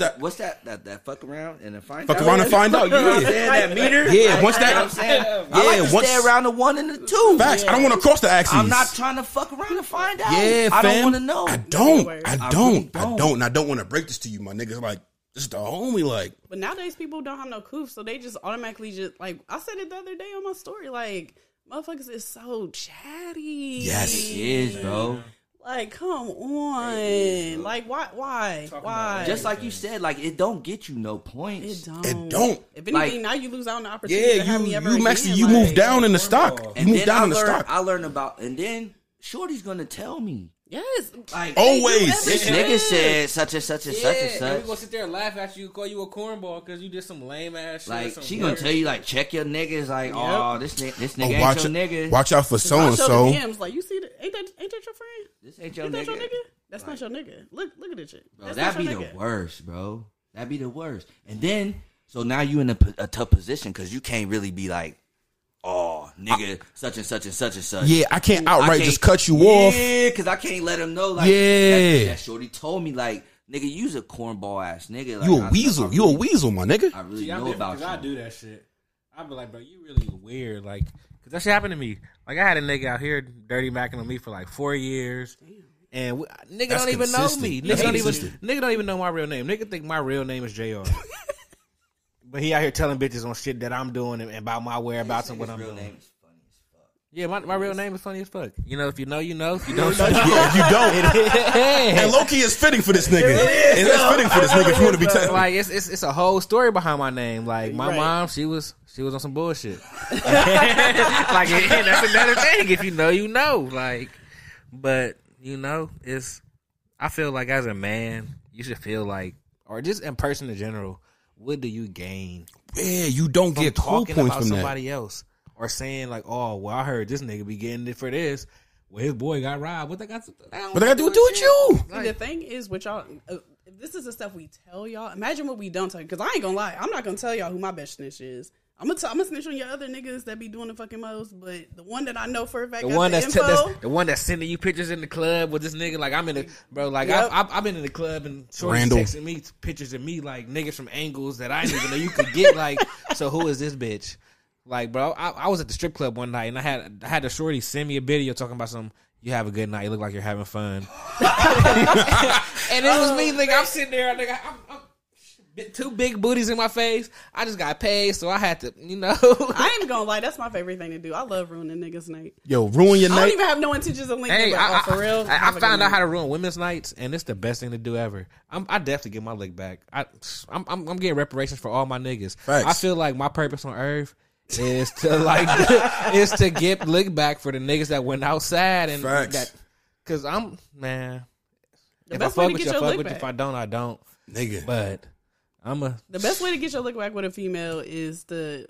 Speaker 3: after
Speaker 5: what's that that that fuck around and then find
Speaker 3: Fuck
Speaker 5: out?
Speaker 3: around and find out. Yeah.
Speaker 5: Yeah, that meter.
Speaker 3: Yeah, once
Speaker 5: You know what
Speaker 3: that
Speaker 5: I'm saying? I
Speaker 3: Yeah,
Speaker 5: like to
Speaker 3: once-
Speaker 5: stay around the one and the two.
Speaker 3: facts, I don't want to cross the axes.
Speaker 5: I'm not trying to fuck around and find out.
Speaker 3: Yeah,
Speaker 5: I don't
Speaker 3: fam.
Speaker 5: want to know.
Speaker 3: I don't.
Speaker 2: Word.
Speaker 3: I
Speaker 5: I
Speaker 3: don't.
Speaker 5: really
Speaker 3: I
Speaker 5: don't.
Speaker 3: don't. And I don't want to break this to you, my nigga. Like this is the homie. Like
Speaker 2: But nowadays, people don't have no coof, so they just automatically just like I said it the other day on my story. Like, motherfuckers is so chatty.
Speaker 3: Yes.
Speaker 5: It is, bro.
Speaker 2: Like, come on. like, why? Why? why?
Speaker 5: Just like you said, like it don't get you no
Speaker 2: it
Speaker 5: points.
Speaker 2: don't.
Speaker 3: it don't.
Speaker 2: If anything,
Speaker 5: Like-
Speaker 2: now you lose out on the opportunity.
Speaker 3: Yeah,
Speaker 2: to have
Speaker 3: you
Speaker 2: me ever
Speaker 3: you actually
Speaker 2: again,
Speaker 3: you
Speaker 2: like-
Speaker 3: move down in the stock. You
Speaker 5: And
Speaker 3: move
Speaker 5: then I
Speaker 3: down in the
Speaker 5: learn,
Speaker 3: stock.
Speaker 5: I learn about, and then Shorty's gonna tell me.
Speaker 2: Yes.
Speaker 5: Like,
Speaker 3: Always.
Speaker 5: this
Speaker 2: Yeah.
Speaker 5: nigga said such and such and such and
Speaker 7: Yeah, and we
Speaker 5: such.
Speaker 7: gonna sit there and laugh at you, call you a cornball because you did some lame ass shit. or
Speaker 5: Like
Speaker 7: some
Speaker 5: she gonna
Speaker 7: weird
Speaker 5: tell you like check your niggas like oh this nigga this nigga
Speaker 3: Oh,
Speaker 5: ain't
Speaker 3: watch,
Speaker 5: your nigga
Speaker 3: watch out for so
Speaker 2: I
Speaker 3: and
Speaker 2: showed
Speaker 3: so.
Speaker 2: the DMs, like you see, that, ain't that ain't that your friend?
Speaker 5: this ain't your
Speaker 2: Ain't that your
Speaker 5: nigga
Speaker 2: nigga? That's not your nigga. Look, look at it. shit.
Speaker 5: bro
Speaker 2: That's
Speaker 5: that'd
Speaker 2: not
Speaker 5: be the
Speaker 2: your nigga.
Speaker 5: worst bro that'd be the worst and then so now you in a, p- a tough position because you can't really be like oh nigga such and such and such and such
Speaker 3: Yeah, I can't outright
Speaker 5: can't-
Speaker 3: just cut you off.
Speaker 5: Yeah, because I can't let him know. Like,
Speaker 3: Yeah.
Speaker 5: that, that shorty told me like, nigga, you's a cornball ass nigga. Like,
Speaker 3: You a
Speaker 5: I-
Speaker 3: weasel.
Speaker 5: I,
Speaker 3: You a weasel, my nigga.
Speaker 5: I really
Speaker 7: See, I'm
Speaker 5: know
Speaker 7: different
Speaker 5: about
Speaker 7: 'cause I
Speaker 5: you.
Speaker 7: do that shit. I'd be like, bro, you really weird. Like, cause that shit happened to me. Like, I had a nigga out here dirty macking on me for like four years. And we, nigga
Speaker 3: That's
Speaker 7: don't even know
Speaker 3: consistent.
Speaker 7: me. Nigga
Speaker 3: That's
Speaker 7: don't even
Speaker 3: consistent.
Speaker 7: nigga don't even know my real name. Nigga think my real name is Jr. But he out here telling bitches on shit that I'm doing and about my whereabouts and what
Speaker 5: His
Speaker 7: I'm
Speaker 5: real
Speaker 7: doing.
Speaker 5: name is funny as fuck.
Speaker 4: Yeah, my, my real name is funny as fuck. You know, if you know, you know. If you don't,
Speaker 3: Yeah, you don't. and Loki is fitting for this nigga. It is fitting for this nigga. If you want to be technical,
Speaker 4: like it's, it's it's a whole story behind my name. Like my mom, she was she was on some bullshit. like and that's another thing. If you know, you know. Like, but you know, it's. I feel like as a man, you should feel like,
Speaker 7: Or just in person in general, what do you gain
Speaker 3: yeah, you don't
Speaker 7: from
Speaker 3: get cool
Speaker 7: talking
Speaker 3: points
Speaker 7: about
Speaker 3: from that.
Speaker 7: somebody else? Or saying like, oh, well, I heard this nigga be getting it for this. Well, his boy got robbed. What that got? To,
Speaker 3: But I got to do it with you.
Speaker 2: And the thing is, with y'all, uh, if this is the stuff we tell y'all. Imagine what we don't tell you. Because I ain't gonna lie, I'm not gonna tell y'all who my best snitch is. I'm gonna, tell, I'm gonna snitch on your other niggas that be doing the fucking most, but the one that I know for a fact,
Speaker 4: the
Speaker 2: got
Speaker 4: one
Speaker 2: the
Speaker 4: that's, t-
Speaker 2: info,
Speaker 4: that's the one that's sending you pictures in the club with this nigga. Like I'm in the bro. Like
Speaker 2: Yep.
Speaker 4: I've, I've I've been in the club and
Speaker 7: Shorty
Speaker 3: Randall.
Speaker 7: texting me pictures of me like niggas from angles that I didn't even know you could get. Like, so who is this bitch? Like, bro, I, I was at the strip club one night and I had I had a shorty send me a video talking about some. You have a good night. You look like you're having fun. and it was
Speaker 2: Oh,
Speaker 7: me. Like I'm sitting there. Like, I'm, I'm bi- two big booties in my face. I just got paid, so I had to, you know.
Speaker 2: I ain't gonna lie, that's my favorite thing to do. I love ruining niggas' night.
Speaker 3: Yo, ruin your
Speaker 2: I don't
Speaker 3: night.
Speaker 2: even have no intentions of linking.
Speaker 7: Hey,
Speaker 4: uh,
Speaker 2: but,
Speaker 7: I,
Speaker 2: oh, for real,
Speaker 7: I, I
Speaker 2: have a good
Speaker 7: found out
Speaker 2: night.
Speaker 7: how to ruin women's nights, and it's the best thing to do ever. I'm, I definitely get my lick back. I, I'm, I'm, I'm getting reparations for all my niggas.
Speaker 3: Facts.
Speaker 7: I feel like my purpose on earth is to like is to get lick back for the niggas that went outside and
Speaker 3: Facts.
Speaker 7: that because I'm man. if I
Speaker 2: best way
Speaker 7: fuck
Speaker 2: to
Speaker 7: with
Speaker 2: get
Speaker 7: you, I
Speaker 2: your
Speaker 7: fuck
Speaker 2: lick
Speaker 7: with you. If I
Speaker 2: back.
Speaker 7: don't, I don't.
Speaker 3: Nigga.
Speaker 7: But I'm a
Speaker 2: The best way to get your lick back with a female is the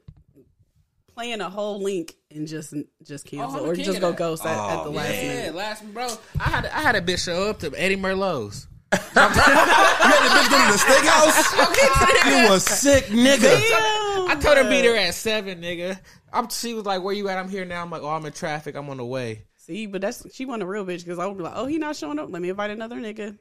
Speaker 2: playing a whole link and just just cancel
Speaker 4: Oh, I'm a
Speaker 2: or
Speaker 4: king
Speaker 2: just
Speaker 4: of
Speaker 2: go
Speaker 4: that.
Speaker 2: ghost at, at the last
Speaker 4: yeah,
Speaker 2: minute.
Speaker 4: last bro. I had I had a bitch show up to Eddie Merlot's.
Speaker 3: You had the bitch go to the steakhouse? you a sick nigga.
Speaker 4: I told her be there at seven, nigga. I'm, she was like, "Where you at? I'm here now." I'm like, "Oh, I'm in traffic. I'm on the way."
Speaker 2: See, but that's she wasn't a real bitch because I would be like, oh, he not showing up. Let me invite another nigga.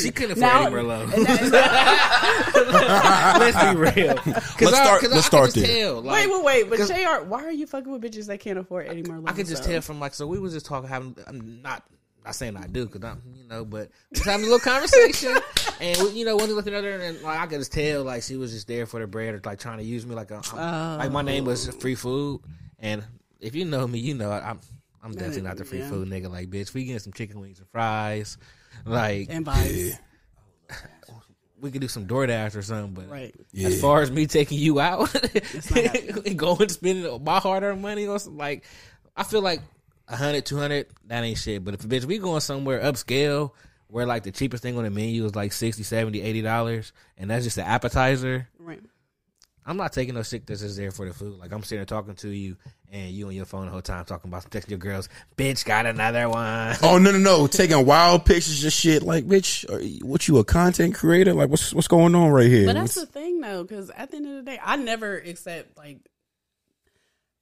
Speaker 4: She couldn't afford
Speaker 2: Now-
Speaker 4: Eddie Merlot. Let's be real.
Speaker 3: Let's start- let's start there.
Speaker 4: Tell, like,
Speaker 2: Wait, wait, wait. But JR, why are you fucking with bitches that can't afford Eddie Merlot?
Speaker 4: I could just tell from like so we was just talking having I'm not not saying I do because I'm you know but just having a little conversation and we, you know one thing left another and like I could just tell like she was just there for the bread or like trying to use me like a, I'm- like my name was free food and if you know me you know I, I'm I'm definitely not the free
Speaker 2: yeah.
Speaker 4: food nigga like bitch we getting some chicken wings and fries like
Speaker 2: and vibes.
Speaker 4: we could do some DoorDash or something but
Speaker 2: Right.
Speaker 4: As far as me taking you out
Speaker 2: not
Speaker 4: and going spending my hard earned money on some, like, I feel like 100, 200, that ain't shit. But if bitch, we going somewhere upscale where like the cheapest thing on the menu is like 60, 70, 80 dollars and that's just an appetizer.
Speaker 2: Right.
Speaker 4: I'm not taking no shit that's just there for the food. Like I'm sitting there talking to you and you on your phone the whole time talking about texting your girls, bitch got another one.
Speaker 3: Oh no no no! Taking wild pictures and shit. Like, bitch, are you- what you a content creator? Like, what's what's going on right here?
Speaker 2: But that's the
Speaker 3: What's-
Speaker 2: thing though, because at the end of the day, I never accept like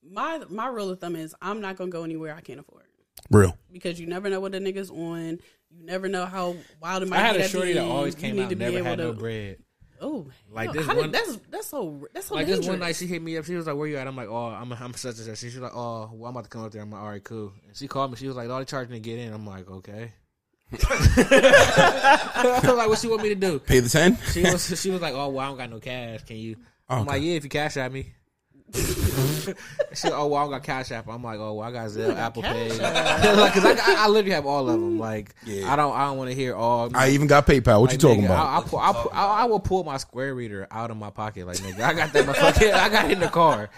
Speaker 2: my my rule of thumb is I'm not gonna go anywhere I can't afford
Speaker 3: real.
Speaker 2: because you never know what a nigga's on. You never know how wild it might
Speaker 7: I had
Speaker 2: get
Speaker 7: a
Speaker 2: at the
Speaker 7: shorty that
Speaker 2: end.
Speaker 7: always
Speaker 2: You
Speaker 7: came
Speaker 2: need
Speaker 7: out
Speaker 2: to
Speaker 7: and
Speaker 2: be
Speaker 7: never
Speaker 2: able
Speaker 7: had no
Speaker 2: to-
Speaker 7: bread.
Speaker 2: Oh,
Speaker 4: Like
Speaker 2: like this
Speaker 4: this
Speaker 2: one,
Speaker 4: one-
Speaker 2: that's that's so that's so
Speaker 4: Like
Speaker 2: dangerous.
Speaker 4: this one night, she hit me up. She was like, "Where you at?" I'm like, "Oh, I'm I'm such and such." She was like, "Oh, well, I'm about to come up there." I'm like, "All right, cool." And she called me. She was like, "Oh, they charging to get in." I'm like, "Okay." I'm like, "What you want me to do?"
Speaker 3: Pay the ten.
Speaker 4: She was she was like, "Oh, well, I don't got no cash. Can you?" I'm
Speaker 3: Okay.
Speaker 4: like, "Yeah, if you cash at me." she "Oh, well, I don't got cash app." I'm like, "Oh, well, I got Zelle, Apple Pay." like, cause I, I, I literally have all of them. Like,
Speaker 3: Yeah.
Speaker 4: I don't I don't want to hear all.
Speaker 3: I even got PayPal. What you
Speaker 4: Like,
Speaker 3: talking
Speaker 4: nigga,
Speaker 3: about?
Speaker 4: I, I, pull, I, pull, I, I will pull my square reader out of my pocket. Like nigga, I got that motherfucker. I got it in the car.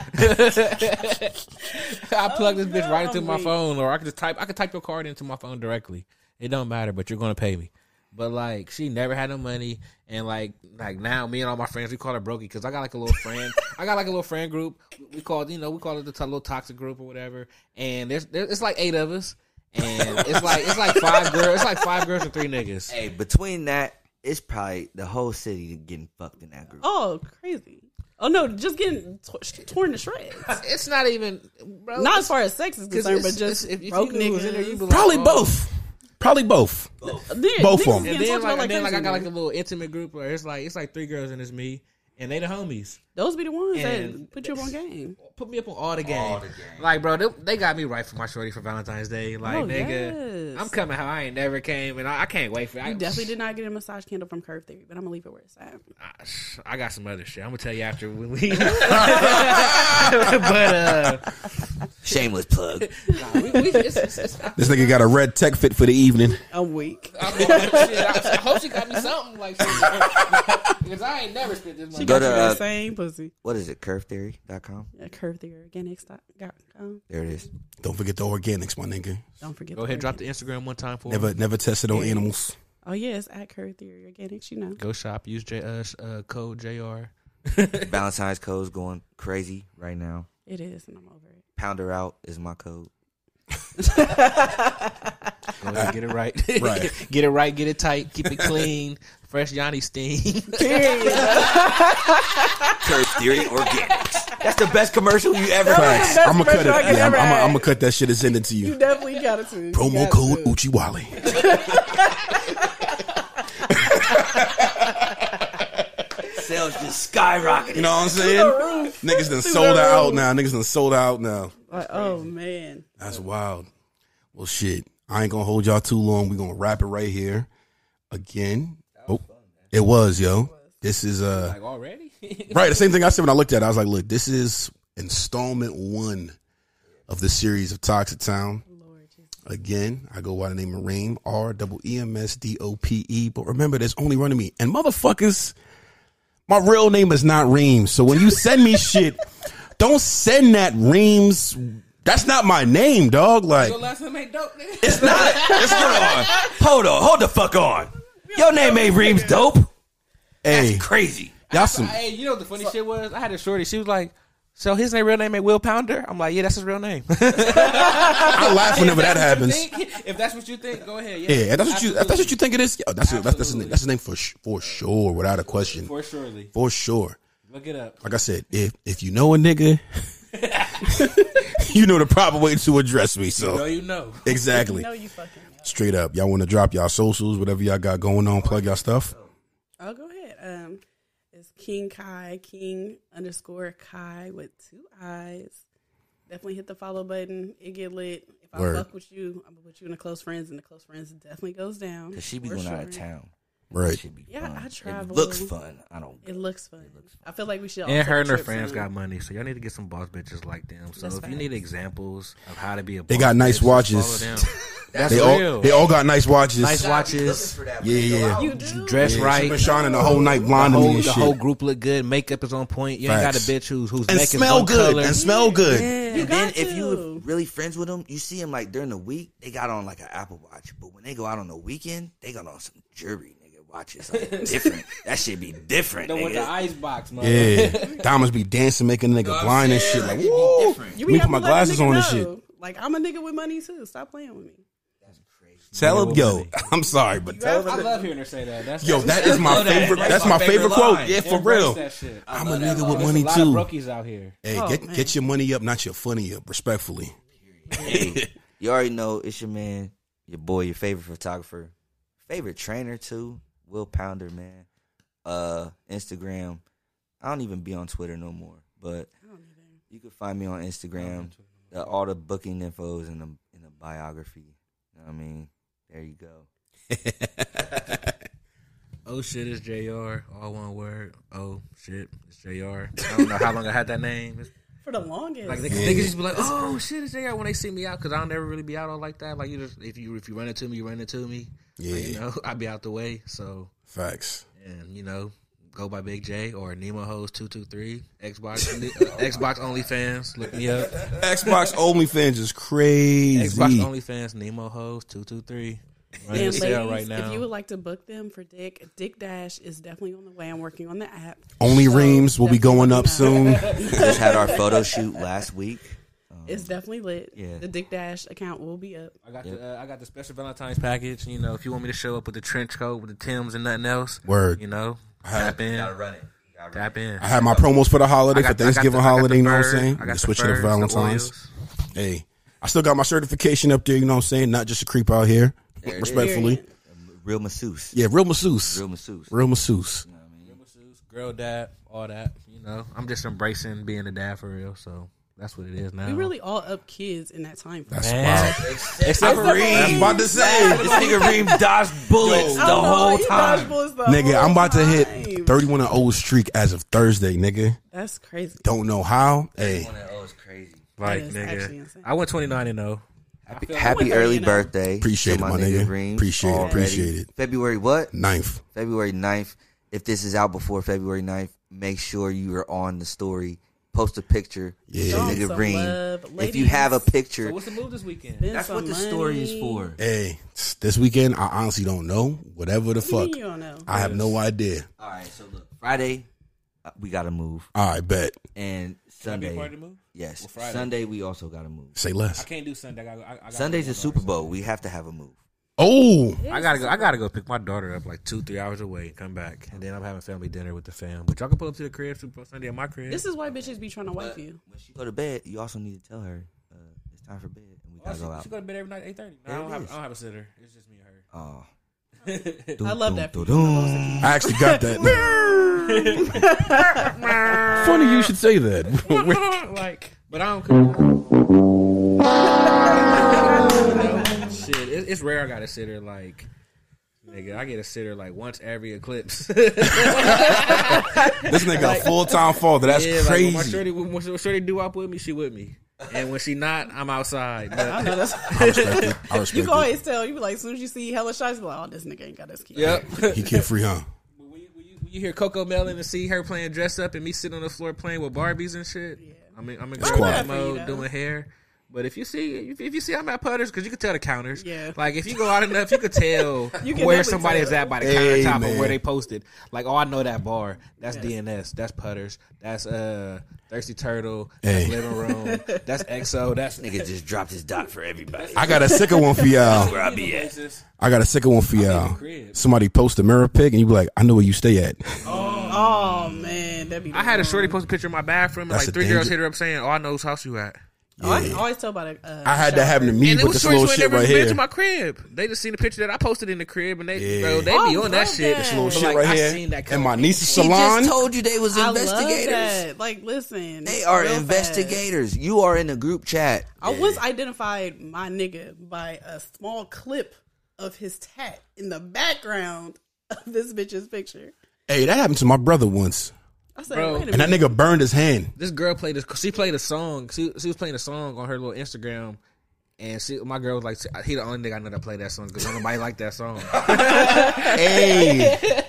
Speaker 4: I plug this bitch right into my
Speaker 2: golly.
Speaker 4: phone, or I can just type. I can type your card into my phone directly. It don't matter, but you're gonna pay me. But like, she never had no money, and like, like now, me and all my friends, we call her Brokey because I got like a little friend. I got like a little friend group. We call, you know, we call it the t- little toxic group or whatever. And there's, there, it's like eight of us, and it's like, it's like five girls, it's like five girls and three niggas.
Speaker 5: Hey, between that, it's probably the whole city getting fucked in that group.
Speaker 2: oh crazy. Oh no, just getting t- torn to shreds.
Speaker 4: It's not even bro,
Speaker 2: Not as far as sex is concerned, but
Speaker 4: it's-
Speaker 2: just
Speaker 4: it's- if- if
Speaker 2: broke
Speaker 4: you knew it was
Speaker 2: niggas.
Speaker 4: in there, you'd be like,
Speaker 3: Probably
Speaker 4: oh.
Speaker 3: both. Probably both.
Speaker 2: Then
Speaker 3: Both
Speaker 2: niggas
Speaker 3: of 'em.
Speaker 2: getting
Speaker 4: And then,
Speaker 2: talked
Speaker 4: like,
Speaker 2: about
Speaker 4: and then, like, I got like
Speaker 2: crazy.
Speaker 4: a little intimate group where it's like it's like three girls and it's me,
Speaker 10: and they the homies.
Speaker 2: Those be the ones
Speaker 10: And-
Speaker 2: that put you up on game.
Speaker 10: Put me up on all the games.
Speaker 5: the game.
Speaker 4: Like, bro, they, they got me right for my shorty for Valentine's Day. Like,
Speaker 2: Oh,
Speaker 4: nigga,
Speaker 2: yes.
Speaker 4: I'm coming how I ain't never came, and I, I can't wait for. I,
Speaker 2: You definitely did not get a massage candle from Curve Theory, but I'm gonna leave it where it's at.
Speaker 4: I, I got some other shit. I'm gonna tell you after we leave. but uh,
Speaker 5: Shameless plug.
Speaker 4: we, we, it's, it's, it's,
Speaker 3: This nigga got a red tech fit for the evening.
Speaker 2: A week.
Speaker 4: I'm on that shit. I, I hope she got me something like because I ain't never spent this
Speaker 2: She
Speaker 4: money.
Speaker 5: Go
Speaker 2: got
Speaker 5: to,
Speaker 2: you that
Speaker 5: uh,
Speaker 2: same pussy.
Speaker 5: What is it? CurveTheory.com.
Speaker 2: Yeah, Curve Theory organics.com.
Speaker 5: There it is.
Speaker 3: Don't forget the organics, my nigga.
Speaker 2: Don't forget.
Speaker 10: Go ahead, drop the Instagram one time for
Speaker 3: Never never tested on animals.
Speaker 2: Oh yeah, it's at Curve Theory Organics. You know.
Speaker 10: Go shop. Use J uh, sh- uh, code JR.
Speaker 5: Valentine's code's going crazy right now.
Speaker 2: It is, and I'm over it.
Speaker 5: Pounder out is my code.
Speaker 10: Go ahead, get it right.
Speaker 3: Right.
Speaker 10: get it right. Get it tight. Keep it clean. Fresh Johnny steam.
Speaker 5: Curve Theory Organics. That's the best commercial you ever
Speaker 3: Facts.
Speaker 2: best
Speaker 3: I'm gonna cut it.
Speaker 2: commercial I could
Speaker 3: Yeah, I'm,
Speaker 2: ever
Speaker 3: I'm,
Speaker 2: have.
Speaker 3: I'm gonna cut that shit and send it to
Speaker 2: You
Speaker 3: you.
Speaker 2: definitely got it too.
Speaker 3: Promo code Uchiwali.
Speaker 5: Sales just skyrocketed.
Speaker 3: You know what I'm saying? Niggas done sold out now. Niggas done sold out now.
Speaker 2: Like, oh man,
Speaker 3: That's wild. Well, shit. I ain't gonna hold y'all too long. We gonna wrap it right here. Again, oh, it was yo. This is uh
Speaker 4: already.
Speaker 3: right the same thing I said when I looked at. it. I was like, look, this is installment one of the series of Toxic Town.
Speaker 2: Lord Jesus.
Speaker 3: Again, I go by the name of Reem R double E M S D O P E. But remember, there's only one of me. And motherfuckers, my real name is not Reem. So when you send me shit, don't send that Reems. That's not my name, dog. Like
Speaker 4: Last name ain't dope. Nigga.
Speaker 5: It's not. It's not. Hold on. Hold the fuck on. Your name ain't Reems Dope.
Speaker 3: Hey,
Speaker 5: Crazy.
Speaker 3: y'all some.
Speaker 4: Hey, you know what the funny shit was? I had a shorty. She was like, "So his name, real name ain't Will Pounder." I'm like, "Yeah, that's his real name."
Speaker 3: I laugh whenever that happens.
Speaker 4: Think- if that's what you think, go ahead. Yeah,
Speaker 3: Yeah, if that's what you. If that's what you think it is. Yo, that's that's that's his name. That's his name for sh- for sure, without a question,
Speaker 4: for surely.
Speaker 3: for sure.
Speaker 4: Look it up.
Speaker 3: Like I said, if if you know a nigga, you know the proper way to address me.
Speaker 4: So
Speaker 3: So
Speaker 4: you know.
Speaker 3: exactly.
Speaker 2: No, you fucking. know.
Speaker 3: straight up. Y'all want to drop y'all socials, whatever y'all got going on, plug y'all stuff.
Speaker 2: Oh, go ahead. Um, it's King Kai, King underscore Kai with two eyes. Definitely hit the follow button. It get lit. If I
Speaker 3: Word.
Speaker 2: fuck with you, I'm gonna put you in the close friends, and the close friends definitely goes down.
Speaker 5: Cause she be
Speaker 2: for
Speaker 5: going out of
Speaker 2: sure.
Speaker 5: town.
Speaker 3: Right.
Speaker 5: Should be
Speaker 2: Yeah,
Speaker 5: fun.
Speaker 2: I
Speaker 5: It
Speaker 2: travel.
Speaker 5: looks fun. I don't.
Speaker 2: It looks fun. I feel like we should. all
Speaker 4: And
Speaker 2: take
Speaker 4: her
Speaker 2: a
Speaker 4: and her
Speaker 2: trip
Speaker 4: friends
Speaker 2: soon.
Speaker 4: got money, so y'all need to get some boss bitches like them. So
Speaker 2: That's
Speaker 4: if you
Speaker 2: facts.
Speaker 4: need examples of how to be a, boss
Speaker 3: They got nice
Speaker 4: bitch, just
Speaker 3: watches.
Speaker 4: follow them. That's
Speaker 3: They all
Speaker 4: real.
Speaker 3: they all got nice watches.
Speaker 4: nice watches.
Speaker 3: yeah, yeah.
Speaker 2: You do.
Speaker 4: Dress
Speaker 3: She been
Speaker 4: right.
Speaker 3: shining the whole night
Speaker 4: The
Speaker 3: blinding
Speaker 4: whole,
Speaker 3: me and
Speaker 4: the
Speaker 3: shit.
Speaker 4: whole group look good. Makeup is on point. You ain't got a
Speaker 3: Facts.
Speaker 4: bitch who's who's
Speaker 3: and
Speaker 4: neck is
Speaker 3: smell
Speaker 4: one
Speaker 3: good
Speaker 4: color.
Speaker 3: and smell good.
Speaker 2: You
Speaker 5: And then
Speaker 2: got
Speaker 5: if
Speaker 2: to.
Speaker 5: you really friends with them, you see them like during the week, they got on like an Apple Watch. But when they go out on the weekend, they got on some jewelry, nigga. Watches like different. that should be different.
Speaker 4: With the
Speaker 5: Nigga.
Speaker 4: ice box, man.
Speaker 3: Yeah, diamonds be dancing, making a nigga blind and shit. Like, woo.
Speaker 2: You
Speaker 3: Let me
Speaker 2: be having to
Speaker 3: put my
Speaker 2: let the
Speaker 3: glasses
Speaker 2: nigga
Speaker 3: on and shit.
Speaker 2: know. Like I'm a nigga with money too. Stop playing with me.
Speaker 3: Tell him, yo, I'm sorry, but tell him,
Speaker 4: I love hearing her say that. That's
Speaker 3: yo, that is my favorite. That's my favorite quote. Yeah, for
Speaker 4: Embrace
Speaker 3: real.
Speaker 4: That shit.
Speaker 3: I'm a nigga with
Speaker 4: There's
Speaker 3: money
Speaker 4: a lot of
Speaker 3: too.
Speaker 4: brokies out here.
Speaker 3: Hey,
Speaker 2: Oh,
Speaker 3: get
Speaker 2: man.
Speaker 3: get your money up, not your funny up. Respectfully,
Speaker 5: Hey, you already know it's your man, your boy, your favorite photographer, favorite trainer too, Will Pounder, man. Uh, Instagram. I don't even be on Twitter no more, but you can find me on Instagram. The, all the booking infos in the in the biography. You know what I mean, there you go.
Speaker 4: Oh shit, it's JR. All one word. Oh shit, it's JR. I don't know how long I had that name. It's
Speaker 2: For the longest.
Speaker 4: like they, they could just be like, oh shit, it's JR when they see me out because I'll never really be out all like that. Like you just if you if you run into me, you run into me. Like, you
Speaker 3: Yeah.
Speaker 4: know, I'd be out the way. So
Speaker 3: facts.
Speaker 4: and you know, go by Big J or Nemo Hose two two three Xbox uh, Xbox OnlyFans. Look me up.
Speaker 3: Xbox OnlyFans is crazy.
Speaker 4: Xbox OnlyFans Nemo Hose two two three. Running a
Speaker 2: And
Speaker 4: sale
Speaker 2: ladies,
Speaker 4: right now.
Speaker 2: if you would like to book them for Dick, Dick Dash is definitely on the way. I'm working on the app.
Speaker 3: Only
Speaker 2: So,
Speaker 3: Reams will be
Speaker 2: definitely
Speaker 3: going
Speaker 2: let
Speaker 3: up
Speaker 2: me know.
Speaker 3: soon.
Speaker 5: We just had our photo shoot last week.
Speaker 2: It's definitely lit.
Speaker 5: Yeah.
Speaker 2: The Dick Dash account will be up.
Speaker 4: I got the uh, I got the special Valentine's package. You know, if you want me to show up with the trench coat with the Tims and nothing else,
Speaker 3: Word.
Speaker 4: You know,
Speaker 3: had-
Speaker 4: tap in,
Speaker 5: run it.
Speaker 4: tap in.
Speaker 3: I had my promos for the holiday,
Speaker 4: I got
Speaker 3: for
Speaker 4: the- I got
Speaker 3: Thanksgiving
Speaker 4: the- I got the
Speaker 3: holiday, you know what I'm
Speaker 4: furs,
Speaker 3: saying?
Speaker 4: I got
Speaker 3: Just
Speaker 4: the
Speaker 3: switching to
Speaker 4: furs, the
Speaker 3: Valentine's.
Speaker 4: oils.
Speaker 3: hey, I still got my certification up there, you know what I'm saying? Not just a creep out here, respectfully.
Speaker 5: Real masseuse.
Speaker 3: Yeah, real masseuse.
Speaker 5: Real masseuse.
Speaker 3: Real masseuse.
Speaker 4: Girl, dad, all that. You know, I'm just embracing being a dad for real. So that's what it is now.
Speaker 2: We really all up kids in that time frame.
Speaker 3: That's wild.
Speaker 11: Except for
Speaker 3: I'm
Speaker 11: Reem.
Speaker 3: about to say.
Speaker 5: This nigga Reem dodged bullets the
Speaker 2: I don't know,
Speaker 5: whole
Speaker 2: he
Speaker 5: time.
Speaker 2: dodgeballs the
Speaker 3: Nigga,
Speaker 2: whole
Speaker 3: I'm about to hit
Speaker 2: time.
Speaker 3: 31 and old streak as of Thursday, nigga.
Speaker 2: That's crazy.
Speaker 3: Don't know how. Hey,
Speaker 5: That was crazy.
Speaker 4: like
Speaker 2: is actually
Speaker 4: nigga.
Speaker 2: insane.
Speaker 4: I went 29 and oh. 0.
Speaker 5: Happy,
Speaker 2: like
Speaker 5: happy
Speaker 2: that,
Speaker 5: early
Speaker 2: you know.
Speaker 5: birthday.
Speaker 3: Appreciate
Speaker 5: to
Speaker 3: it, my nigga.
Speaker 5: Reem
Speaker 3: Appreciate it,
Speaker 5: already.
Speaker 3: appreciate it.
Speaker 5: February what?
Speaker 3: ninth.
Speaker 5: February 9th. If this is out before February 9th, make sure you are on the story. Post a picture.
Speaker 3: Yeah.
Speaker 5: Show
Speaker 3: Show 'em
Speaker 5: nigga
Speaker 2: some
Speaker 5: Reem.
Speaker 2: love,
Speaker 5: If you have a
Speaker 2: ladies.
Speaker 5: picture,
Speaker 4: the move this weekend?
Speaker 2: Spend
Speaker 5: that's
Speaker 2: some
Speaker 5: what the story is
Speaker 2: money.
Speaker 5: for.
Speaker 3: Hey, this weekend, I honestly don't know. Whatever
Speaker 2: What do
Speaker 3: the
Speaker 2: you
Speaker 3: fuck.
Speaker 2: mean You don't know.
Speaker 3: I have no idea.
Speaker 5: All right, so look, Friday, uh, we got to move.
Speaker 3: All right, bet.
Speaker 5: And Sunday. Yes. Sunday, we also got to move.
Speaker 3: Say less.
Speaker 4: Can't do Sunday. I gotta, I, I gotta
Speaker 5: Sunday's the Super Bowl. We have to have a move.
Speaker 3: Oh,
Speaker 4: I gotta go. I gotta go pick my daughter up like two, three hours away and come back, and then I'm having family dinner with the fam. But y'all can pull up to the crib Super Bowl Sunday at my crib.
Speaker 2: This is why bitches be trying to wipe you.
Speaker 5: When she go to bed, you also need to tell her uh, it's time for bed and we
Speaker 2: Oh,
Speaker 5: got to go out.
Speaker 4: she go to bed every night at eight thirty. I
Speaker 5: There
Speaker 4: don't
Speaker 5: it
Speaker 4: have.
Speaker 5: is.
Speaker 4: I don't have a sitter. It's just me and her.
Speaker 5: Oh.
Speaker 2: I love that. for you.
Speaker 5: Dun-dun-dun-dun.
Speaker 3: I actually got that. Funny you should say that.
Speaker 4: like, but I don't. You know, shit, it, it's rare I got a sitter. Like, nigga, I get a sitter like once every eclipse.
Speaker 3: this nigga a full time father. That's
Speaker 4: yeah, like when my
Speaker 3: crazy.
Speaker 4: shorty, when, when shorty do up with me, she with me, and when she not, I'm outside. But-
Speaker 2: I know that's.
Speaker 3: I respect it. I
Speaker 2: You
Speaker 3: respect
Speaker 2: can
Speaker 3: it.
Speaker 2: always tell. You be like, as soon as you see hella shots, you be like, oh, this nigga ain't got his key.
Speaker 4: yep.
Speaker 3: He kid free, huh?
Speaker 4: When you, when you- when you hear Coco Melon and see her playing dress up and me sitting on the floor playing with Barbies and shit, I mean, I'm in
Speaker 3: quiet.
Speaker 4: girl mode
Speaker 2: Yeah.
Speaker 4: doing hair. But if you see, if, if you see, I'm at putters because you can tell the counters.
Speaker 2: Yeah.
Speaker 4: Like if you go out enough, you could tell
Speaker 2: You can
Speaker 4: where
Speaker 2: definitely
Speaker 4: somebody
Speaker 2: tell.
Speaker 4: is at by the
Speaker 3: Hey,
Speaker 4: countertop
Speaker 3: man.
Speaker 4: or where they posted. Like, oh, I know that bar. That's DNS. That's putters. That's uh thirsty turtle. That's
Speaker 3: Hey.
Speaker 4: living room. That's EXO. That's
Speaker 5: Nigga just dropped his dot for everybody.
Speaker 3: I got a sicker one for y'all.
Speaker 5: Where I be at.
Speaker 3: I got a sicker one for y'all. Somebody post a mirror pic and you be like, I know where you stay at.
Speaker 2: Oh man, that'd be.
Speaker 4: I had a shorty post a picture of my bathroom, and
Speaker 3: That's
Speaker 4: like
Speaker 3: a
Speaker 4: three girls
Speaker 3: danger-
Speaker 4: hit her up saying, "Oh, I know whose house you at."
Speaker 2: Oh, I can always tell by the. Uh,
Speaker 3: I had that happen to me
Speaker 4: And it was
Speaker 3: with this
Speaker 4: shorty
Speaker 3: little
Speaker 4: who ain't
Speaker 3: shit
Speaker 4: never
Speaker 3: right
Speaker 4: been
Speaker 3: here.
Speaker 4: to my crib. They just seen the picture that I posted in the crib, and they
Speaker 3: Yeah.
Speaker 4: bro, they be
Speaker 2: I
Speaker 4: on that
Speaker 2: love
Speaker 4: shit.
Speaker 2: that.
Speaker 4: This
Speaker 3: Little
Speaker 4: little
Speaker 3: shit
Speaker 4: like,
Speaker 3: right
Speaker 4: I
Speaker 3: here.
Speaker 4: seen that
Speaker 3: And my
Speaker 4: coming.
Speaker 3: niece's
Speaker 5: She
Speaker 3: salon.
Speaker 5: just told you they was
Speaker 2: I love
Speaker 5: investigators.
Speaker 2: that. Like, listen,
Speaker 5: They
Speaker 2: it's
Speaker 5: are
Speaker 2: real fast.
Speaker 5: investigators. You are in a group chat.
Speaker 2: I was identified my nigga by a small clip of his tat in the background of this bitch's picture.
Speaker 3: Hey, that happened to my brother once.
Speaker 2: I said,
Speaker 4: Bro.
Speaker 2: wait a minute.
Speaker 3: And that nigga burned his hand.
Speaker 4: This girl played this. She played a song. She, she was playing a song on her little Instagram. And she, my girl was like, he the only nigga I know that played that song because nobody liked that song.
Speaker 3: Hey.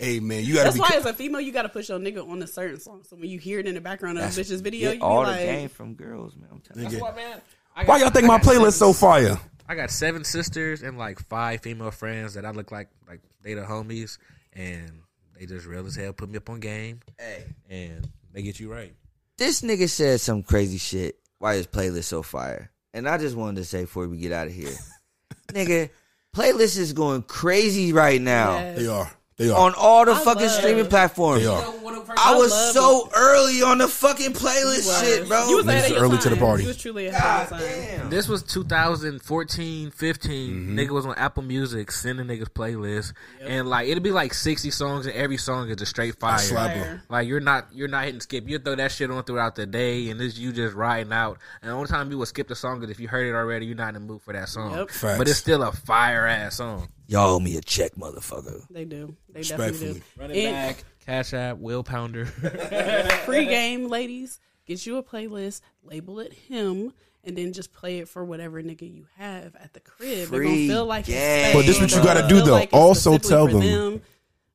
Speaker 3: hey, man, you gotta
Speaker 2: That's
Speaker 3: be.
Speaker 2: why, as a female, you got to push your nigga on a certain song. So when you hear it in the background of a bitch's video, you
Speaker 5: Get
Speaker 2: be
Speaker 5: all
Speaker 2: like,
Speaker 5: the game from girls, man. I'm telling you.
Speaker 3: Nigga.
Speaker 4: man, I got-
Speaker 3: Why y'all think
Speaker 4: I
Speaker 3: my
Speaker 4: got
Speaker 3: playlist
Speaker 4: seven-
Speaker 3: so fire?
Speaker 4: I got seven sisters and like five female friends that I look like like they the homies, and they just real as hell put me up on game,
Speaker 5: Hey,
Speaker 4: and they get you right.
Speaker 5: this nigga said some crazy shit. Why is playlist so fire? And I just wanted to say before we get out of here, nigga, playlist is going crazy right now
Speaker 2: Yes.
Speaker 3: They are. They are.
Speaker 5: on all the
Speaker 2: I
Speaker 5: fucking
Speaker 2: love-
Speaker 5: streaming platforms.
Speaker 3: They are.
Speaker 5: I was
Speaker 2: love
Speaker 5: so early on the fucking playlist shit, bro.
Speaker 2: You was ahead
Speaker 3: Niggas
Speaker 2: of your
Speaker 3: early
Speaker 2: time.
Speaker 3: to the party.
Speaker 2: You was truly ahead
Speaker 5: God
Speaker 2: of your time.
Speaker 5: damn.
Speaker 4: This was 2014, 15.
Speaker 3: Mm-hmm.
Speaker 4: Nigga was on Apple Music sending niggas playlists, and like it'd be like 60 songs, and every song is a straight fire.
Speaker 3: Slapper.
Speaker 4: Like you're not you're not hitting skip. You throw that shit on throughout the day, and this you just riding out. And the only time you would skip the song is if you heard it already. You're not in the mood for that song,
Speaker 2: Yep.
Speaker 3: Facts.
Speaker 4: but it's still a fire ass song.
Speaker 5: Y'all owe me a check, motherfucker.
Speaker 2: They do. They definitely do.
Speaker 3: Respectfully.
Speaker 2: And
Speaker 4: Cash App, Will Pounder.
Speaker 2: free game, ladies. Get you a playlist, label it him, and then just play it for whatever nigga you have at the crib. They're
Speaker 5: Free
Speaker 2: gonna feel like
Speaker 5: game.
Speaker 2: it's
Speaker 5: But this
Speaker 2: special.
Speaker 5: what you gotta
Speaker 2: They're
Speaker 3: do,
Speaker 2: gonna feel
Speaker 3: though.
Speaker 2: it's
Speaker 3: Also
Speaker 2: specifically
Speaker 3: tell
Speaker 2: for
Speaker 3: them.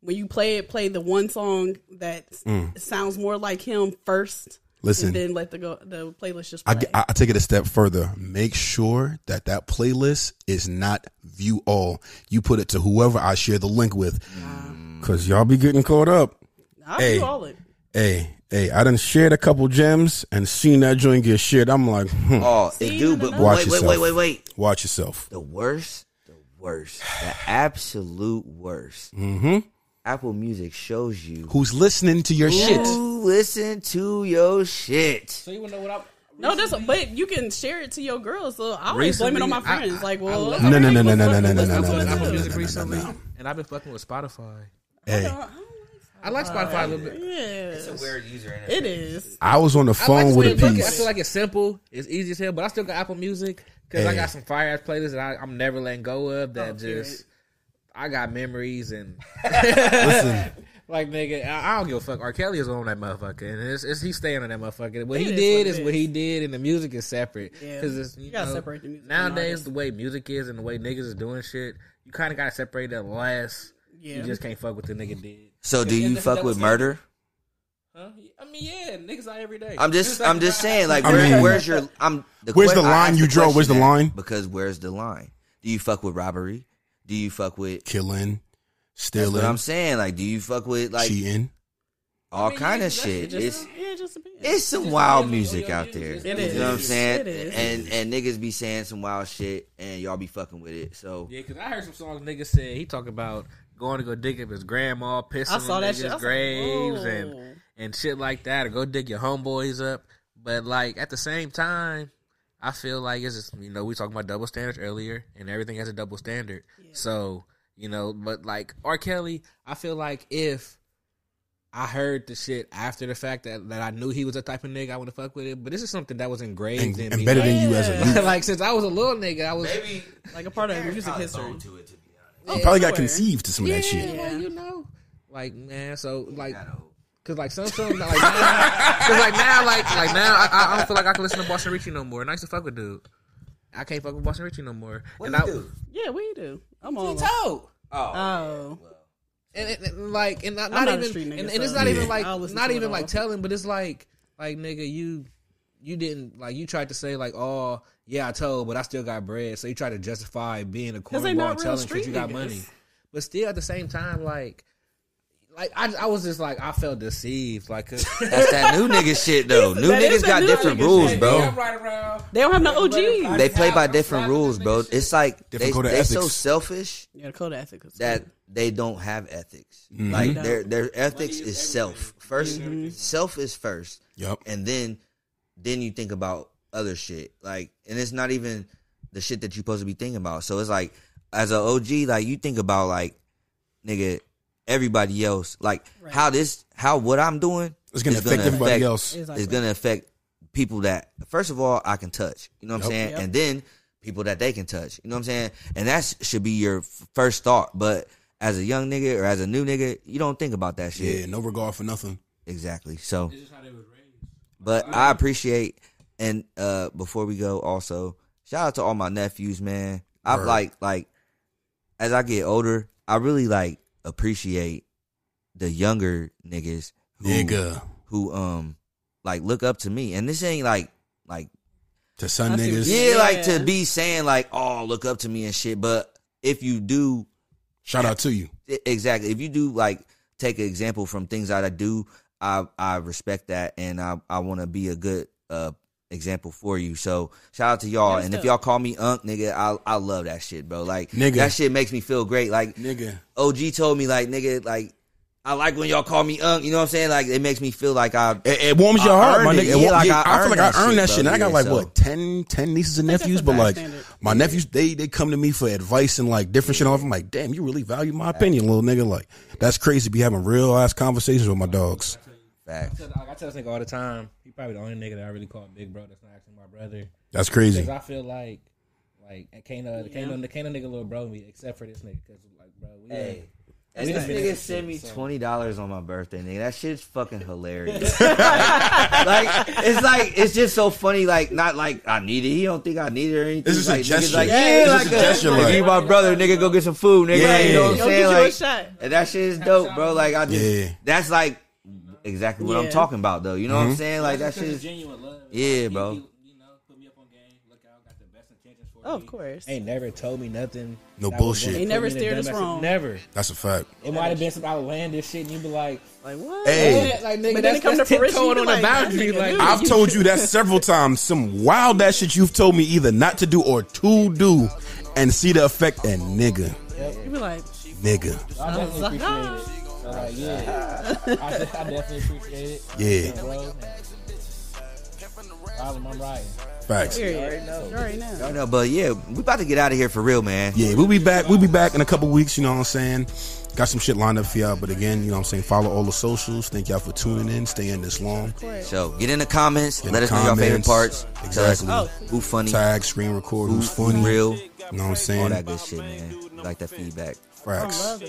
Speaker 2: when you play it, play the one song that s- sounds more like him first.
Speaker 3: Mm. Listen.
Speaker 2: and then let the go the playlist just
Speaker 3: I,
Speaker 2: play.
Speaker 3: I I take it a step further. Make sure that that playlist is not view all. You put it to whoever I share the link with, because y'all be getting caught up.
Speaker 2: I'll
Speaker 3: Hey.
Speaker 2: do all it.
Speaker 3: Hey, hey, I done shared a couple gems and seen that joint get shared. I'm like, hmm,
Speaker 5: Oh,
Speaker 2: See,
Speaker 5: it do,
Speaker 2: you
Speaker 5: but
Speaker 2: don't
Speaker 3: Watch
Speaker 5: wait, wait,
Speaker 3: yourself.
Speaker 5: wait, wait, wait.
Speaker 3: watch yourself.
Speaker 5: The worst, the worst, the absolute worst. Mm-hmm. Apple Music shows you
Speaker 3: Who's listening to your shit?
Speaker 5: who listen to your shit.
Speaker 2: No, that's but you can share it to your girls. So I always blame it on my
Speaker 4: Recently, I-
Speaker 2: friends.
Speaker 4: I-
Speaker 2: like,
Speaker 4: I
Speaker 2: well,
Speaker 4: love-
Speaker 3: No, no,
Speaker 2: everybody
Speaker 3: no, no,
Speaker 2: was
Speaker 3: no, no,
Speaker 2: fucking
Speaker 3: no, no,
Speaker 2: with
Speaker 3: no, no,
Speaker 2: this
Speaker 3: no,
Speaker 2: one
Speaker 3: no,
Speaker 2: too.
Speaker 3: no,
Speaker 4: Music
Speaker 3: no, no,
Speaker 4: recently,
Speaker 3: no.
Speaker 4: and I've been fucking with Spotify.
Speaker 3: Hey,
Speaker 2: I don't like
Speaker 4: I like
Speaker 3: Uh,
Speaker 4: Spotify a little bit.
Speaker 2: Yes.
Speaker 5: It's a weird user interface.
Speaker 2: It is.
Speaker 3: I was on the
Speaker 4: I
Speaker 3: phone
Speaker 4: like
Speaker 3: with a
Speaker 4: the way it looks.
Speaker 3: piece.
Speaker 4: I feel like it's simple, it's easy as hell, but I still got Apple Music because I
Speaker 3: Yeah.
Speaker 4: got some fire ass playlists that I, I'm never letting go of. That
Speaker 2: Oh, period.
Speaker 4: just I got memories and
Speaker 3: Listen,
Speaker 4: like nigga, I, I don't give a fuck. R. Kelly is on that motherfucker, and it's, it's he's staying on that motherfucker. What
Speaker 2: It
Speaker 4: he
Speaker 2: is
Speaker 4: did
Speaker 2: what it
Speaker 4: is what he did, and the music is separate
Speaker 2: Yeah.
Speaker 4: because it's you,
Speaker 2: You gotta
Speaker 4: know,
Speaker 2: separate the music. and
Speaker 4: Nowadays,
Speaker 2: artists.
Speaker 4: the way music is and the way niggas is doing shit, you kind of gotta separate that last.
Speaker 2: yeah.
Speaker 4: You just can't fuck with the nigga did.
Speaker 5: So do
Speaker 4: Yeah,
Speaker 5: you
Speaker 4: that-
Speaker 5: fuck
Speaker 4: that
Speaker 5: with
Speaker 4: was it.
Speaker 5: murder?
Speaker 4: Huh? I mean, yeah, niggas out every day.
Speaker 5: I'm just I'm just saying like
Speaker 3: I
Speaker 5: where,
Speaker 3: mean-
Speaker 5: where's your I'm the
Speaker 3: Where's the
Speaker 5: I
Speaker 3: line
Speaker 5: asked
Speaker 3: you draw? Where's the
Speaker 5: question at,
Speaker 3: line?
Speaker 5: Because where's the line? Do you fuck with robbery? Do you fuck with
Speaker 3: killing,
Speaker 5: That's what I'm
Speaker 3: stealing,
Speaker 5: saying. Like, do you fuck with like
Speaker 3: cheating.
Speaker 5: all
Speaker 4: mean,
Speaker 5: kind
Speaker 4: yeah,
Speaker 5: of
Speaker 4: that
Speaker 5: shit?
Speaker 4: shit
Speaker 5: It's
Speaker 4: just-
Speaker 2: Yeah, it just depends.
Speaker 5: it's some
Speaker 4: just
Speaker 5: wild
Speaker 4: depends on
Speaker 5: music
Speaker 4: your
Speaker 5: out there.
Speaker 4: music.
Speaker 2: It
Speaker 5: You know what I'm
Speaker 2: is.
Speaker 5: saying?
Speaker 2: It is.
Speaker 5: And and niggas be saying some wild shit, and y'all be fucking with it. So
Speaker 4: Yeah, because I heard some songs niggas said he talk about going to go dig up his grandma, pissing
Speaker 2: I saw
Speaker 4: on
Speaker 2: that
Speaker 4: niggas'
Speaker 2: shit. I was like,
Speaker 4: graves
Speaker 2: whoa.
Speaker 4: and and shit like that, or go dig your homeboys up. But like at the same time, I feel like it's just, you know we talking about double standards earlier, and everything has a double standard. So you know, but like R. Kelly, I feel like if I heard the shit after the fact that, that I knew he was the type of nigga I want to fuck with it, but this is something that was
Speaker 3: And,
Speaker 4: engraved in me.
Speaker 3: embedded in you as a
Speaker 2: Yeah.
Speaker 3: youth.
Speaker 4: like since I was a little nigga, I was
Speaker 5: maybe
Speaker 2: like a part of music history.
Speaker 5: to it. To be honest,
Speaker 2: Oh,
Speaker 3: Probably got
Speaker 2: sure.
Speaker 3: conceived to some of that shit.
Speaker 4: Yeah, like, you know, like man, so like,
Speaker 5: I know.
Speaker 4: cause like some some like, now, cause like now, like like now, I, I- I don't feel like I can listen to Boston Richie no more. And I used to fuck with dude. I can't fuck with Boston Richie no more.
Speaker 5: What
Speaker 4: and
Speaker 5: do
Speaker 4: I
Speaker 5: you do?
Speaker 2: Yeah, we do. I'm all.
Speaker 4: toe.
Speaker 5: Oh,
Speaker 2: Oh,
Speaker 4: And, and, and, like and not, not
Speaker 2: not a
Speaker 4: even
Speaker 2: street nigga,
Speaker 4: and, and it's
Speaker 2: so
Speaker 4: not even
Speaker 3: Yeah.
Speaker 4: like
Speaker 2: I'll listen
Speaker 4: not
Speaker 2: to it
Speaker 4: even like
Speaker 2: all.
Speaker 4: telling, but it's like like nigga, you you didn't like you tried to say like oh yeah I told, but I still got bread. So you try to justify being a
Speaker 2: they
Speaker 4: cornball
Speaker 2: not real
Speaker 4: and telling because
Speaker 2: street
Speaker 4: you got
Speaker 2: niggas.
Speaker 4: money. But still at the same time, like like I, I was just like I felt deceived like 'cause-
Speaker 5: that's that new nigga shit though. New
Speaker 2: that is
Speaker 5: niggas
Speaker 2: that
Speaker 5: got
Speaker 2: new
Speaker 5: different
Speaker 2: nigga
Speaker 5: rules,
Speaker 2: shit.
Speaker 5: bro.
Speaker 2: they don't have no OGs.
Speaker 5: They play by different rules, bro. It's like they
Speaker 3: Different code of
Speaker 5: they so
Speaker 3: ethics.
Speaker 5: selfish
Speaker 2: yeah, the code of ethics. is
Speaker 5: that
Speaker 2: cool.
Speaker 5: they don't have ethics.
Speaker 3: Mm-hmm.
Speaker 5: Like their their ethics is self 1st Self is first.
Speaker 3: Yep.
Speaker 5: and then then you think about other shit like and it's not even the shit that you're supposed to be thinking about so it's like as an og like you think about like nigga everybody else like how this how what i'm doing
Speaker 3: It's gonna affect everybody else.
Speaker 5: it's gonna affect people that first of all i can touch you know what i'm saying and then people that they can touch you know what i'm saying and that should be your f- first thought but as a young nigga or as a new nigga you don't think about that shit
Speaker 3: Yeah, no regard for nothing.
Speaker 5: Exactly. So, but I appreciate and uh before we go, also shout out to all my nephews, man. I've
Speaker 3: Word.
Speaker 5: like like as I get older, I really like appreciate the younger niggas who
Speaker 3: Nigga.
Speaker 5: who um like look up to me. And this ain't like like
Speaker 3: To some
Speaker 2: I see what
Speaker 3: niggas.
Speaker 2: you-
Speaker 5: yeah, like to
Speaker 2: Yeah.
Speaker 5: be saying like oh look up to me and shit. But if you do
Speaker 3: Shout out to you.
Speaker 5: I- E, exactly if you do like take an example from things that i do i i respect that and i i want to be a good uh example for you so shout out to y'all and if y'all call me unk nigga i i love that shit bro like
Speaker 3: Nigga.
Speaker 5: that shit makes me feel great like
Speaker 3: Nigga.
Speaker 5: og told me like nigga like i like when y'all call me unk you know what i'm saying like it makes me feel like i
Speaker 3: It, it warms your
Speaker 5: I
Speaker 3: heart, my
Speaker 5: earned
Speaker 3: nigga.
Speaker 5: it.
Speaker 3: It
Speaker 5: Yeah,
Speaker 3: warm-
Speaker 5: like,
Speaker 3: yeah,
Speaker 5: I
Speaker 3: I, feel like I earned that shit. And I
Speaker 5: bro.
Speaker 3: got like,
Speaker 5: Yeah, so-
Speaker 3: what, 10, 10 nieces and
Speaker 2: that's
Speaker 3: nephews?
Speaker 2: a
Speaker 3: But
Speaker 2: bad
Speaker 3: like,
Speaker 2: standard.
Speaker 3: my nephews, they they come to me for advice and like different shit. I'm like, damn, you really value my opinion, little nigga. Like, that's crazy to be having real ass conversations with my dogs.
Speaker 5: fact
Speaker 4: Like I tell this nigga all the time, he probably the only nigga that I really call big bro. That's not actually my brother.
Speaker 3: That's crazy.
Speaker 4: Cause I feel like, like I can't, uh, can't, no, can't no nigga little bro me except for this nigga. Cause like bro, we
Speaker 5: Hey. And this nigga sent me twenty dollars on my birthday, nigga. That shit's fucking hilarious. like, like, it's like it's just so funny. Like not like I need it. He don't think I need it or anything.
Speaker 3: This is a
Speaker 5: like, niggas
Speaker 3: gesture.
Speaker 5: Like,
Speaker 3: Yeah,
Speaker 5: yeah,
Speaker 3: it's
Speaker 5: like uh,
Speaker 3: just a gesture,
Speaker 5: Like,
Speaker 3: like-
Speaker 5: you my brother, nigga. Go get some food, nigga.
Speaker 3: Yeah.
Speaker 5: You know what I'm
Speaker 2: Go
Speaker 5: saying?
Speaker 2: get you a
Speaker 5: Like,
Speaker 2: shot.
Speaker 5: and that shit is dope, bro. Like I just
Speaker 3: Yeah.
Speaker 5: that's like exactly what
Speaker 2: Yeah.
Speaker 5: I'm talking about, though. You know
Speaker 3: Mm-hmm.
Speaker 5: what I'm saying? Like that shit is
Speaker 7: Genuine love.
Speaker 5: yeah, bro.
Speaker 7: You know, put me up on game. Look out, got the best intentions for
Speaker 2: Oh, of course.
Speaker 4: ain't never told me nothing.
Speaker 3: No
Speaker 4: that was
Speaker 3: bullshit.
Speaker 4: gonna
Speaker 3: They
Speaker 4: put
Speaker 2: never
Speaker 4: me in a
Speaker 2: steered us
Speaker 4: dumbass-
Speaker 2: wrong.
Speaker 4: Never.
Speaker 3: That's a fact.
Speaker 4: It might have been some outlandish shit, and you'd be like,
Speaker 2: Like what?
Speaker 3: Hey.
Speaker 4: like nigga,
Speaker 2: But then
Speaker 4: that's,
Speaker 2: it come
Speaker 4: that's
Speaker 2: to fruition,
Speaker 4: tiptoeing
Speaker 2: you be
Speaker 4: on the
Speaker 2: like, that
Speaker 4: boundary.
Speaker 2: nigga
Speaker 4: Like,
Speaker 2: knew.
Speaker 3: I've told you that several times. Some wild ass shit you've told me either not to do or to do, and see the effect. And nigga,
Speaker 2: You be like,
Speaker 3: nigga,
Speaker 4: I definitely appreciate
Speaker 2: "Ah."
Speaker 4: it. So like, yeah, I, I definitely appreciate it,
Speaker 3: yeah,
Speaker 4: bro. and- Problem, I'm right.
Speaker 3: Facts.
Speaker 2: Period. You already know.
Speaker 5: No, no, but yeah, we about to get out of here for real, man.
Speaker 3: Yeah, we'll be back. We'll be back in a couple weeks, you know what I'm saying? Got some shit lined up for y'all, but again, you know what I'm saying? Follow all the socials. Thank y'all for tuning in, staying this long.
Speaker 5: So get in the comments.
Speaker 3: in
Speaker 5: let
Speaker 3: the
Speaker 5: us know your favorite
Speaker 3: comments.
Speaker 5: parts. Tell us
Speaker 2: Oh.
Speaker 3: Exactly.
Speaker 5: who funny,
Speaker 3: Tag, screen record,
Speaker 5: who
Speaker 3: who's funny.
Speaker 5: real,
Speaker 3: You know what I'm
Speaker 5: all
Speaker 3: saying?
Speaker 5: that good shit, man. We like that feedback.
Speaker 3: Facts.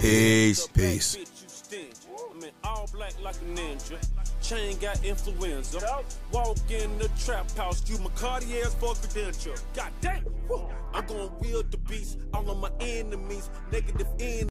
Speaker 5: Peace.
Speaker 3: Peace.
Speaker 12: I'm in all black like a ninja. Chain got influenza. Walk in the trap house, you my Cartier's for credential. God damn, woo. I'm gonna wield the beast, all of my enemies, negative enemies.